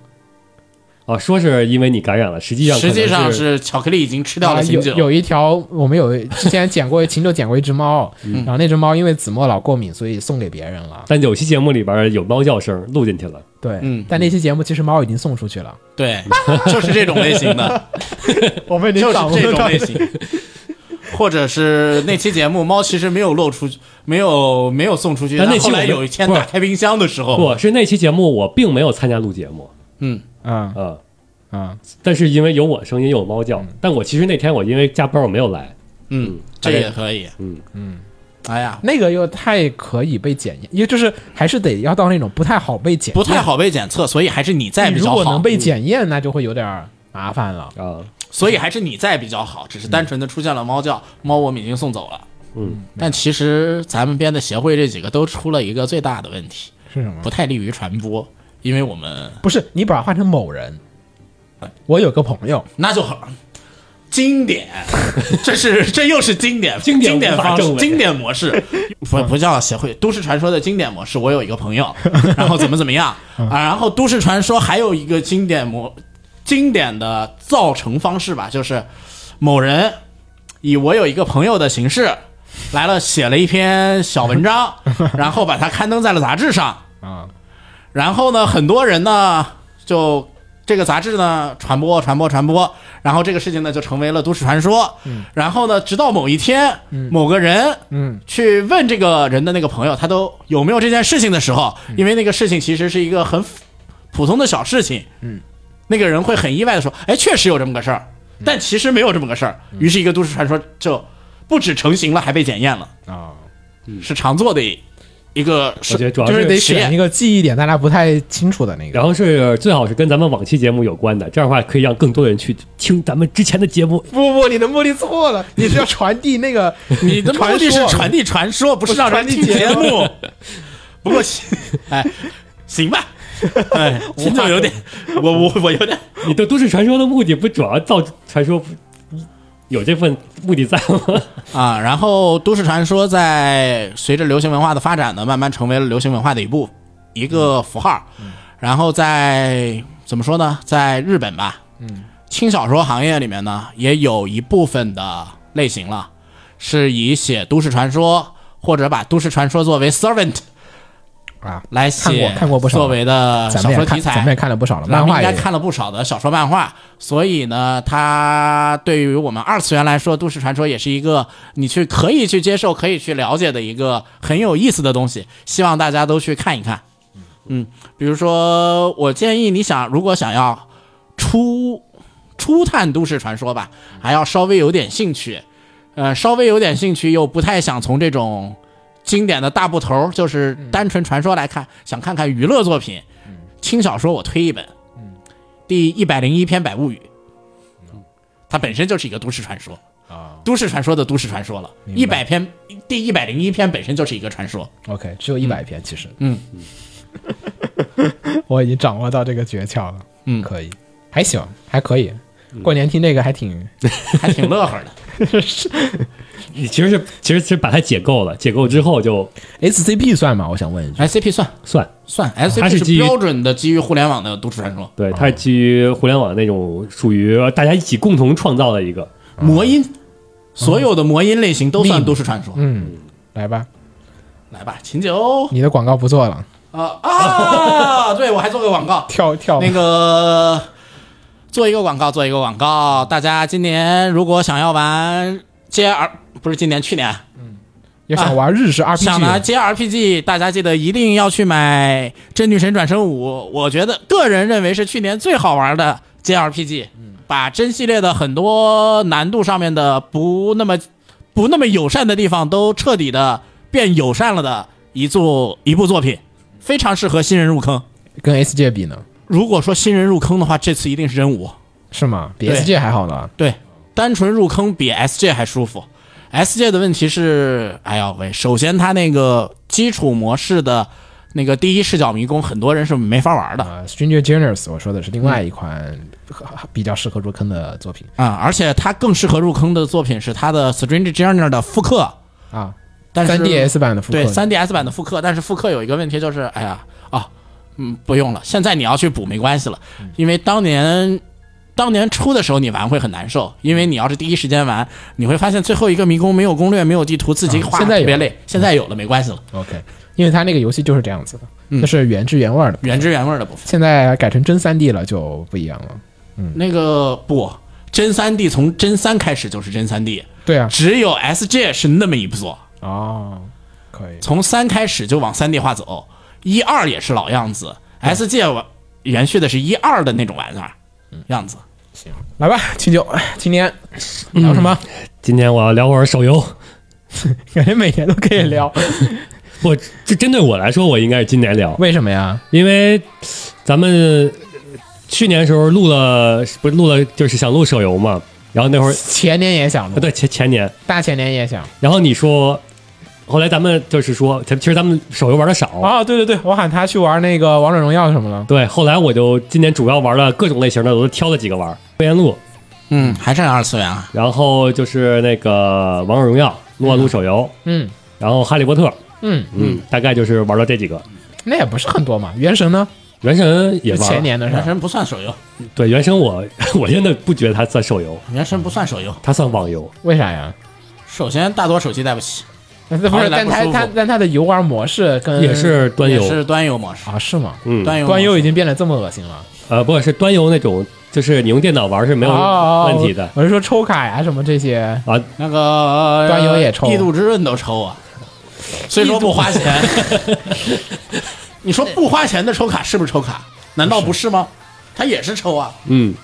[SPEAKER 2] 啊，说是因为你感染了，实际上可
[SPEAKER 3] 实
[SPEAKER 2] 能
[SPEAKER 3] 际上
[SPEAKER 2] 是
[SPEAKER 3] 是巧克力已经吃掉
[SPEAKER 1] 啊
[SPEAKER 3] 了
[SPEAKER 1] 有
[SPEAKER 3] 秦九，
[SPEAKER 1] 有一条我们有之前捡过， 秦九捡过一只猫，然后那只猫因为子墨老过敏，所以送给别人了。
[SPEAKER 2] 但有期节目里边有猫叫声录进去了，
[SPEAKER 1] 对，
[SPEAKER 3] 嗯
[SPEAKER 1] 但那期节目其实猫已经送出去了，
[SPEAKER 3] 对，就是这种类型的，
[SPEAKER 1] 我们已
[SPEAKER 3] 就是
[SPEAKER 1] 掌握
[SPEAKER 3] 这种
[SPEAKER 1] 到
[SPEAKER 3] 类型。或者是那期节目，猫其实没有漏出，没有没有送出去。
[SPEAKER 2] 但那
[SPEAKER 3] 但
[SPEAKER 2] 期
[SPEAKER 3] 后来
[SPEAKER 2] 我们
[SPEAKER 3] 有一天
[SPEAKER 2] 不是
[SPEAKER 3] 打开冰箱的时候，
[SPEAKER 2] 不是那期节目我并没有参加录节目
[SPEAKER 3] 嗯，
[SPEAKER 1] 嗯
[SPEAKER 2] 啊，
[SPEAKER 1] 嗯，
[SPEAKER 2] 但是因为有我声音又有猫叫，但我其实那天我因为加班我没有来，
[SPEAKER 3] 嗯，这也可以。
[SPEAKER 2] 嗯
[SPEAKER 3] 嗯，哎呀，
[SPEAKER 1] 那个又太可以被检验，因为就是还是得要到那种不太好被检验，
[SPEAKER 3] 不太好被检测，所以还是你在
[SPEAKER 1] 你
[SPEAKER 3] 比
[SPEAKER 1] 如
[SPEAKER 3] 较
[SPEAKER 1] 果能
[SPEAKER 3] 好。
[SPEAKER 1] 被检验，那就会有点儿麻烦了。
[SPEAKER 2] 啊，
[SPEAKER 3] 所以还是你在比较好，只是单纯的出现了猫叫，猫我们已经送走了。
[SPEAKER 2] 嗯，
[SPEAKER 3] 但其实咱们编的协会这几个都出了一个最大的问题，
[SPEAKER 1] 是什么
[SPEAKER 3] 不？太利于传播，因为我们
[SPEAKER 1] 不是你把它换成某人。
[SPEAKER 3] 哎
[SPEAKER 1] 我有个朋友，
[SPEAKER 3] 那就好。经典，这是这又是经典，
[SPEAKER 2] 经典
[SPEAKER 3] 经典
[SPEAKER 2] 无法
[SPEAKER 3] 方式
[SPEAKER 2] 证，伪
[SPEAKER 3] 经典 模式，不不叫协会，都市传说的经典模式。我有一个 朋友，然后怎么怎么样
[SPEAKER 2] 嗯
[SPEAKER 3] 啊？然后都市传说还有一个经典模，经典的造成方式吧，就是某人以我有一个朋友的形式来了，写了一篇小 文章，然后把它刊登在了杂志上。
[SPEAKER 1] 啊，
[SPEAKER 3] 然后呢，很多人呢就这个杂志呢传播传播传播，然后这个事情呢就成为了都市传说。然后呢，直到某一天，某个人
[SPEAKER 1] 嗯
[SPEAKER 3] 去问这个人的那个朋友，他都有没有这件事情的时候，因为那个事情其实是一个很普通的小事情，嗯，那个人会很意外的说，哎，确实有这么个事儿，但其实没有这么个事儿。于是，一个都市传说就不止成型了，还被检验了，
[SPEAKER 1] 啊，
[SPEAKER 3] 是常做的一个事。
[SPEAKER 2] 我觉得主要
[SPEAKER 1] 就是得
[SPEAKER 3] 实验
[SPEAKER 1] 选一个记忆点大家不太清楚的那个
[SPEAKER 2] 然后是最好是跟咱们往期节目有关的，这样的话可以让更多人去听咱们之前的节目。
[SPEAKER 1] 不不，你的目的错了，你是要传递那个
[SPEAKER 3] 你的目的是
[SPEAKER 1] 传说
[SPEAKER 3] 传递传说，不是
[SPEAKER 1] 不是
[SPEAKER 3] 让
[SPEAKER 1] 传
[SPEAKER 3] 人
[SPEAKER 1] 递
[SPEAKER 3] 听节
[SPEAKER 1] 节
[SPEAKER 3] 目。 不过行，哎，行吧，哎，秦总有点，我我我有点，
[SPEAKER 2] 你的都市传说的目的不主要造传说，有这份目的在吗？
[SPEAKER 3] 啊，然后都市传说在随着流行文化的发展呢，慢慢成为了流行文化的一部一
[SPEAKER 1] 嗯
[SPEAKER 3] 个符号。然后在怎么说呢，在日本吧，嗯，轻小说行业里面呢，也有一部分的类型了，是以写都市传说或者把都市传说作为 servant
[SPEAKER 1] 啊，
[SPEAKER 3] 来
[SPEAKER 1] 看
[SPEAKER 3] 写
[SPEAKER 1] 过看过不少
[SPEAKER 3] 作为的
[SPEAKER 1] 咱
[SPEAKER 3] 小
[SPEAKER 1] 们
[SPEAKER 3] 说
[SPEAKER 1] 也
[SPEAKER 3] 题
[SPEAKER 1] 看，咱
[SPEAKER 3] 材
[SPEAKER 1] 们也。看了不少了，
[SPEAKER 3] 咱
[SPEAKER 1] 漫
[SPEAKER 3] 们
[SPEAKER 1] 画
[SPEAKER 3] 应
[SPEAKER 1] 也
[SPEAKER 3] 该
[SPEAKER 1] 有
[SPEAKER 3] 看了不少的小说、漫画，所以呢，它对于我们二次元来说，都市传说也是一个你去可以去接受、可以去了解的一个很有意思的东西。希望大家都去看一看。嗯，比如说，我建议你想，如果想要初初探都市传说吧，还要稍微有点兴趣，呃，稍微有点兴趣又不太想从这种经典的大部头，就是单纯传说来看，想看看娱乐作品。
[SPEAKER 1] 嗯
[SPEAKER 3] 轻小说我推一本，第一百零一篇《百物语》，它本身就是一个都市传说，
[SPEAKER 1] 啊。
[SPEAKER 3] 都市传说的都市传说了。一
[SPEAKER 1] 明白
[SPEAKER 3] 百篇，第一百零一篇本身就是一个传说。
[SPEAKER 1] OK，只有一百篇，其实，
[SPEAKER 3] 嗯，
[SPEAKER 1] 我已经掌握到这个诀窍了，
[SPEAKER 3] 嗯
[SPEAKER 1] 可以，还行，还可以。过年听这个还挺，
[SPEAKER 3] 还挺乐呵的。
[SPEAKER 2] 你 其实是其实是把它解构了，解构之后就
[SPEAKER 1] SCP 算吗？我想问一句，
[SPEAKER 3] SCP 算
[SPEAKER 2] 算，
[SPEAKER 3] 算
[SPEAKER 2] 它
[SPEAKER 3] ，SCP
[SPEAKER 2] 是
[SPEAKER 3] 是
[SPEAKER 2] 基于
[SPEAKER 3] 标准的基于互联网的都市传说，
[SPEAKER 2] 对，它是基于互联网那种属于大家一起共同创造的一个。
[SPEAKER 3] 魔音，所有的魔音类型都算
[SPEAKER 1] Meme
[SPEAKER 3] 都市传说。
[SPEAKER 1] 嗯， 来吧，
[SPEAKER 3] 来吧，秦九
[SPEAKER 1] 你的广告不做了，
[SPEAKER 3] 啊啊！对我还做个广告，
[SPEAKER 1] 跳跳
[SPEAKER 3] 那个做一个广告，做一个广告。大家今年如果想要玩 J R，不是今年，去年啊
[SPEAKER 1] 也想玩日式 RPG，
[SPEAKER 3] 想拿 J R P G，大家记得一定要去买《真女神转生五》，我觉得个人认为是去年最好玩的 J R P G。把真系列的很多难度上面的不那么不那么友善的地方都彻底的变友善了的一作一部作品，非常适合新人入坑。
[SPEAKER 1] 跟 S 界比呢？
[SPEAKER 3] 如果说新人入坑的话，这次一定是真五。
[SPEAKER 1] 是吗？比
[SPEAKER 3] 对
[SPEAKER 1] S 界还好呢。
[SPEAKER 3] 对，单纯入坑比 SJ 还舒服。SJ 的问题是，哎呀喂，首先它那个基础模式的那个第一视角迷宫，很多人是没法玩的
[SPEAKER 1] 啊、s t r a n g e r Genius，我说的是另外一款比较适合入坑的作品
[SPEAKER 3] 啊、而且它更适合入坑的作品是它的 Strange Journey 的复刻，
[SPEAKER 1] 啊，
[SPEAKER 3] 但是
[SPEAKER 1] 3 DS 版的复刻，
[SPEAKER 3] 对 3DS 版的复刻，但是复刻有一个问题就是，哎呀啊，嗯，不用了，现在你要去补没关系了，
[SPEAKER 1] 嗯
[SPEAKER 3] 因为当年当年出的时候你玩会很难受，因为你要是第一时间玩，你会发现最后一个迷宫没有攻略，没有地图，自己
[SPEAKER 1] 啊
[SPEAKER 3] 画
[SPEAKER 1] 现在
[SPEAKER 3] 特别
[SPEAKER 1] 有了嗯
[SPEAKER 3] 累，现在有了没关系了，
[SPEAKER 1] OK，因为它那个游戏就是这样子的，就是原汁原味儿的。
[SPEAKER 3] 原汁原味的部分。
[SPEAKER 1] 现在改成真3 D 了就不一样了。
[SPEAKER 3] 那个不，真三 D 从真三开始就是真三 D，
[SPEAKER 1] 对啊，
[SPEAKER 3] 只有 SJ 是那么一步做，
[SPEAKER 1] 哦，可以，
[SPEAKER 3] 从三开始就往三 D 化走，一二也是老样子，SJ 我延续的是一二的那种玩意儿
[SPEAKER 1] 嗯
[SPEAKER 3] 样子。
[SPEAKER 1] 来吧，秦九，哎今天聊什么？
[SPEAKER 2] 今天我要聊会儿手游，
[SPEAKER 1] 感觉每天都可以聊，
[SPEAKER 2] 我这针对我来说，我应该是今年聊，
[SPEAKER 1] 为什么呀？
[SPEAKER 2] 因为咱们去年时候录了，不是录了，就是想录手游嘛。然后那会儿，
[SPEAKER 1] 前年也想
[SPEAKER 2] 啊
[SPEAKER 1] 录，
[SPEAKER 2] 对前前年，
[SPEAKER 1] 大前年也想。
[SPEAKER 2] 然后你说，后来咱们就是说，其实咱们手游玩的少，
[SPEAKER 1] 哦，对对对，我喊他去玩那个王者荣耀什么了。
[SPEAKER 2] 对。后来我就今年主要玩了各种类型的，我都挑了几个玩，飞烟录，
[SPEAKER 3] 嗯，还剩二次元啊。
[SPEAKER 2] 然后就是那个王者荣耀、撸啊撸手游，
[SPEAKER 1] 嗯
[SPEAKER 2] 然后哈利波特，
[SPEAKER 1] 嗯，
[SPEAKER 2] 嗯，大概就是玩了这几个。
[SPEAKER 1] 那也不是很多嘛。原神呢？
[SPEAKER 2] 原神也
[SPEAKER 1] 是
[SPEAKER 2] 玩
[SPEAKER 1] 前年的事
[SPEAKER 3] 原
[SPEAKER 1] 儿。
[SPEAKER 3] 神不算手游，
[SPEAKER 2] 对原神我 我真的不觉得它算手游，
[SPEAKER 3] 原神不算手游。
[SPEAKER 2] 它算网游。
[SPEAKER 1] 为啥呀？啊
[SPEAKER 3] 首先，大多手机带不起，
[SPEAKER 1] 那不
[SPEAKER 3] 玩
[SPEAKER 1] 是，
[SPEAKER 3] 起来
[SPEAKER 1] 但
[SPEAKER 3] 不
[SPEAKER 1] 它
[SPEAKER 3] 舒服
[SPEAKER 1] 它但它的游玩模式跟
[SPEAKER 2] 也是端
[SPEAKER 3] 也
[SPEAKER 2] 游，
[SPEAKER 3] 是端游模式，
[SPEAKER 1] 啊，是吗？
[SPEAKER 2] 嗯，
[SPEAKER 3] 端
[SPEAKER 1] 嗯
[SPEAKER 3] 游
[SPEAKER 1] 端游
[SPEAKER 3] 模
[SPEAKER 1] 已
[SPEAKER 3] 式
[SPEAKER 1] 经变得这么恶心了，
[SPEAKER 2] 呃，不是端游那种，就是你用电脑玩是没有
[SPEAKER 1] 哦
[SPEAKER 2] 问题的
[SPEAKER 1] 哦我是说抽卡呀什么这些，
[SPEAKER 2] 啊。
[SPEAKER 3] 那个
[SPEAKER 1] 端游也抽啊
[SPEAKER 3] 异度之刃都 抽啊，所以说不花钱。你说不花钱的抽卡是不是抽卡？难道不是吗？它也是抽
[SPEAKER 1] 哦
[SPEAKER 3] 啊，
[SPEAKER 2] 嗯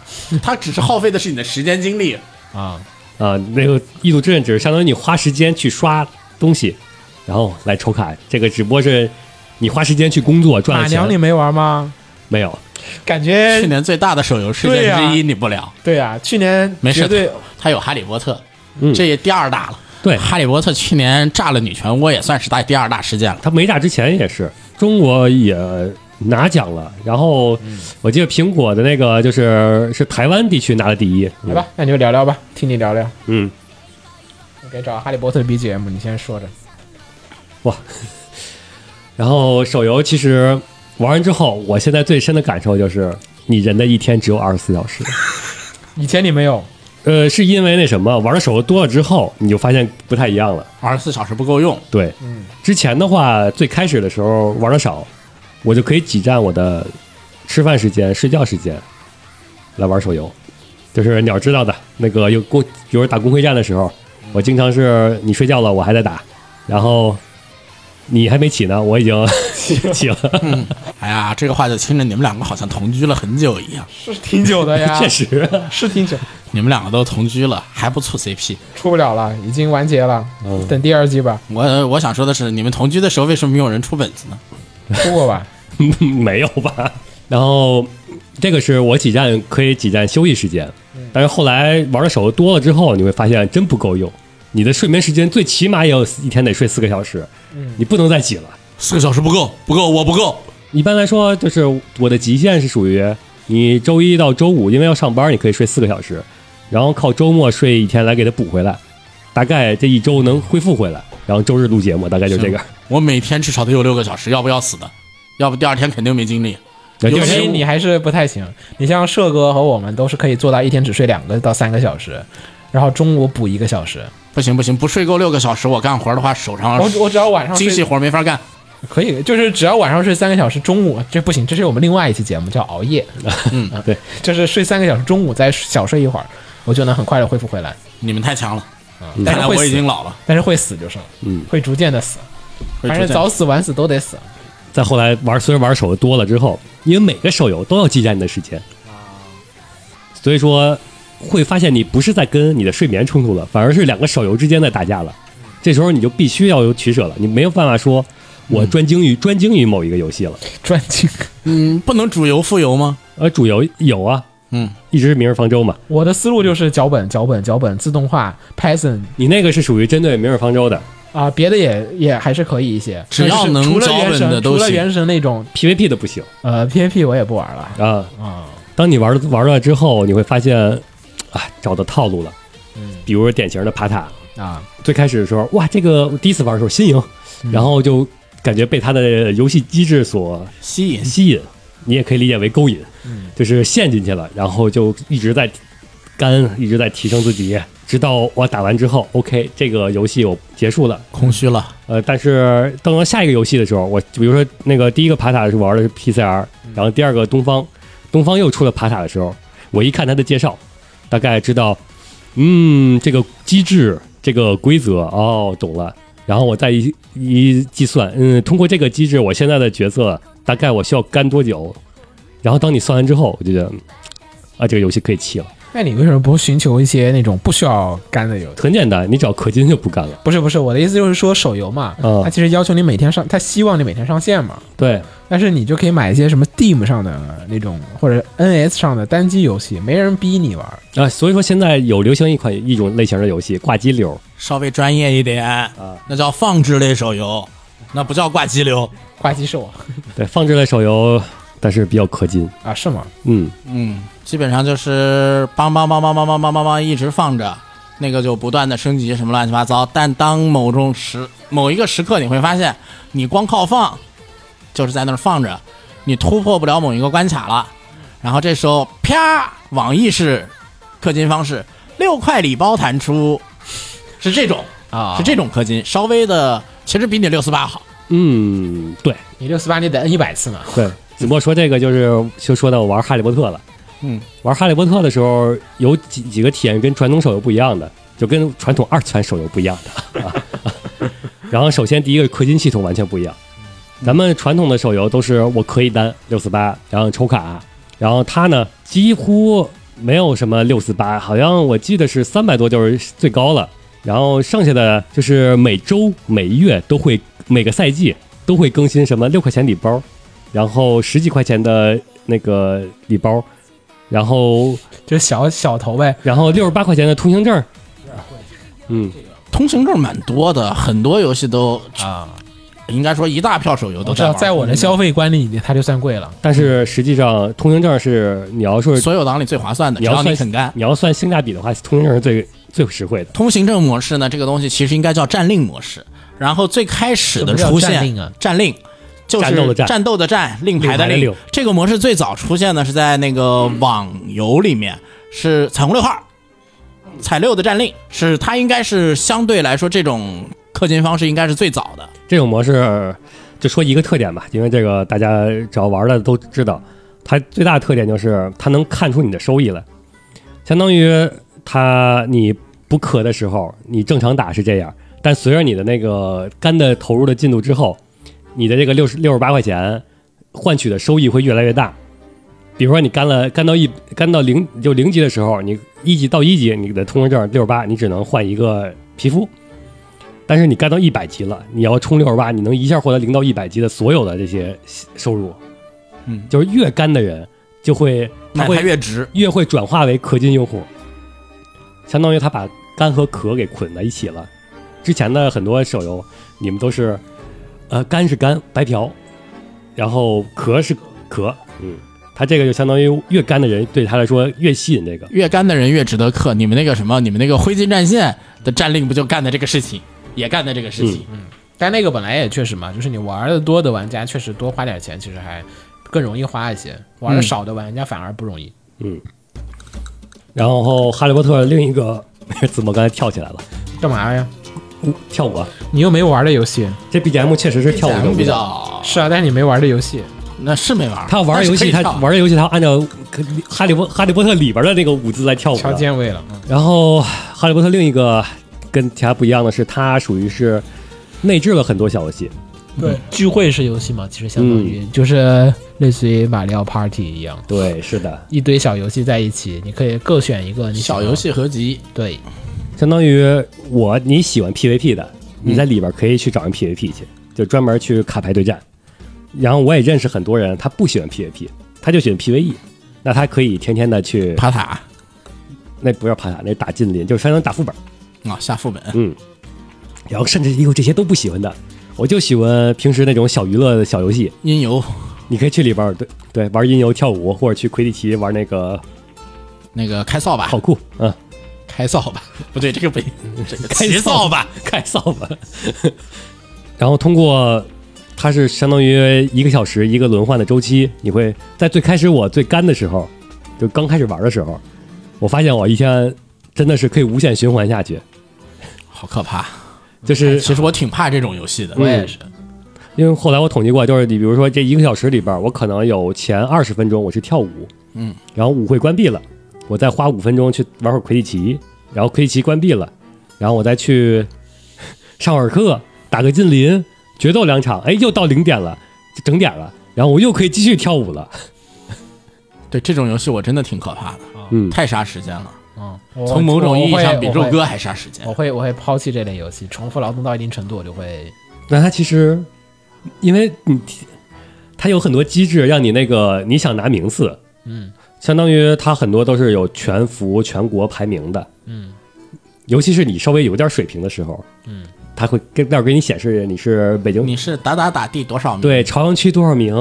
[SPEAKER 3] 它只是耗费的是你的时间精力。
[SPEAKER 1] 啊，
[SPEAKER 2] 啊，那个异度之刃只是相当于你花时间去刷东西，然后来抽卡，这个只不过是你花时间去工作赚
[SPEAKER 1] 马
[SPEAKER 2] 了
[SPEAKER 1] 娘你
[SPEAKER 2] 钱，
[SPEAKER 1] 没玩吗？
[SPEAKER 2] 没有。
[SPEAKER 1] 啊感觉
[SPEAKER 3] 去年最大的手游《世界
[SPEAKER 1] 哎对啊
[SPEAKER 3] 之一》你不聊，
[SPEAKER 1] 对啊，去年
[SPEAKER 3] 没事
[SPEAKER 1] 绝对
[SPEAKER 3] 它有《哈利波特》
[SPEAKER 2] 嗯，
[SPEAKER 3] 这也第二大了。
[SPEAKER 2] 对
[SPEAKER 3] 哈利波特》去年炸了女权窝，也算是大第二大事件了。
[SPEAKER 2] 他没炸之前也是，中国也拿奖了，然后我记得苹果的那个就是是台湾地区拿了第一，
[SPEAKER 1] 来吧，那你就聊聊吧，听你聊聊。
[SPEAKER 2] 嗯，
[SPEAKER 1] 嗯我给找《哈利波特》BGM，你先说着。
[SPEAKER 2] 然后手游其实玩完之后，我现在最深的感受就是，你人的一天只有二十四小时。
[SPEAKER 1] 以前你没有，
[SPEAKER 2] 呃，是因为那什么，玩的手游多了之后，你就发现不太一样了。
[SPEAKER 3] 二十四小时不够用，
[SPEAKER 2] 对，之前的话，最开始的时候玩的少，我就可以挤占我的吃饭时间、睡觉时间来玩手游。就是鸟知道的那个有工，有人打工会战的时候，我经常是你睡觉了，我还在打，然后你还没起呢，我已经 起了，
[SPEAKER 3] 哎呀，这个话就听着你们两个好像同居了很久一样。
[SPEAKER 1] 是挺久的 呀，
[SPEAKER 2] 确实。
[SPEAKER 1] 是挺久，
[SPEAKER 3] 你们两个都同居了，还不处 CP？
[SPEAKER 1] 出不了了，已经完结了，
[SPEAKER 2] 嗯
[SPEAKER 1] 等第二季吧，
[SPEAKER 3] 我我想说的是，你们同居的时候为什么没有人出本子呢？
[SPEAKER 1] 出过 吧？
[SPEAKER 2] 没有吧？然后这个是我挤占可以挤占休息时间，但是后来玩的手游多了之后，你会发现真不够用。你的睡眠时间最起码也有一天得睡四个小时，你不能再挤了。
[SPEAKER 3] 四个小时不够，不够，我不够。
[SPEAKER 2] 一般来说，就是我的极限是属于你周一到周五，因为要上班，你可以睡四个小时，然后靠周末睡一天来给它补回来，大概这一周能恢复回来，然后周日录节目，大概就这个。
[SPEAKER 3] 我每天至少得有六个小时，要不要死的？要不第二天肯定没精力。
[SPEAKER 2] 然后
[SPEAKER 1] 有
[SPEAKER 2] 第二
[SPEAKER 1] 些
[SPEAKER 2] 天
[SPEAKER 1] 你还是不太行，嗯你像社哥和我们都是可以做到一天只睡两个到三个小时，然后中午补一个小时。
[SPEAKER 3] 不行不行，不睡够六个小时，我干活的话手上
[SPEAKER 1] 我我只要晚上
[SPEAKER 3] 精细
[SPEAKER 1] 睡
[SPEAKER 3] 活没法干。
[SPEAKER 1] 可以，就是只要晚上睡三个小时，中午这不行，这是我们另外一期节目叫熬夜， 啊
[SPEAKER 3] 嗯，
[SPEAKER 2] 对，
[SPEAKER 1] 就是睡三个小时，中午再小睡一会儿，我就能很快的恢复回来。
[SPEAKER 3] 你们太强了，
[SPEAKER 1] 但
[SPEAKER 3] 看
[SPEAKER 1] 是
[SPEAKER 3] 来
[SPEAKER 1] 会
[SPEAKER 3] 我已
[SPEAKER 1] 死，
[SPEAKER 3] 经老了，
[SPEAKER 1] 但是会死就是了，
[SPEAKER 2] 嗯，
[SPEAKER 1] 会逐渐的死，
[SPEAKER 3] 会
[SPEAKER 1] 反
[SPEAKER 3] 出
[SPEAKER 1] 正
[SPEAKER 3] 现
[SPEAKER 1] 早死晚死都得死。
[SPEAKER 2] 再后来玩，虽然玩手游多了之后，因为每个手游都要积攒你的时间，所以说会发现你不是在跟你的睡眠冲突了，反而是两个手游之间在打架了。这时候你就必须要有取舍了，你没有办法说我专精于、专精于某一个游戏了。
[SPEAKER 1] 专精，
[SPEAKER 3] 嗯，不能主游副游吗？
[SPEAKER 2] 而主游有啊，
[SPEAKER 3] 嗯，
[SPEAKER 2] 一直是明日方舟嘛，
[SPEAKER 1] 我的思路就是脚本、脚本、脚本、自动化、Python
[SPEAKER 2] 你那个是属于针对明日方舟的
[SPEAKER 1] 啊、别的也也还是可以一些，
[SPEAKER 3] 只要
[SPEAKER 1] 就是
[SPEAKER 3] 能
[SPEAKER 1] 除了
[SPEAKER 3] 脚
[SPEAKER 1] 原
[SPEAKER 3] 本
[SPEAKER 1] 神
[SPEAKER 3] 的都
[SPEAKER 1] 除了
[SPEAKER 3] 行
[SPEAKER 1] 原神那种，
[SPEAKER 2] ，PVP 的不行
[SPEAKER 1] 呃，PVP 我也不玩了
[SPEAKER 2] 啊。
[SPEAKER 1] 啊、
[SPEAKER 2] 当你玩玩了之后，你会发现，啊，找到套路了。
[SPEAKER 1] 嗯
[SPEAKER 2] 比如说典型的爬塔，
[SPEAKER 1] 啊，嗯
[SPEAKER 2] 最开始的时候，哇，这个我第一次玩的时候新颖，然后就感觉被它的游戏机制所
[SPEAKER 3] 吸引
[SPEAKER 2] 吸
[SPEAKER 1] 嗯
[SPEAKER 2] 引，你也可以理解为勾引，就是陷进去了，然后就一直在干，一直在提升自己，直到我打完之后，OK，这个游戏我结束了。
[SPEAKER 3] 空虚了，
[SPEAKER 2] 呃，但是等到下一个游戏的时候，我比如说那个第一个爬塔是玩的是 PCR，然后第二个东方，东方又出了爬塔的时候，我一看它的介绍，大概知道，嗯，这个机制，这个规则，哦，懂了。然后我再一一计算，嗯，通过这个机制，我现在的角色大概我需要干多久？然后当你算完之后，我就觉得，嗯啊，这个游戏可以弃了，
[SPEAKER 1] 那你为什么不寻求一些那种不需要肝的游戏？
[SPEAKER 2] 很简单，你只要氪金就不干了。
[SPEAKER 1] 不是不是，我的意思就是说手游嘛，
[SPEAKER 2] 嗯
[SPEAKER 1] 它其实要求你每天上，它希望你每天上线嘛，
[SPEAKER 2] 对，
[SPEAKER 1] 但是你就可以买一些什么 Steam 上的那种或者 NS 上的单机游戏，没人逼你玩。
[SPEAKER 2] 啊，所以说现在有流行一款一种类型的游戏，挂机流。
[SPEAKER 3] 稍微专业一点啊，那叫放置类手游，那不叫挂机流。
[SPEAKER 1] 挂机是我
[SPEAKER 2] 对，放置类手游，但是比较氪金。
[SPEAKER 1] 啊，是吗？
[SPEAKER 2] 嗯，
[SPEAKER 3] 嗯，基本上就是梆梆梆梆梆梆梆梆梆一直放着，那个就不断的升级什么乱七八糟。但当某种时某一个时刻，你会发现，你光靠放，就是在那儿放着，你突破不了某一个关卡了，然后这时候啪，网易式氪金方式，六块礼包弹出，是这种
[SPEAKER 1] 啊
[SPEAKER 3] 是这种氪金，稍微的其实比你六四八好。
[SPEAKER 2] 嗯，对
[SPEAKER 1] 你六四八你得摁一百次嘛，
[SPEAKER 2] 对。子墨说这个就是就说到我玩哈利波特了，
[SPEAKER 3] 嗯，
[SPEAKER 2] 玩哈利波特的时候有几几个体验跟传统手游不一样的，就跟传统二次元手游不一样的。 然后首先第一个氪金系统完全不一样，咱们传统的手游都是我可以单六四八，然后抽卡，然后它呢几乎没有什么六四八，好像我记得是三百多就是最高了，然后剩下的就是每周每月都会每个赛季都会更新什么六块钱礼包，然后十几块钱的那个礼包，然后
[SPEAKER 1] 就是小小头呗。
[SPEAKER 2] 然后六十八块钱的通行证，嗯，
[SPEAKER 3] 通行证蛮多的，很多游戏都
[SPEAKER 1] 啊，
[SPEAKER 3] 应该说一大票手游都
[SPEAKER 1] 我知
[SPEAKER 3] 在
[SPEAKER 1] 道，
[SPEAKER 3] 玩。
[SPEAKER 1] 在我的消费观里，它就算贵了。
[SPEAKER 2] 但是实际上通行证是你要说
[SPEAKER 3] 所有党里最划算的，
[SPEAKER 2] 你
[SPEAKER 3] 只
[SPEAKER 2] 要
[SPEAKER 3] 要
[SPEAKER 2] 算
[SPEAKER 3] 你肯干。
[SPEAKER 2] 你要算性价比的话，通行证是最最实惠的。
[SPEAKER 3] 通行证模式呢，这个东西其实应该叫占令模式。然后最开始的
[SPEAKER 1] 什么叫
[SPEAKER 3] 出现
[SPEAKER 1] 占令啊
[SPEAKER 3] 占令就是
[SPEAKER 2] 战斗的战
[SPEAKER 3] 战斗的战，令牌
[SPEAKER 2] 令牌的
[SPEAKER 3] 令
[SPEAKER 2] 令。
[SPEAKER 3] 这个模式最早出现呢是在那个网游里面，是彩虹六号，彩六的战令是它应该是相对来说这种氪金方式应该是最早的。
[SPEAKER 2] 这种模式就说一个特点吧，因为这个大家只要玩了都知道，它最大的特点就是它能看出你的收益来，相当于它你不氪的时候，你正常打是这样，但随着你的那个干的投入的进度之后，你的这个六十六十八块钱换取的收益会越来越大。比如说你干了干到一干到零就零级的时候，你一级到一级，你的通行证六十八，你只能换一个皮肤，但是你干到一百级了，你要冲六十八，你能一下获得零到一百级的所有的这些收入。
[SPEAKER 3] 嗯，
[SPEAKER 2] 就是越干的人就会他
[SPEAKER 3] 买
[SPEAKER 2] 会
[SPEAKER 3] 它越值，
[SPEAKER 2] 越会转化为氪金用户，相当于他把肝和壳给捆在一起了。之前的很多手游，你们都是，呃，肝是肝白嫖，然后壳是壳，嗯，他这个就相当于越干的人对他来说越吸引这个。
[SPEAKER 3] 越干的人越值得氪。你们那个什么，你们那个灰烬战线的战令不就干的这个事情，也干的这个事情。
[SPEAKER 2] 嗯
[SPEAKER 1] 但那个本来也确实嘛，就是你玩的多的玩家，确实多花点钱，其实还更容易花一些；玩
[SPEAKER 3] 嗯
[SPEAKER 1] 的少的玩家反而不容易。
[SPEAKER 2] 然后《哈利波特》另一个 子墨刚才跳起来了，
[SPEAKER 1] 干嘛呀？
[SPEAKER 2] 嗯跳舞啊，
[SPEAKER 1] 你又没玩的游戏，
[SPEAKER 2] 这 BGM 确实是跳舞
[SPEAKER 3] 咱
[SPEAKER 2] 的
[SPEAKER 3] 们
[SPEAKER 2] 舞
[SPEAKER 3] 比
[SPEAKER 2] 蹈
[SPEAKER 3] 较
[SPEAKER 1] 是啊，但是你没玩的游戏，
[SPEAKER 3] 那是没玩儿，
[SPEAKER 2] 他玩游戏，他
[SPEAKER 3] 但是可以跳
[SPEAKER 2] 玩游戏，他按照《哈利波哈利波特》里边的那个舞姿来跳舞的。啊
[SPEAKER 1] 敲键位了。嗯
[SPEAKER 2] 然后《哈利波特》另一个跟其他不一样的是，它属于是内置了很多小游戏。
[SPEAKER 1] 对，聚会式游戏嘛，其实相当于
[SPEAKER 3] 嗯
[SPEAKER 1] 就是类似于马里奥 Party 一样，
[SPEAKER 2] 对，是的，
[SPEAKER 1] 一堆小游戏在一起，你可以各选一个你喜欢
[SPEAKER 3] 小游。戏合集，
[SPEAKER 1] 对，
[SPEAKER 2] 相当于我你喜欢 PVP 的，你在里边可以去找人 PVP 去，就专门去卡牌对战。然后我也认识很多人，他不喜欢 PVP，他就喜欢 PVE，那他可以天天的去
[SPEAKER 3] 爬塔
[SPEAKER 2] 那不要爬塔，那打近邻，就是相当于打副本。
[SPEAKER 3] 啊，下副本。
[SPEAKER 2] 然后甚至也有这些都不喜欢的，我就喜欢平时那种小娱乐的小游戏，
[SPEAKER 3] 音游
[SPEAKER 2] 你可以去里边儿对对玩音游跳舞，或者去魁地奇玩那个
[SPEAKER 3] 那个开扫把
[SPEAKER 2] 跑，酷，嗯，
[SPEAKER 3] 开扫把 不对，这个不，这个
[SPEAKER 2] 开
[SPEAKER 3] 骑扫把，
[SPEAKER 2] 开扫把。然后通过它是相当于一个小时一个轮换的周期，你会在最开始我最干的时候，就刚开始玩的时候，我发现我一天真的是可以无限循环下去，
[SPEAKER 3] 好可怕。
[SPEAKER 2] 就是
[SPEAKER 3] 其实我挺怕这种游戏的，
[SPEAKER 1] 我也是。
[SPEAKER 3] 嗯
[SPEAKER 2] 因为后来我统计过，就是你比如说这一个小时里边儿，我可能有前二十分钟我去跳舞，
[SPEAKER 3] 嗯，
[SPEAKER 2] 然后舞会关闭了，我再花五分钟去玩会儿魁地奇，然后魁地奇关闭了，然后我再去 上会儿课，打个近邻，决斗两场，哎，又到零点了，就整点儿了，然后我又可以继续跳舞了，
[SPEAKER 3] 对这种游戏我真的挺可怕的，
[SPEAKER 2] 嗯，
[SPEAKER 3] 太杀时间了。
[SPEAKER 1] 嗯，
[SPEAKER 3] 从某种意义上比
[SPEAKER 1] 肉
[SPEAKER 3] 肉哥还杀时间
[SPEAKER 1] 我。会我会抛弃这类游戏，重复劳动到一定程度，我就会
[SPEAKER 2] 那它其实，因为你它有很多机制让你那个你想拿名次，嗯，相当于它很多都是有全服全国排名的，嗯，尤其是你稍微有点水平的时候，嗯，它会跟那儿给你显示你是北京
[SPEAKER 3] 你是打打打第多少名？
[SPEAKER 2] 对，朝阳区多少名，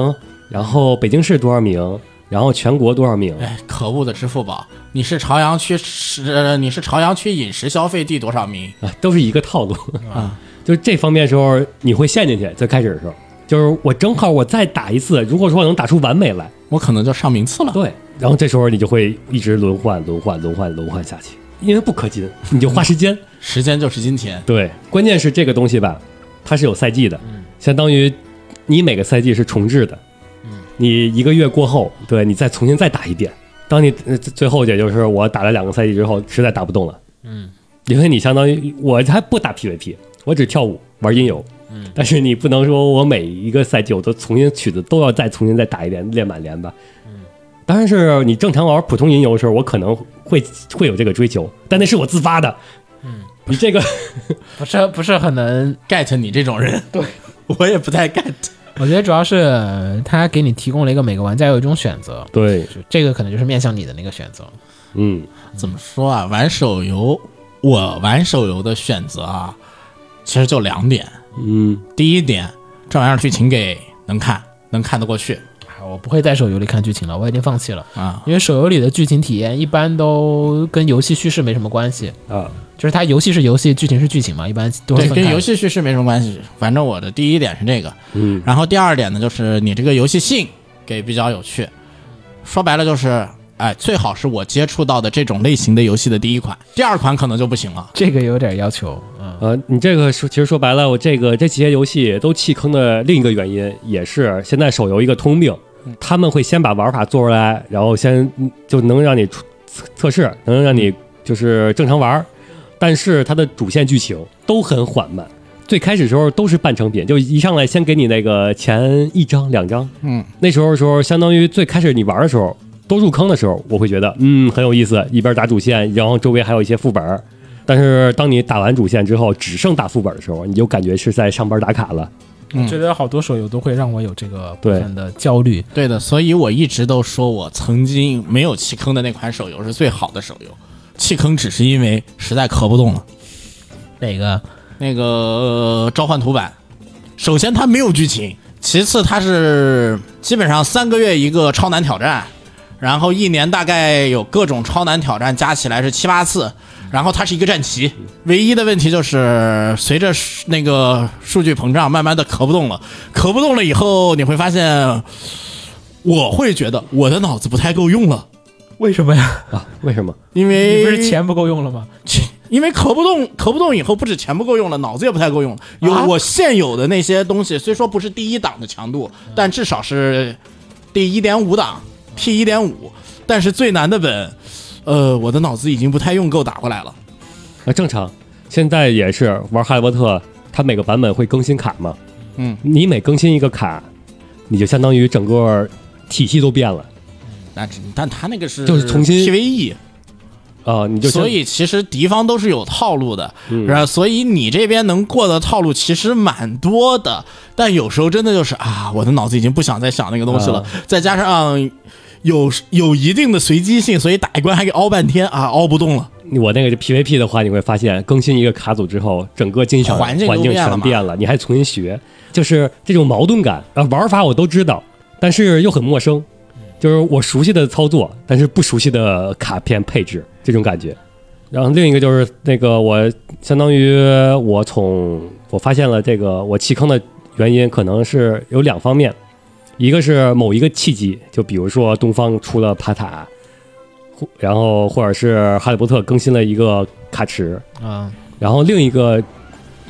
[SPEAKER 2] 然后北京市多少名，然后全国多少名，
[SPEAKER 3] 哎，可恶的支付宝！你是朝阳区是、呃你是朝阳区饮食消费第多少名？
[SPEAKER 2] 啊，都是一个套路
[SPEAKER 3] 啊。
[SPEAKER 2] 就是这方面时候你会陷进去，最开始的时候，就是我正好我再打一次，如果说我能打出完美来，
[SPEAKER 3] 我可能就上名次了。
[SPEAKER 2] 对，然后这时候你就会一直轮换、轮换、轮换、轮换下去，因为不氪金，你就花时间。
[SPEAKER 3] 时间就是金钱，
[SPEAKER 2] 对，关键是这个东西吧，它是有赛季的，相当于你每个赛季是重置的，嗯你一个月过后，对你再重新再打一遍。当你呃最后也就是我打了两个赛季之后，实在打不动了，嗯，因为你相当于我还不打 PVP，我只跳舞玩音游，嗯，但是你不能说我每一个赛季我都重新曲子都要再重新再打一遍练满连吧。当然是你正常玩普通音游的时候，我可能会会有这个追求，但那是我自发的。嗯，你这个
[SPEAKER 1] 不是不是很能，
[SPEAKER 3] get 你这种人，对 我也不太 get。
[SPEAKER 1] 我觉得主要是他给你提供了一个每个玩家有一种选择，
[SPEAKER 2] 对，
[SPEAKER 1] 就这个可能就是面向你的那个选择。
[SPEAKER 2] 嗯，
[SPEAKER 3] 怎么说啊？玩手游，我玩手游的选择啊，其实就两点。
[SPEAKER 2] 嗯，
[SPEAKER 3] 第一点，这玩意儿剧情给能看，能看得过去
[SPEAKER 1] 啊我不会在手游里看剧情了，我已经放弃了，
[SPEAKER 3] 啊。
[SPEAKER 1] 因为手游里的剧情体验一般都跟游戏叙事没什么关系，
[SPEAKER 2] 啊，
[SPEAKER 1] 就是它游戏是游戏，剧情是剧情嘛，一般都会
[SPEAKER 3] 对，
[SPEAKER 1] 分开
[SPEAKER 3] 跟游戏叙事没什么关系。反正我的第一点是这个，
[SPEAKER 2] 嗯
[SPEAKER 3] 然后第二点呢，就是你这个游戏性给比较有趣。说白了就是，哎，最好是我接触到的这种类型的游戏的第一款，第二款可能就不行了。
[SPEAKER 1] 这个有点要求，嗯，
[SPEAKER 2] 呃，你这个说，其实说白了，我这个这些游戏都弃坑的另一个原因，也是现在手游一个通病，他们会先把玩法做出来，然后先嗯就能让你出测测试，能让你就是正常玩儿，但是它的主线剧情都很缓慢。最开始时候都是半成品，就一上来先给你那个前一张两张，
[SPEAKER 3] 嗯，
[SPEAKER 2] 那时候的时候相当于最开始你玩的时候，都入坑的时候，我会觉得嗯很有意思，一边打主线，然后周围还有一些副本儿。但是当你打完主线之后，只剩打副本的时候，你就感觉是在上班打卡了。
[SPEAKER 3] 嗯
[SPEAKER 1] 觉得好多手游都会让我有这个部
[SPEAKER 2] 对
[SPEAKER 1] 分的焦虑，
[SPEAKER 3] 对的，所以我一直都说我曾经没有弃坑的那款手游是最好的手游，弃坑只是因为实在磕不动了。
[SPEAKER 1] 哪个
[SPEAKER 3] 那个、呃召唤图版，首先它没有剧情，其次它是基本上三个月一个超难挑战，然后一年大概有各种超难挑战加起来是七八次，然后它是一个战旗。唯一的问题就是随着数那个数据膨胀，慢慢的咳不动了，咳不动了以后你会发现，我会觉得我的脑子不太够用了，
[SPEAKER 1] 为什么呀？
[SPEAKER 2] 啊为什么？
[SPEAKER 3] 因为
[SPEAKER 1] 你不是钱不够用了吗？
[SPEAKER 3] 因为咳不动，咳不动以后，不止钱不够用了，脑子也不太够用了。有
[SPEAKER 1] 啊
[SPEAKER 3] 我现有的那些东西，虽说不是第一档的强度，但至少是第一点五档 P 一点五。但是最难的本，呃，我的脑子已经不太用够打过来了。
[SPEAKER 2] 啊，正常。现在也是玩《哈利波特》，它每个版本会更新卡嘛。
[SPEAKER 3] 嗯，
[SPEAKER 2] 你每更新一个卡，你就相当于整个体系都变了
[SPEAKER 3] 但是但他那个是 E
[SPEAKER 2] 就是重新
[SPEAKER 3] PVE，
[SPEAKER 2] 啊、你就
[SPEAKER 3] 所以其实敌方都是有套路的，
[SPEAKER 2] 嗯
[SPEAKER 3] 然后所以你这边能过的套路其实蛮多的，但有时候真的就是啊，我的脑子已经不想再想那个东西了，
[SPEAKER 2] 啊
[SPEAKER 3] 再加上、嗯有有一定的随机性，所以打一关还给熬半天啊，熬不动了。
[SPEAKER 2] 我那个 PVP 的话，你会发现更新一个卡组之后，整个精神
[SPEAKER 3] 环
[SPEAKER 2] 环
[SPEAKER 3] 境都变了
[SPEAKER 2] 全
[SPEAKER 3] 嘛
[SPEAKER 2] 变了，你还重新学，就是这种矛盾感啊、玩法我都知道，但是又很陌生，就是我熟悉的操作，但是不熟悉的卡片配置这种感觉。然后另一个就是那个我相当于我从我发现了这个我弃坑的原因可能是有两方面，一个是某一个契机，就比如说东方出了帕塔，或然后或者是《哈利波特》更新了一个卡池，
[SPEAKER 1] 嗯，
[SPEAKER 2] 然后另一个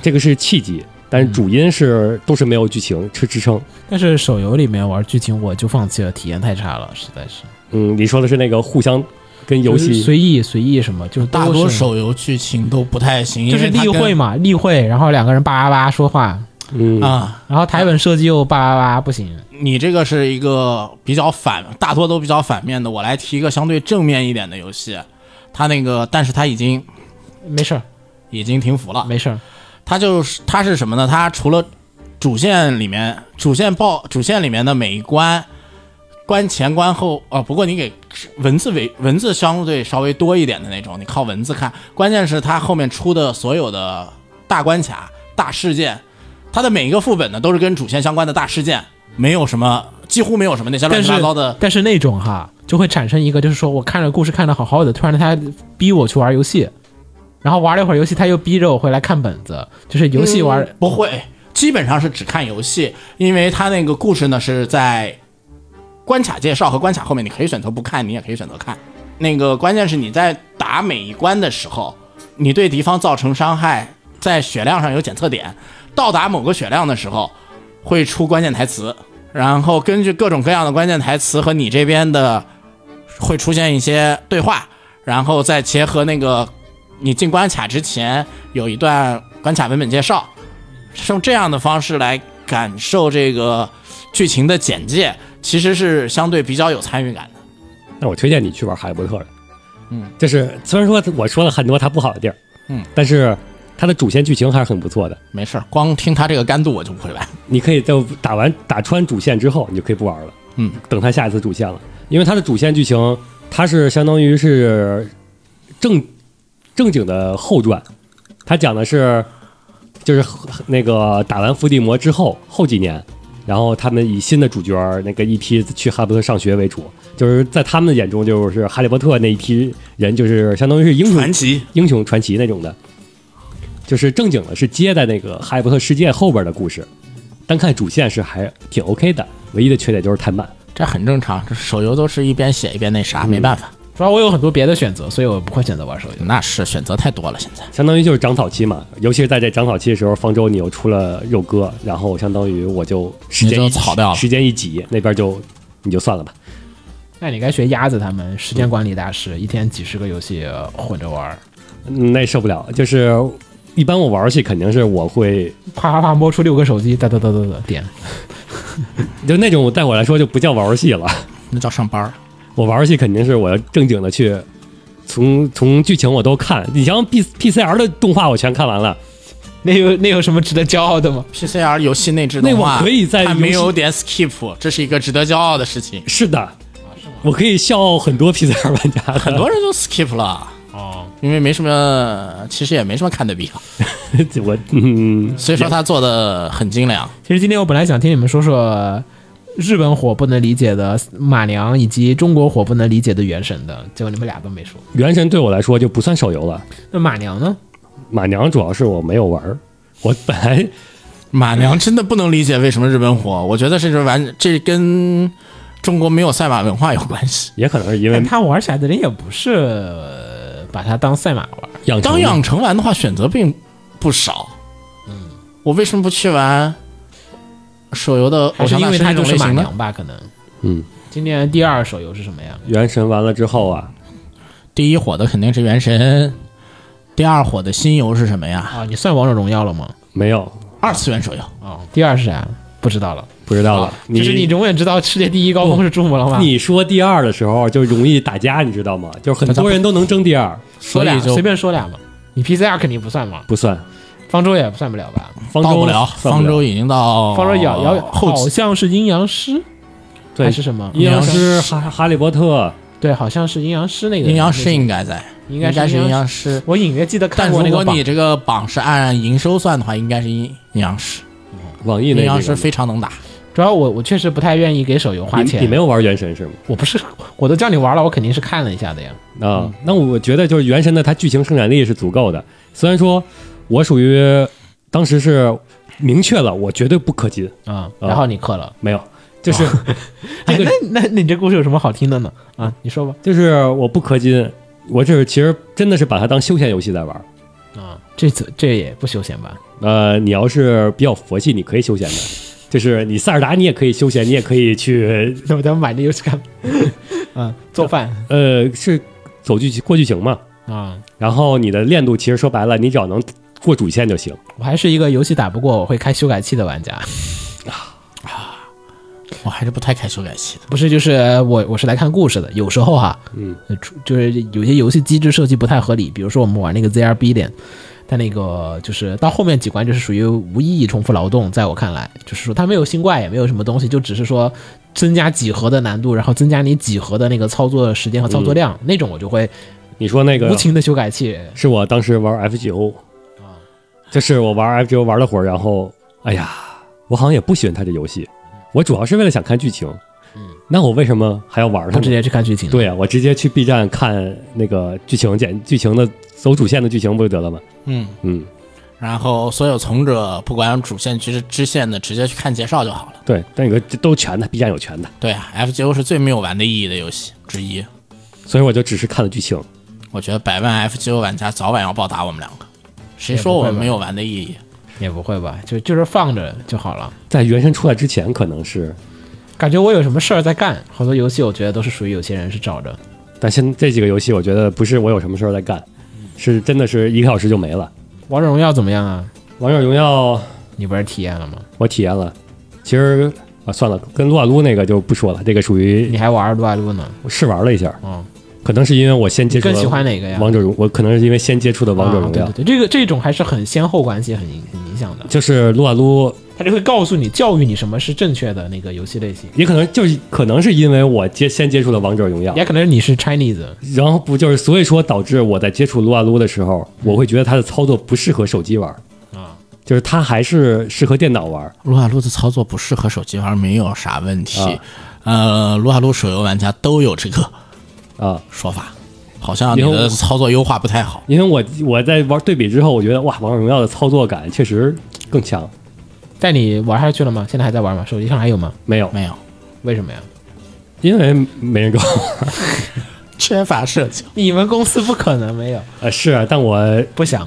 [SPEAKER 2] 这个是契机，但是主因是、都是没有剧情去支撑。
[SPEAKER 1] 但是手游里面玩剧情我就放弃了，体验太差了，实在是。
[SPEAKER 2] 嗯，你说的是那个互相跟游
[SPEAKER 1] 就是
[SPEAKER 2] 戏
[SPEAKER 1] 随意随意什么，就是
[SPEAKER 3] 大
[SPEAKER 1] 都
[SPEAKER 3] 多
[SPEAKER 1] 是
[SPEAKER 3] 手游剧情都不太行，
[SPEAKER 1] 就是
[SPEAKER 3] 因为它
[SPEAKER 1] 例
[SPEAKER 3] 跟
[SPEAKER 1] 会嘛，例会，然后两个人叭叭叭说话，
[SPEAKER 2] 嗯
[SPEAKER 3] 啊，
[SPEAKER 1] 然后台本设计又叭叭叭不行，
[SPEAKER 3] 你这个是一个比较反，大多都比较反面的。我来提一个相对正面一点的游戏，它那个，但是它已经
[SPEAKER 1] 没事儿
[SPEAKER 3] 已经停服了，
[SPEAKER 1] 没事儿，
[SPEAKER 3] 它就是它是什么呢？它除了主线里面主线报主线里面的每一关，关前关后啊、不过你给文字为文字相对稍微多一点的那种，你靠文字看。关键是它后面出的所有的大关卡、大事件，它的每一个副本呢都是跟主线相关的大事件，没有什么几乎没有什么那些乱
[SPEAKER 1] 但
[SPEAKER 3] 七
[SPEAKER 1] 是
[SPEAKER 3] 八糟的。
[SPEAKER 1] 但是那种哈就会产生一个就是说我看着故事看的好好的，突然他逼我去
[SPEAKER 3] 嗯
[SPEAKER 1] 玩游戏，然后玩了一会儿游戏，他又逼着我回来看本子，就是游戏玩、
[SPEAKER 3] 不会，基本上是只看游戏，因为它那个故事呢是在关卡介绍和关卡后面，你可以选择不看，你也可以选择看。那个关键是你在打每一关的时候，你对敌方造成伤害，在血量上有检测点，到达某个血量的时候会出关键台词，然后根据各种各样的关键台词和你这边的会出现一些对话，然后再结合那个你进关卡之前有一段关卡文本介绍，用这样的方式来感受这个剧情的简介，其实是相对比较有参与感的。
[SPEAKER 2] 但我推荐你去玩《哈利波特》的，嗯，就是虽然说我说了很多它不好的地儿，
[SPEAKER 3] 嗯，
[SPEAKER 2] 但是它的主线剧情还是很不错的。
[SPEAKER 3] 没事儿，光听他这个干度我就不会玩。
[SPEAKER 2] 你可以在打完打穿主线之后，你就可以不玩了。
[SPEAKER 3] 嗯，
[SPEAKER 2] 等它下一次主线了，因为它的主线剧情它是相当于是正正经的后传，它讲的是就是呃那个打完伏地魔之后后几年，然后他们以新的主角儿那个一 E 批去哈利波特上学为主，就是在他们眼中就是哈利波特那一批人就是相当于是英雄
[SPEAKER 4] 奇，
[SPEAKER 2] 英雄传奇那种的，就是正经的，是接在那个《哈利波特》世界后边的故事。单看主线是还挺 OK 的，唯一的缺点就是太慢。
[SPEAKER 3] 这很正常，这手游都是一边写一边那啥，没办法。
[SPEAKER 1] 主要我有很多别的选择，所以我不会选择玩手游。
[SPEAKER 3] 那是选择太多了，现在
[SPEAKER 2] 相当于就是长草期嘛，尤其是在这长草期的时候，方舟你又出了肉鸽，然后相当于我就时间
[SPEAKER 3] 你
[SPEAKER 2] 一
[SPEAKER 3] 就草掉了
[SPEAKER 2] 时间一挤，那边就你就算了吧。
[SPEAKER 1] 那你该学鸭子他们时间管理大师，一天几十个游戏呃混着玩儿，
[SPEAKER 2] 嗯那受不了，就是一般我玩游戏肯定是我会
[SPEAKER 1] 啪啪啪摸出六个手机，哒哒哒哒哒点。
[SPEAKER 2] 就那种，在我来说就不叫玩游戏了。
[SPEAKER 3] 那叫上班儿。
[SPEAKER 2] 我玩游戏肯定是我要正经的去，从从剧情我都看。你像 P P C R 的动画我全看完了，
[SPEAKER 1] 那有那有什么值得骄傲的吗？
[SPEAKER 3] PCR 游戏内置动画，
[SPEAKER 2] 那我可以在
[SPEAKER 3] 它
[SPEAKER 2] 游戏
[SPEAKER 3] 没有点 skip，这是一个值得骄傲的事情。
[SPEAKER 2] 是的，我可以笑傲很多 P C R 玩家的，
[SPEAKER 3] 啊很多人都 skip 了，
[SPEAKER 1] 哦，
[SPEAKER 3] 因为没什么，其实也没什么看的必要。
[SPEAKER 2] 我嗯，
[SPEAKER 3] 所以说他做的很精良。
[SPEAKER 1] 其实今天我本来想听你们说说日本火不能理解的马良，以及中国火不能理解的原神的，结果你们俩都没说。
[SPEAKER 2] 原神对我来说就不算手游了。
[SPEAKER 1] 那马良呢？
[SPEAKER 2] 马娘主要是我没有玩儿，我本来
[SPEAKER 3] 马娘真的不能理解为什么日本火，我觉得这是完，这跟中国没有赛马文化有关系。
[SPEAKER 2] 也可能是因为
[SPEAKER 1] 但他玩起来的人也不是呃把它当赛马玩。
[SPEAKER 2] 养成
[SPEAKER 3] 当养成玩的话，选择并不少。嗯，我为什么不去玩手游的
[SPEAKER 1] 还
[SPEAKER 3] 偶
[SPEAKER 1] 是哦
[SPEAKER 3] 像
[SPEAKER 1] 因
[SPEAKER 3] 大
[SPEAKER 1] 为
[SPEAKER 3] 师
[SPEAKER 1] 它
[SPEAKER 3] 那
[SPEAKER 1] 就
[SPEAKER 3] 种
[SPEAKER 1] 是
[SPEAKER 3] 类
[SPEAKER 1] 马
[SPEAKER 3] 型呢？
[SPEAKER 1] 娘吧？可能
[SPEAKER 2] 嗯，
[SPEAKER 1] 今年第二手游是什么呀？
[SPEAKER 2] 原神完了之后啊，
[SPEAKER 3] 第一火的肯定是原神，第二火的新游是什么呀？
[SPEAKER 1] 啊，你算王者荣耀了吗？
[SPEAKER 2] 没有
[SPEAKER 3] 二次元手游。
[SPEAKER 1] 哦，第二是啥？不知道了。
[SPEAKER 2] 不知道了。你
[SPEAKER 1] 啊就是你永远知道世界第一高峰是珠穆朗玛峰，
[SPEAKER 2] 你说第二的时候就容易打架，你知道吗？就是很多人都能争第二，
[SPEAKER 1] 说俩
[SPEAKER 3] 所以就
[SPEAKER 1] 随便说俩嘛。你 PCR 肯定不算嘛，
[SPEAKER 2] 不算
[SPEAKER 1] 方舟也算不了吧？
[SPEAKER 2] 方舟
[SPEAKER 3] 到不了，
[SPEAKER 2] 算不
[SPEAKER 3] 方舟已经到
[SPEAKER 1] 方舟遥遥
[SPEAKER 3] 后
[SPEAKER 1] 好
[SPEAKER 3] 期
[SPEAKER 1] 像是阴阳师
[SPEAKER 2] 对
[SPEAKER 1] 还是什么？
[SPEAKER 2] 阴阳师、哈哈利波特，
[SPEAKER 1] 对，好像是阴阳师那个
[SPEAKER 3] 阴阳师
[SPEAKER 1] 那个
[SPEAKER 3] 应该在，
[SPEAKER 1] 应
[SPEAKER 3] 应该
[SPEAKER 1] 该
[SPEAKER 3] 是
[SPEAKER 1] 阴
[SPEAKER 3] 阴
[SPEAKER 1] 阳
[SPEAKER 3] 阳
[SPEAKER 1] 师。
[SPEAKER 3] 师。
[SPEAKER 1] 我隐约记得
[SPEAKER 3] 但
[SPEAKER 1] 看
[SPEAKER 3] 如
[SPEAKER 1] 过那
[SPEAKER 3] 果
[SPEAKER 1] 个榜
[SPEAKER 3] 你，这个榜是按营收算的话，应该是阴阴阳师，
[SPEAKER 2] 网易那
[SPEAKER 3] 阴
[SPEAKER 2] 个
[SPEAKER 3] 阳师非常能打。
[SPEAKER 1] 主要我我确实不太愿意给手游花
[SPEAKER 2] 你
[SPEAKER 1] 钱。
[SPEAKER 2] 你没有玩原神是吗？
[SPEAKER 1] 我不是，我都叫你玩了，我肯定是看了一下的呀。
[SPEAKER 2] 啊、那我觉得就是《原神》的它剧情生产力是足够的。虽然说我属于当时是明确了，我绝对不氪金，
[SPEAKER 1] 啊、
[SPEAKER 3] 哦
[SPEAKER 1] 然后你氪了，
[SPEAKER 2] 没有，就是、 这个、
[SPEAKER 1] 哦哎 那那你这故事有什么好听的呢？啊，你说吧。
[SPEAKER 2] 就是我不氪金，我这其实真的是把它当休闲游戏在玩。
[SPEAKER 1] 啊，这次这也不休闲吧？
[SPEAKER 2] 呃，你要是比较佛系，你可以休闲的，就是你塞尔达你也可以休闲，你也可以去
[SPEAKER 1] 那我咱们买这游戏看。 嗯，做饭
[SPEAKER 2] 呃是走剧情过剧情嘛。
[SPEAKER 1] 啊，
[SPEAKER 2] 然后你的练度其实说白了，你只要能过主线就行。
[SPEAKER 1] 我还是一个游戏打不过我会开修改器的玩家，
[SPEAKER 3] 啊我还是不太开修改器的。
[SPEAKER 1] 不是就是我我是来看故事的。有时候哈，嗯，就是有些游戏机制设计不太合理，比如说我们玩那个 ZR B 点。它那个就是到后面几关就是属于无意义重复劳动，在我看来，就是说它没有新怪，也没有什么东西，就只是说增加几何的难度，然后增加你几何的那个操作时间和操作量，
[SPEAKER 3] 嗯
[SPEAKER 1] 那种我就会
[SPEAKER 2] 你说那个
[SPEAKER 1] 无情的修改器。
[SPEAKER 2] 是我当时玩 F 九，就是我玩 F 九玩了会儿，然后哎呀，我好像也不喜欢它这游戏，我主要是为了想看剧情。那我为什么还要玩它
[SPEAKER 1] 不直
[SPEAKER 5] 嗯
[SPEAKER 2] 呢？
[SPEAKER 1] 接去看剧情了，
[SPEAKER 2] 对啊，我直接去 B 站看那个剧情简剧情的走主线的剧情不就得了吗？
[SPEAKER 3] 嗯，
[SPEAKER 2] 嗯，
[SPEAKER 3] 然后所有从者不管主线其实支线的，直接去看介绍就好了。
[SPEAKER 2] 对，但有个都全的，B 站有全的，
[SPEAKER 3] 对啊，FGO 是最没有玩的意义的游戏之一。
[SPEAKER 2] 所以我就只是看了剧情。
[SPEAKER 3] 我觉得百万 FGO 玩家早晚要暴打我们两个。谁说我们没有玩的意义？
[SPEAKER 1] 也不会吧，就就是放着就好了。
[SPEAKER 2] 在原神出来之前，可能是，
[SPEAKER 1] 感觉我有什么事儿在干，好多游戏我觉得都是属于有些人是找着，
[SPEAKER 2] 但现这几个游戏，我觉得不是我有什么事儿在干，是真的是一个小时就没了。
[SPEAKER 1] 王者荣耀怎么样啊？
[SPEAKER 2] 王者荣耀
[SPEAKER 1] 你不是体验了吗？
[SPEAKER 2] 我体验了，其实啊算了，跟撸啊撸那个就不说了，这个属于
[SPEAKER 1] 你还玩撸啊撸呢？
[SPEAKER 2] 试玩了一下，
[SPEAKER 1] 嗯，
[SPEAKER 2] 可能是因为我先接
[SPEAKER 1] 你
[SPEAKER 2] 触
[SPEAKER 1] 更喜欢
[SPEAKER 2] 了
[SPEAKER 1] 哪个呀？
[SPEAKER 2] 王者荣，我可能是因为先接触的王者荣耀
[SPEAKER 1] 啊、，对对对，这个这种还是很先后关系很影很影响的，
[SPEAKER 2] 就是撸啊撸，
[SPEAKER 1] 它就会告诉你教育你什么是正确的那个游戏类型，
[SPEAKER 2] 也可能就是可能是因为我接先接触的王者荣耀，
[SPEAKER 1] 也可能是你是 Chinese，
[SPEAKER 2] 然后不就是所以说导致我在接触撸啊撸的时候，我会觉得它的操作不适合手机玩
[SPEAKER 1] 嗯啊，
[SPEAKER 2] 就是它还是适合电脑玩。
[SPEAKER 3] 撸啊撸的操作不适合手机玩没有啥问题。
[SPEAKER 2] 啊
[SPEAKER 3] 呃，撸啊撸手游玩家都有这个
[SPEAKER 2] 啊，
[SPEAKER 3] 说法，好像你
[SPEAKER 2] 因为我
[SPEAKER 3] 的操作优化不太好。
[SPEAKER 2] 因为我我在玩对比之后，我觉得哇，王者荣耀的操作感确实更强。
[SPEAKER 1] 但你玩下去了吗？现在还在玩吗？手机上还有吗？
[SPEAKER 2] 没有，
[SPEAKER 3] 没有，
[SPEAKER 1] 为什么呀？
[SPEAKER 2] 因为没人跟我玩。
[SPEAKER 3] 缺乏社交。
[SPEAKER 1] 你们公司不可能没有，
[SPEAKER 2] 呃，是啊，但我
[SPEAKER 1] 不想，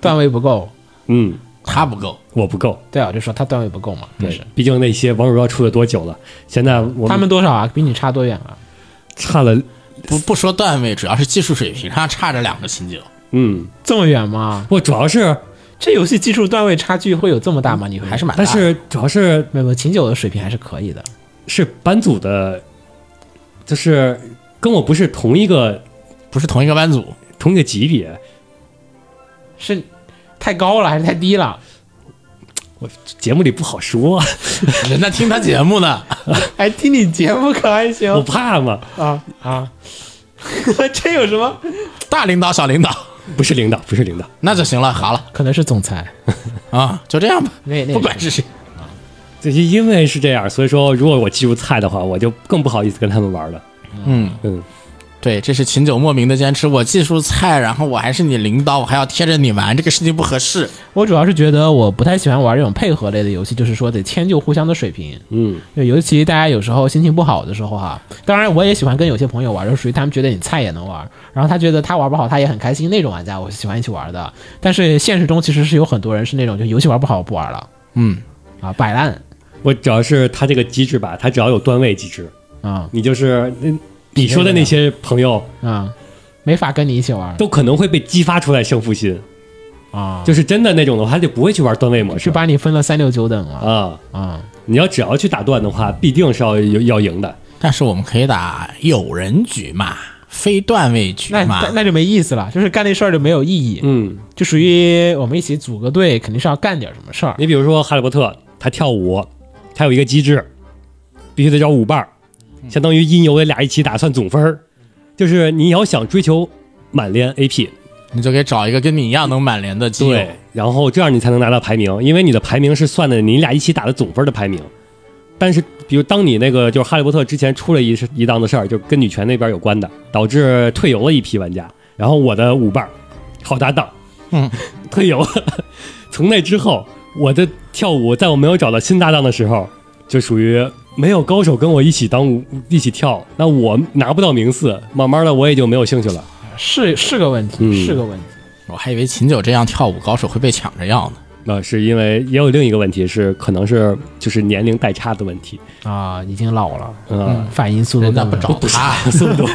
[SPEAKER 1] 段位不够。
[SPEAKER 2] 嗯，
[SPEAKER 3] 他不够，
[SPEAKER 2] 我不够。
[SPEAKER 1] 对啊，我就说他段位不够嘛，就
[SPEAKER 2] 对
[SPEAKER 1] 是，
[SPEAKER 2] 毕竟那些王者荣耀出了多久了？现在我
[SPEAKER 1] 他们多少啊？比你差多远啊？
[SPEAKER 2] 差了，
[SPEAKER 3] 不不说段位，主要是技术水平上差着两个星级了。
[SPEAKER 2] 嗯，
[SPEAKER 1] 这么远吗？
[SPEAKER 2] 我主要是，
[SPEAKER 1] 这游戏技术段位差距会有这么大吗？你
[SPEAKER 3] 还是蛮大
[SPEAKER 2] 嗯但
[SPEAKER 3] 的
[SPEAKER 2] 是主要是
[SPEAKER 1] 啊没有没有秦九的水平还是可以的，
[SPEAKER 2] 是班组的，就是跟我不是同一个
[SPEAKER 3] 不是同一个班组，
[SPEAKER 2] 同一个级别，
[SPEAKER 1] 是太高了还是太低了？
[SPEAKER 2] 节目里不好说，
[SPEAKER 3] 人家听他节目呢。
[SPEAKER 1] 还哎听你节目可还行
[SPEAKER 2] 我怕嘛，
[SPEAKER 1] 啊啊！ 这有什么？
[SPEAKER 3] 大领导、小领导，
[SPEAKER 2] 不是领导，不是领导，
[SPEAKER 3] 那就行了，好了
[SPEAKER 1] 可能是总裁，
[SPEAKER 3] 啊，就这样吧，
[SPEAKER 1] 那那
[SPEAKER 3] 不管是谁，
[SPEAKER 2] 就是因为是这样，所以说如果我技术菜的话，我就更不好意思跟他们玩了。
[SPEAKER 3] 嗯，
[SPEAKER 2] 嗯，
[SPEAKER 3] 对，这是秦九莫名的坚持。我技术菜，然后我还是你领导，我还要贴着你玩，这个事情不合适。
[SPEAKER 1] 我主要是觉得我不太喜欢玩这种配合类的游戏，就是说得迁就互相的水平。
[SPEAKER 2] 嗯，
[SPEAKER 1] 就尤其大家有时候心情不好的时候哈，当然我也喜欢跟有些朋友玩，就属于他们觉得你菜也能玩，然后他觉得他玩不好他也很开心那种玩家，我是喜欢一起玩的。但是现实中其实是有很多人是那种就游戏玩不好不玩了
[SPEAKER 3] 嗯，
[SPEAKER 1] 啊，摆烂
[SPEAKER 2] 我主要是他这个机制吧，他只要有段位机制，
[SPEAKER 1] 啊
[SPEAKER 2] 你就是嗯你说的那些朋友
[SPEAKER 1] 啊，没法跟你一起玩
[SPEAKER 2] 都可能会被激发出来胜负心，
[SPEAKER 1] 啊，
[SPEAKER 2] 就是真的那种的话，他就不会去玩段位模
[SPEAKER 1] 就
[SPEAKER 2] 式
[SPEAKER 1] 把你分了三六九等了
[SPEAKER 2] 啊。
[SPEAKER 1] 啊。
[SPEAKER 2] 你要只要去打断的话，必定是要要赢的。
[SPEAKER 3] 但是我们可以打友人局嘛，非段位局
[SPEAKER 1] 那
[SPEAKER 3] 嘛
[SPEAKER 1] 那。那就没意思了，就是干那事儿就没有意义，
[SPEAKER 2] 嗯，
[SPEAKER 1] 就属于我们一起组个队，肯定是要干点什么事儿。
[SPEAKER 2] 你比如说《哈利波特》，他跳舞，他有一个机制，必须得找舞伴儿，
[SPEAKER 1] 嗯
[SPEAKER 2] 相当于音游得俩一起打算总分儿。就是你要想追求满连 AP，
[SPEAKER 3] 你就给找一个跟你一样能满连的基友
[SPEAKER 2] 对，，然后这样你才能拿到排名，因为你的排名是算的你俩一起打的总分的排名。但是，比如当你那个就是《哈利波特》之前出了一事一档子事儿，就跟女权那边有关的，导致退游了一批玩家。然后我的舞伴儿，好搭档，
[SPEAKER 3] 嗯，
[SPEAKER 2] 退游了。从那之后，我的跳舞在我没有找到新搭档的时候，就属于没有高手跟我一起当舞一起跳，那我拿不到名次，慢慢的我也就没有兴趣了。
[SPEAKER 1] 是是个问
[SPEAKER 2] 嗯
[SPEAKER 1] 题，是个问题。
[SPEAKER 3] 我还以为秦九这样跳舞高手会被抢着要呢。
[SPEAKER 2] 那是因为也有另一个问题是，可能是就是年龄代差的问题，
[SPEAKER 1] 啊，已经老了，
[SPEAKER 2] 嗯，
[SPEAKER 1] 反应速度
[SPEAKER 3] 人家
[SPEAKER 1] 更
[SPEAKER 3] 不
[SPEAKER 1] 慢
[SPEAKER 3] 找他，
[SPEAKER 2] 速度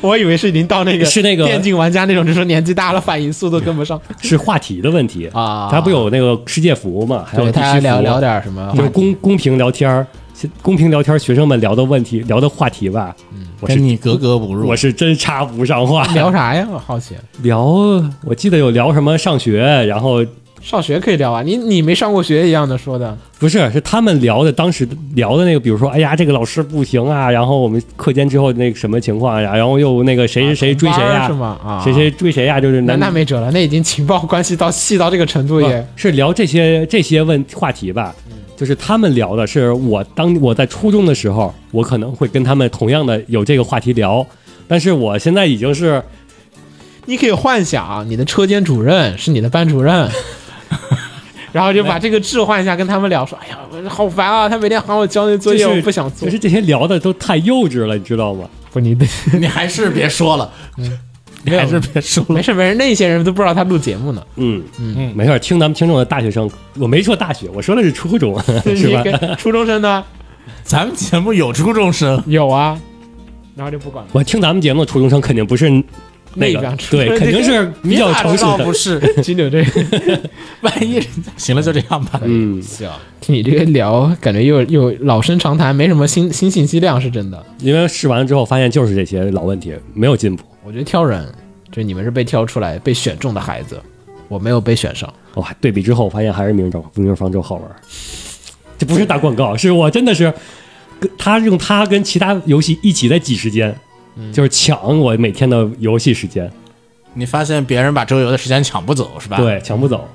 [SPEAKER 1] 我以为是已经到那个
[SPEAKER 2] 是那个
[SPEAKER 1] 电竞玩家那种，就说年纪大了反应速度跟不上
[SPEAKER 2] 是话题的问题。
[SPEAKER 1] 啊。
[SPEAKER 2] 他不有那个世界服嘛，还有
[SPEAKER 1] 对
[SPEAKER 2] 地
[SPEAKER 1] 大
[SPEAKER 2] 区
[SPEAKER 1] 家聊
[SPEAKER 2] 服，
[SPEAKER 1] 聊啊点什么
[SPEAKER 2] 就是
[SPEAKER 1] 话题，
[SPEAKER 2] 公公屏聊天儿，公屏聊天儿，学生们聊的问题聊的话题吧，我
[SPEAKER 3] 跟
[SPEAKER 2] 是
[SPEAKER 3] 你格格不入。
[SPEAKER 2] 我是真插不上话。
[SPEAKER 1] 嗯聊啊啥呀？我好奇，
[SPEAKER 2] 聊， 我记得有聊什么上学，然后
[SPEAKER 1] 上学可以聊啊，你你没上过学一样的说的
[SPEAKER 2] 不是是他们聊的，当时聊的那个，比如说，哎呀，这个老师不行啊，然后我们课间之后那个什么情况啊呀、然后又那个谁谁谁追谁
[SPEAKER 1] 啊班儿
[SPEAKER 2] 呀、
[SPEAKER 1] 是吗？啊，
[SPEAKER 2] 谁谁追谁呀、就是
[SPEAKER 1] 那
[SPEAKER 2] 男
[SPEAKER 1] 那没辙了，那已经情报关系到细到这个程度也
[SPEAKER 2] 不是聊这些这些问话题吧，
[SPEAKER 3] 嗯
[SPEAKER 2] 就是他们聊的是我当我在初中的时候，我可能会跟他们同样的有这个话题聊，但是我现在已经是
[SPEAKER 1] 啊你可以幻想你的车间主任是你的班主任， 然后就把这个置换一下，跟他们聊说，哎呀，我好烦啊，他每天喊我交那作业，
[SPEAKER 2] 就是
[SPEAKER 1] 我不想做
[SPEAKER 2] 就。是这些聊的都太幼稚了，你知道吗？
[SPEAKER 1] 不，你得
[SPEAKER 3] 你还是别说了， 你还是别说了
[SPEAKER 1] 没。事没事，那些人都不知道他录节 目呢，
[SPEAKER 2] 嗯嗯，没事儿，听咱们听众的大学生，我没说大学，我说的是初 中，是吧？
[SPEAKER 1] 吧？初中生呢
[SPEAKER 3] 咱们节目有初中生，
[SPEAKER 1] 有啊，然后就不管 了。
[SPEAKER 2] 我听咱们节目的初中生肯定不是那
[SPEAKER 1] 那边
[SPEAKER 2] 个，
[SPEAKER 1] 初中
[SPEAKER 2] 对，肯定是比较成熟
[SPEAKER 3] 你咋知道
[SPEAKER 2] 的
[SPEAKER 3] 不。是？
[SPEAKER 1] 金柳这个，
[SPEAKER 3] 万一人家 行了，就这样吧。
[SPEAKER 2] 嗯，
[SPEAKER 1] 行，听 你这个聊，感觉又又老生常谈，没什么新新信息量，是真的。
[SPEAKER 2] 因为试完了之后发现就是这些老问题，没有进步。
[SPEAKER 1] 我觉得挑人，就你们是被挑出来、被选中的孩子，我没有被选上。
[SPEAKER 2] 哇，对比之后发现还是明州明州方舟好玩儿。这不是打广告，是我真的是跟他用它跟其他游戏一起在挤时间，就是抢我每天的游戏时间，
[SPEAKER 3] 你发现别人把周游的时间抢不走是吧？，
[SPEAKER 2] 对，抢不走，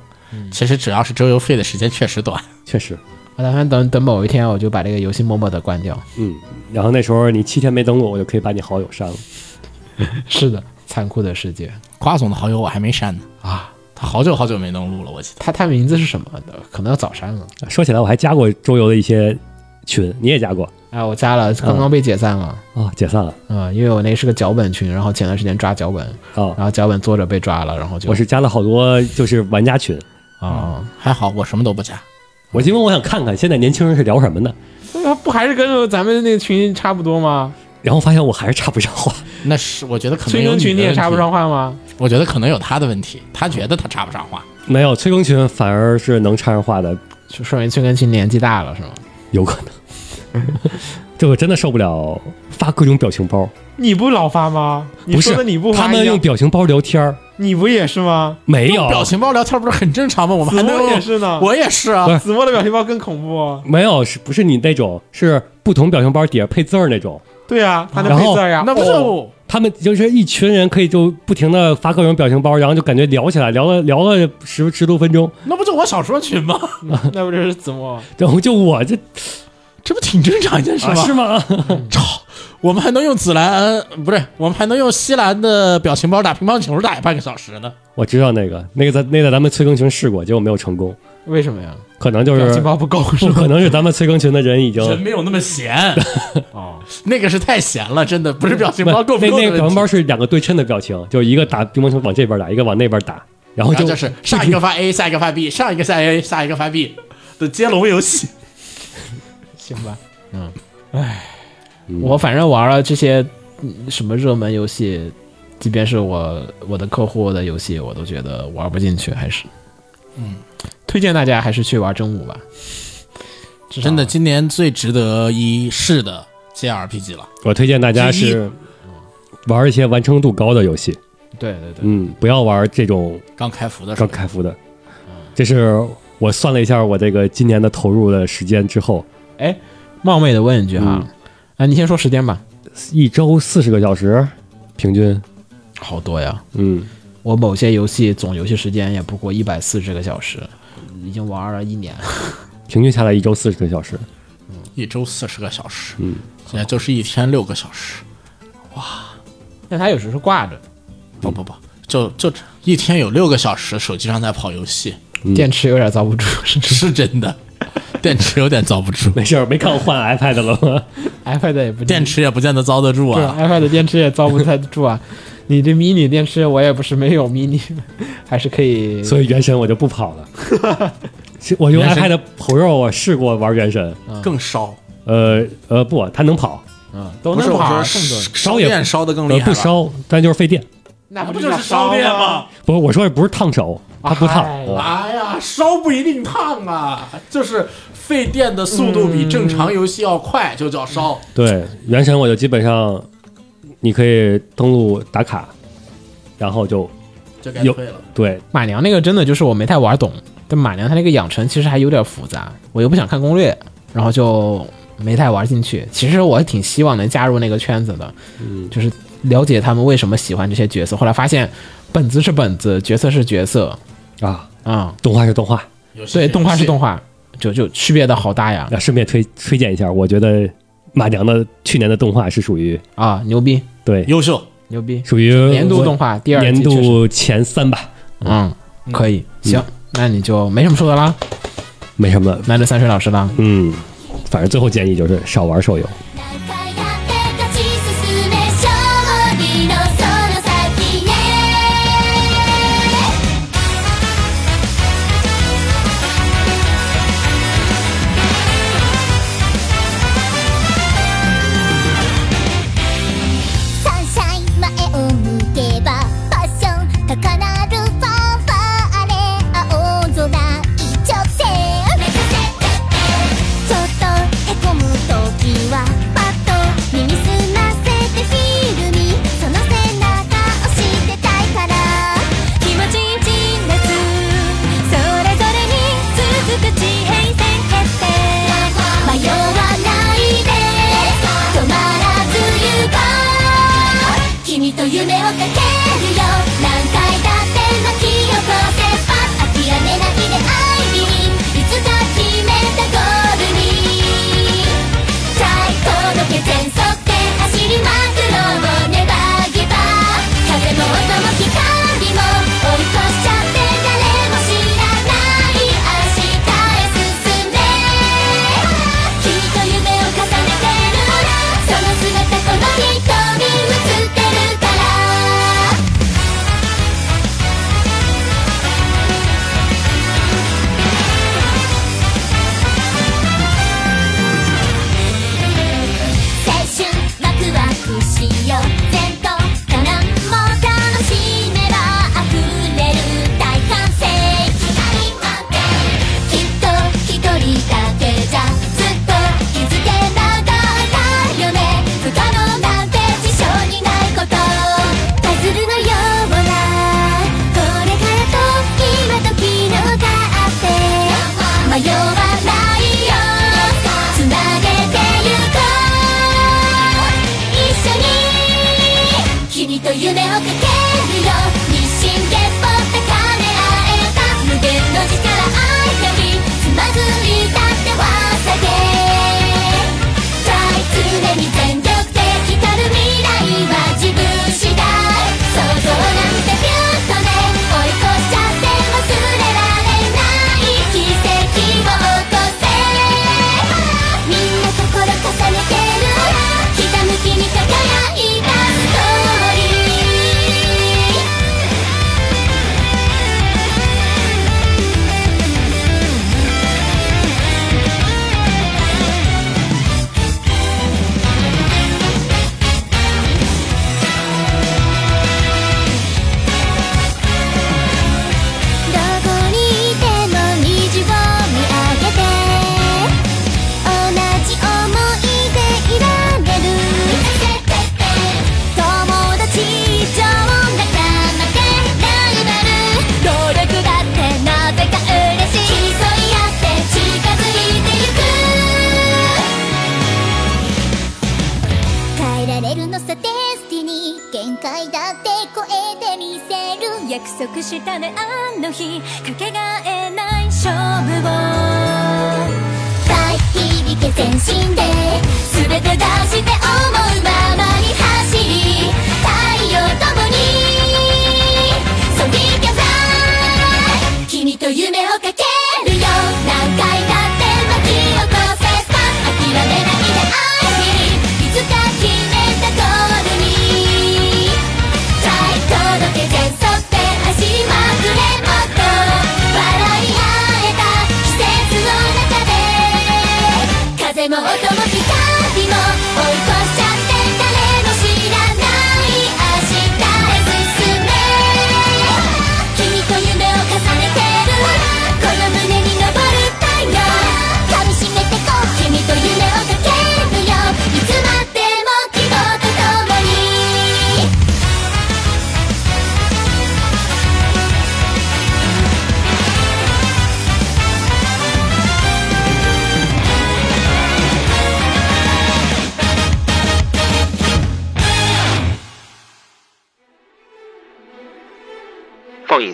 [SPEAKER 3] 其实只要是周游费的时间确实 短。
[SPEAKER 2] 确实。
[SPEAKER 1] 我打算等等某一天，我就把这个游戏默默的关掉。
[SPEAKER 2] 嗯，然后那时候你七天没登录，我就可以把你好友删了。
[SPEAKER 1] 是的，残酷的世界
[SPEAKER 3] 瓜总的好友我还没 删呢，
[SPEAKER 1] 啊！
[SPEAKER 3] 他好久好久没登录了，我记得。
[SPEAKER 1] 他他名字是什么？可能要早删了。
[SPEAKER 2] 说起来，我还加过周游的一些群，你也加过
[SPEAKER 1] 哎，我加了，刚刚被解散了。
[SPEAKER 2] 啊、解散了
[SPEAKER 1] 啊、因为我那是个脚本群，然后前段时间抓脚本，
[SPEAKER 2] 啊、
[SPEAKER 1] 然后脚本作者被抓了，然后就
[SPEAKER 2] 我是加了好多就是玩家群，
[SPEAKER 1] 啊，
[SPEAKER 3] 还好我什么都不加，
[SPEAKER 2] 我因为我想看看现在年轻人是聊什么呢，
[SPEAKER 1] 对啊不还是跟咱们那个群差不多吗？
[SPEAKER 2] 然后发现我还是插不上话。
[SPEAKER 3] 那是我觉得可能
[SPEAKER 1] 催
[SPEAKER 3] 有
[SPEAKER 1] 更群你
[SPEAKER 3] 你的
[SPEAKER 1] 也
[SPEAKER 3] 问题
[SPEAKER 1] 插不，上话吗？
[SPEAKER 3] 我觉得可能有他的问题，他觉得他插不上话。
[SPEAKER 2] 没有催更群反而是能插上话的，
[SPEAKER 1] 就说明催更群年纪大了是吗？
[SPEAKER 2] 有可能。 这我真的受不了发各种表情包，
[SPEAKER 1] 你不老发吗？
[SPEAKER 2] 不是他们用表情包聊天儿，
[SPEAKER 1] 你不也是吗？
[SPEAKER 2] 没有
[SPEAKER 3] 表情包聊天不是很正常吗？我们还能
[SPEAKER 1] 我也是呢
[SPEAKER 3] 我也是啊
[SPEAKER 2] 不是，
[SPEAKER 1] 子墨的表情包更恐怖。哦
[SPEAKER 2] 没有是不是你那种是不同表情包底下配字儿那种，
[SPEAKER 1] 对啊，他
[SPEAKER 2] 然后
[SPEAKER 1] 呀
[SPEAKER 3] 那不
[SPEAKER 1] 哦
[SPEAKER 3] 就
[SPEAKER 2] 他们就是一群人，可以就不停的发各种表情包，然后就感觉聊起来，聊了聊了十十多分钟，
[SPEAKER 3] 那不就我小说群吗？
[SPEAKER 1] 那不就是子墨？
[SPEAKER 2] 然后就我这
[SPEAKER 3] 这不挺正常一件事
[SPEAKER 2] 啊
[SPEAKER 3] 吗？
[SPEAKER 2] 是吗？
[SPEAKER 3] 操， 我们还能用紫兰不是，我们还能用西兰的表情包打乒乓球打半个小时呢。
[SPEAKER 2] 我知道那个那个在那个咱们催更群试过，结果没有成功，
[SPEAKER 1] 为什么呀？
[SPEAKER 2] 可能就
[SPEAKER 1] 表
[SPEAKER 2] 是
[SPEAKER 1] 情哦包不够是
[SPEAKER 2] 不
[SPEAKER 1] 吗？
[SPEAKER 2] 可能是咱们催更群的人已经
[SPEAKER 3] 人没有那么 闲，
[SPEAKER 1] 哦，
[SPEAKER 3] 呃那个是太闲了，真的不是表情
[SPEAKER 2] 不
[SPEAKER 3] 包够不
[SPEAKER 2] 那
[SPEAKER 3] 够
[SPEAKER 2] 那
[SPEAKER 3] 的
[SPEAKER 2] 个表情
[SPEAKER 3] 问题
[SPEAKER 2] 包。是两个对称的表情，就一个打乒乓球往这边打，一个往那边打，然后
[SPEAKER 3] 然
[SPEAKER 2] 就
[SPEAKER 3] 后啊就是上一个发 A，下一个发 B，上一个下 A，下一个发 B 的接龙游戏。
[SPEAKER 1] 行吧，嗯，哎，我反正玩了这些嗯什么热门游戏，即便是我我的客户的游戏，我都觉得玩不进去，还是，嗯，推荐大家还是去玩真武吧，至少
[SPEAKER 3] 真的，今年最值得一试的 JRPG 了。
[SPEAKER 2] 我推荐大家
[SPEAKER 3] 之一
[SPEAKER 2] 是玩一些完成度高的游戏，
[SPEAKER 1] 对对对，
[SPEAKER 2] 嗯，不要玩这种
[SPEAKER 3] 刚开服的时
[SPEAKER 2] 刚
[SPEAKER 3] 候，
[SPEAKER 2] 开服的。这是我算了一下我这个今年的投入的时间之后，
[SPEAKER 1] 哎， 冒昧的问一句哈，
[SPEAKER 2] 嗯
[SPEAKER 1] 啊，你先说时间吧，
[SPEAKER 2] 一周四十个小时，平均，
[SPEAKER 1] 好多呀，
[SPEAKER 2] 嗯，
[SPEAKER 1] 我某些游戏总游戏时间也不过一百四十个小时，已经玩了一年，
[SPEAKER 2] 平均下来一周四十个小时，
[SPEAKER 3] 一周四十个小时，
[SPEAKER 2] 嗯，
[SPEAKER 3] 也就是一天六个小时。
[SPEAKER 1] 但它有时候是挂着，
[SPEAKER 3] 不不不，就就一天有六个小时手机上在跑游 戏，
[SPEAKER 1] 电池有点遭不住，是真的
[SPEAKER 3] 是真的。电池有点遭不 住，
[SPEAKER 2] 没事儿，没看我换 iPad 了吗？
[SPEAKER 1] ，iPad 也不
[SPEAKER 3] 电池也不见得遭得住
[SPEAKER 1] 对
[SPEAKER 3] 啊。
[SPEAKER 1] ，iPad 的电池也遭不太住 啊。你这 mini 电池，我也不是没有 mini，还是可以。
[SPEAKER 2] 所以原神我就不跑了， 是我用
[SPEAKER 3] 原神
[SPEAKER 2] iPad 跑肉，我试过玩原神，
[SPEAKER 3] 更烧，
[SPEAKER 2] 呃呃不，它能跑，
[SPEAKER 1] 嗯，都
[SPEAKER 3] 不是
[SPEAKER 1] 能
[SPEAKER 3] 我
[SPEAKER 1] 跑
[SPEAKER 3] 说
[SPEAKER 1] 啊，更多
[SPEAKER 3] 烧
[SPEAKER 1] 人
[SPEAKER 3] 烧
[SPEAKER 2] 也
[SPEAKER 3] 电烧的更
[SPEAKER 2] 呃
[SPEAKER 3] 厉害，
[SPEAKER 2] 不，烧，但就是费电。
[SPEAKER 1] 那
[SPEAKER 3] 不
[SPEAKER 1] 不
[SPEAKER 3] 就是
[SPEAKER 1] 烧
[SPEAKER 3] 烧电？吗？
[SPEAKER 2] 不是我说的不是烫手，它不烫。
[SPEAKER 1] 哎
[SPEAKER 2] 呃
[SPEAKER 3] 哎呀，烧不一定烫啊，就是费电的速度
[SPEAKER 1] 嗯
[SPEAKER 3] 比正常游戏要快，就叫烧。
[SPEAKER 2] 对，原神我就基本上，你可以登录打卡，然后就
[SPEAKER 3] 就该退了。
[SPEAKER 2] 对
[SPEAKER 1] 马娘那个真的就是我没太玩懂，但马娘它那个养成其实还有点复杂，我又不想看攻略，然后就没太玩进去。其实我挺希望能加入那个圈子的，就是了解他们为什么喜欢这些角色。后来发现，本子是本子，角色是角色，
[SPEAKER 2] 啊，
[SPEAKER 1] 啊、
[SPEAKER 2] 动画是动画。
[SPEAKER 3] 游戏
[SPEAKER 1] 对，动画是动
[SPEAKER 3] 画，
[SPEAKER 1] 画，就就区别的好大呀，
[SPEAKER 2] 那顺便推推荐一下，我觉得马娘的去年的动画是属于
[SPEAKER 1] 啊，牛逼！
[SPEAKER 2] 对，
[SPEAKER 3] 优秀。
[SPEAKER 1] 牛逼，
[SPEAKER 2] 属于
[SPEAKER 1] 呃年度动画第二季
[SPEAKER 2] 年
[SPEAKER 1] 确实，
[SPEAKER 2] 度前三吧。
[SPEAKER 1] 嗯，可以，行，那你就没什么说的啦，
[SPEAKER 2] 没什么，
[SPEAKER 1] 那就三水老师啦。
[SPEAKER 2] 嗯，反正最后建议就是少玩手游。
[SPEAKER 4] 「何回だって勝ち進め勝利のその先へ」サンシャイン前を向けばパッション高鳴るファンファーレ青空一直線目指せちょっとへこむ時はパッと耳すませてフィールにその背中をしてたいから気持ちいいんですそれぞれに続く地平線決定迷わないで止まらず行こう君と夢をかけるよ何回だって巻き起こせば諦めないで愛にいつか決めたゴールに最高のけ全速で走りまくろうネバーギバー風も音も光も追い越しちゃって誰も知らない明日へ進んで君と夢を重ねてるその姿この瞳映ってるから青春ワクワクしよう前途からも楽しめば溢れる大歓声きっと一人だけじゃずっと気づけなかったよね不可能なんて事象にないことパズルのようなこれからと今と昨日があって迷わないよつなげてゆこう一緒に君と夢をかけるよ日進月歩高め合えた無限の力愛よりつまずいたっては下げ常に全力で光る未来は自分次第想像なんてビュートで追い越しちゃって忘れられない奇跡を起こせみんな心重ねてるひたむきに輝いたストーリーどこにいても虹を見上げて同じ思いでいられる友達以上仲間でライバル努力だってなぜか嬉しい競い合って近づいてゆく変えられるのさデスティニー限界だって超えてみせる約束したねあの日かけがえない勝負を大響け全身で全て出して思うままに走り太陽ともにそぎけば君と夢をかけるよ何回だって巻き起こせば諦めないで愛にいつか決めたゴールに最高のけ全速で走りまくれもっと笑い合えた季節の中で風も音も光も追い越しちゃって誰も知らない明日へ進め君と夢を重ねてるこの胸に昇る太陽噛みしめてこう君と夢をかけるよいつまでも希望とともに
[SPEAKER 6] 放映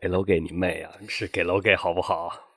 [SPEAKER 2] 给楼给你妹啊！是给楼给好不好？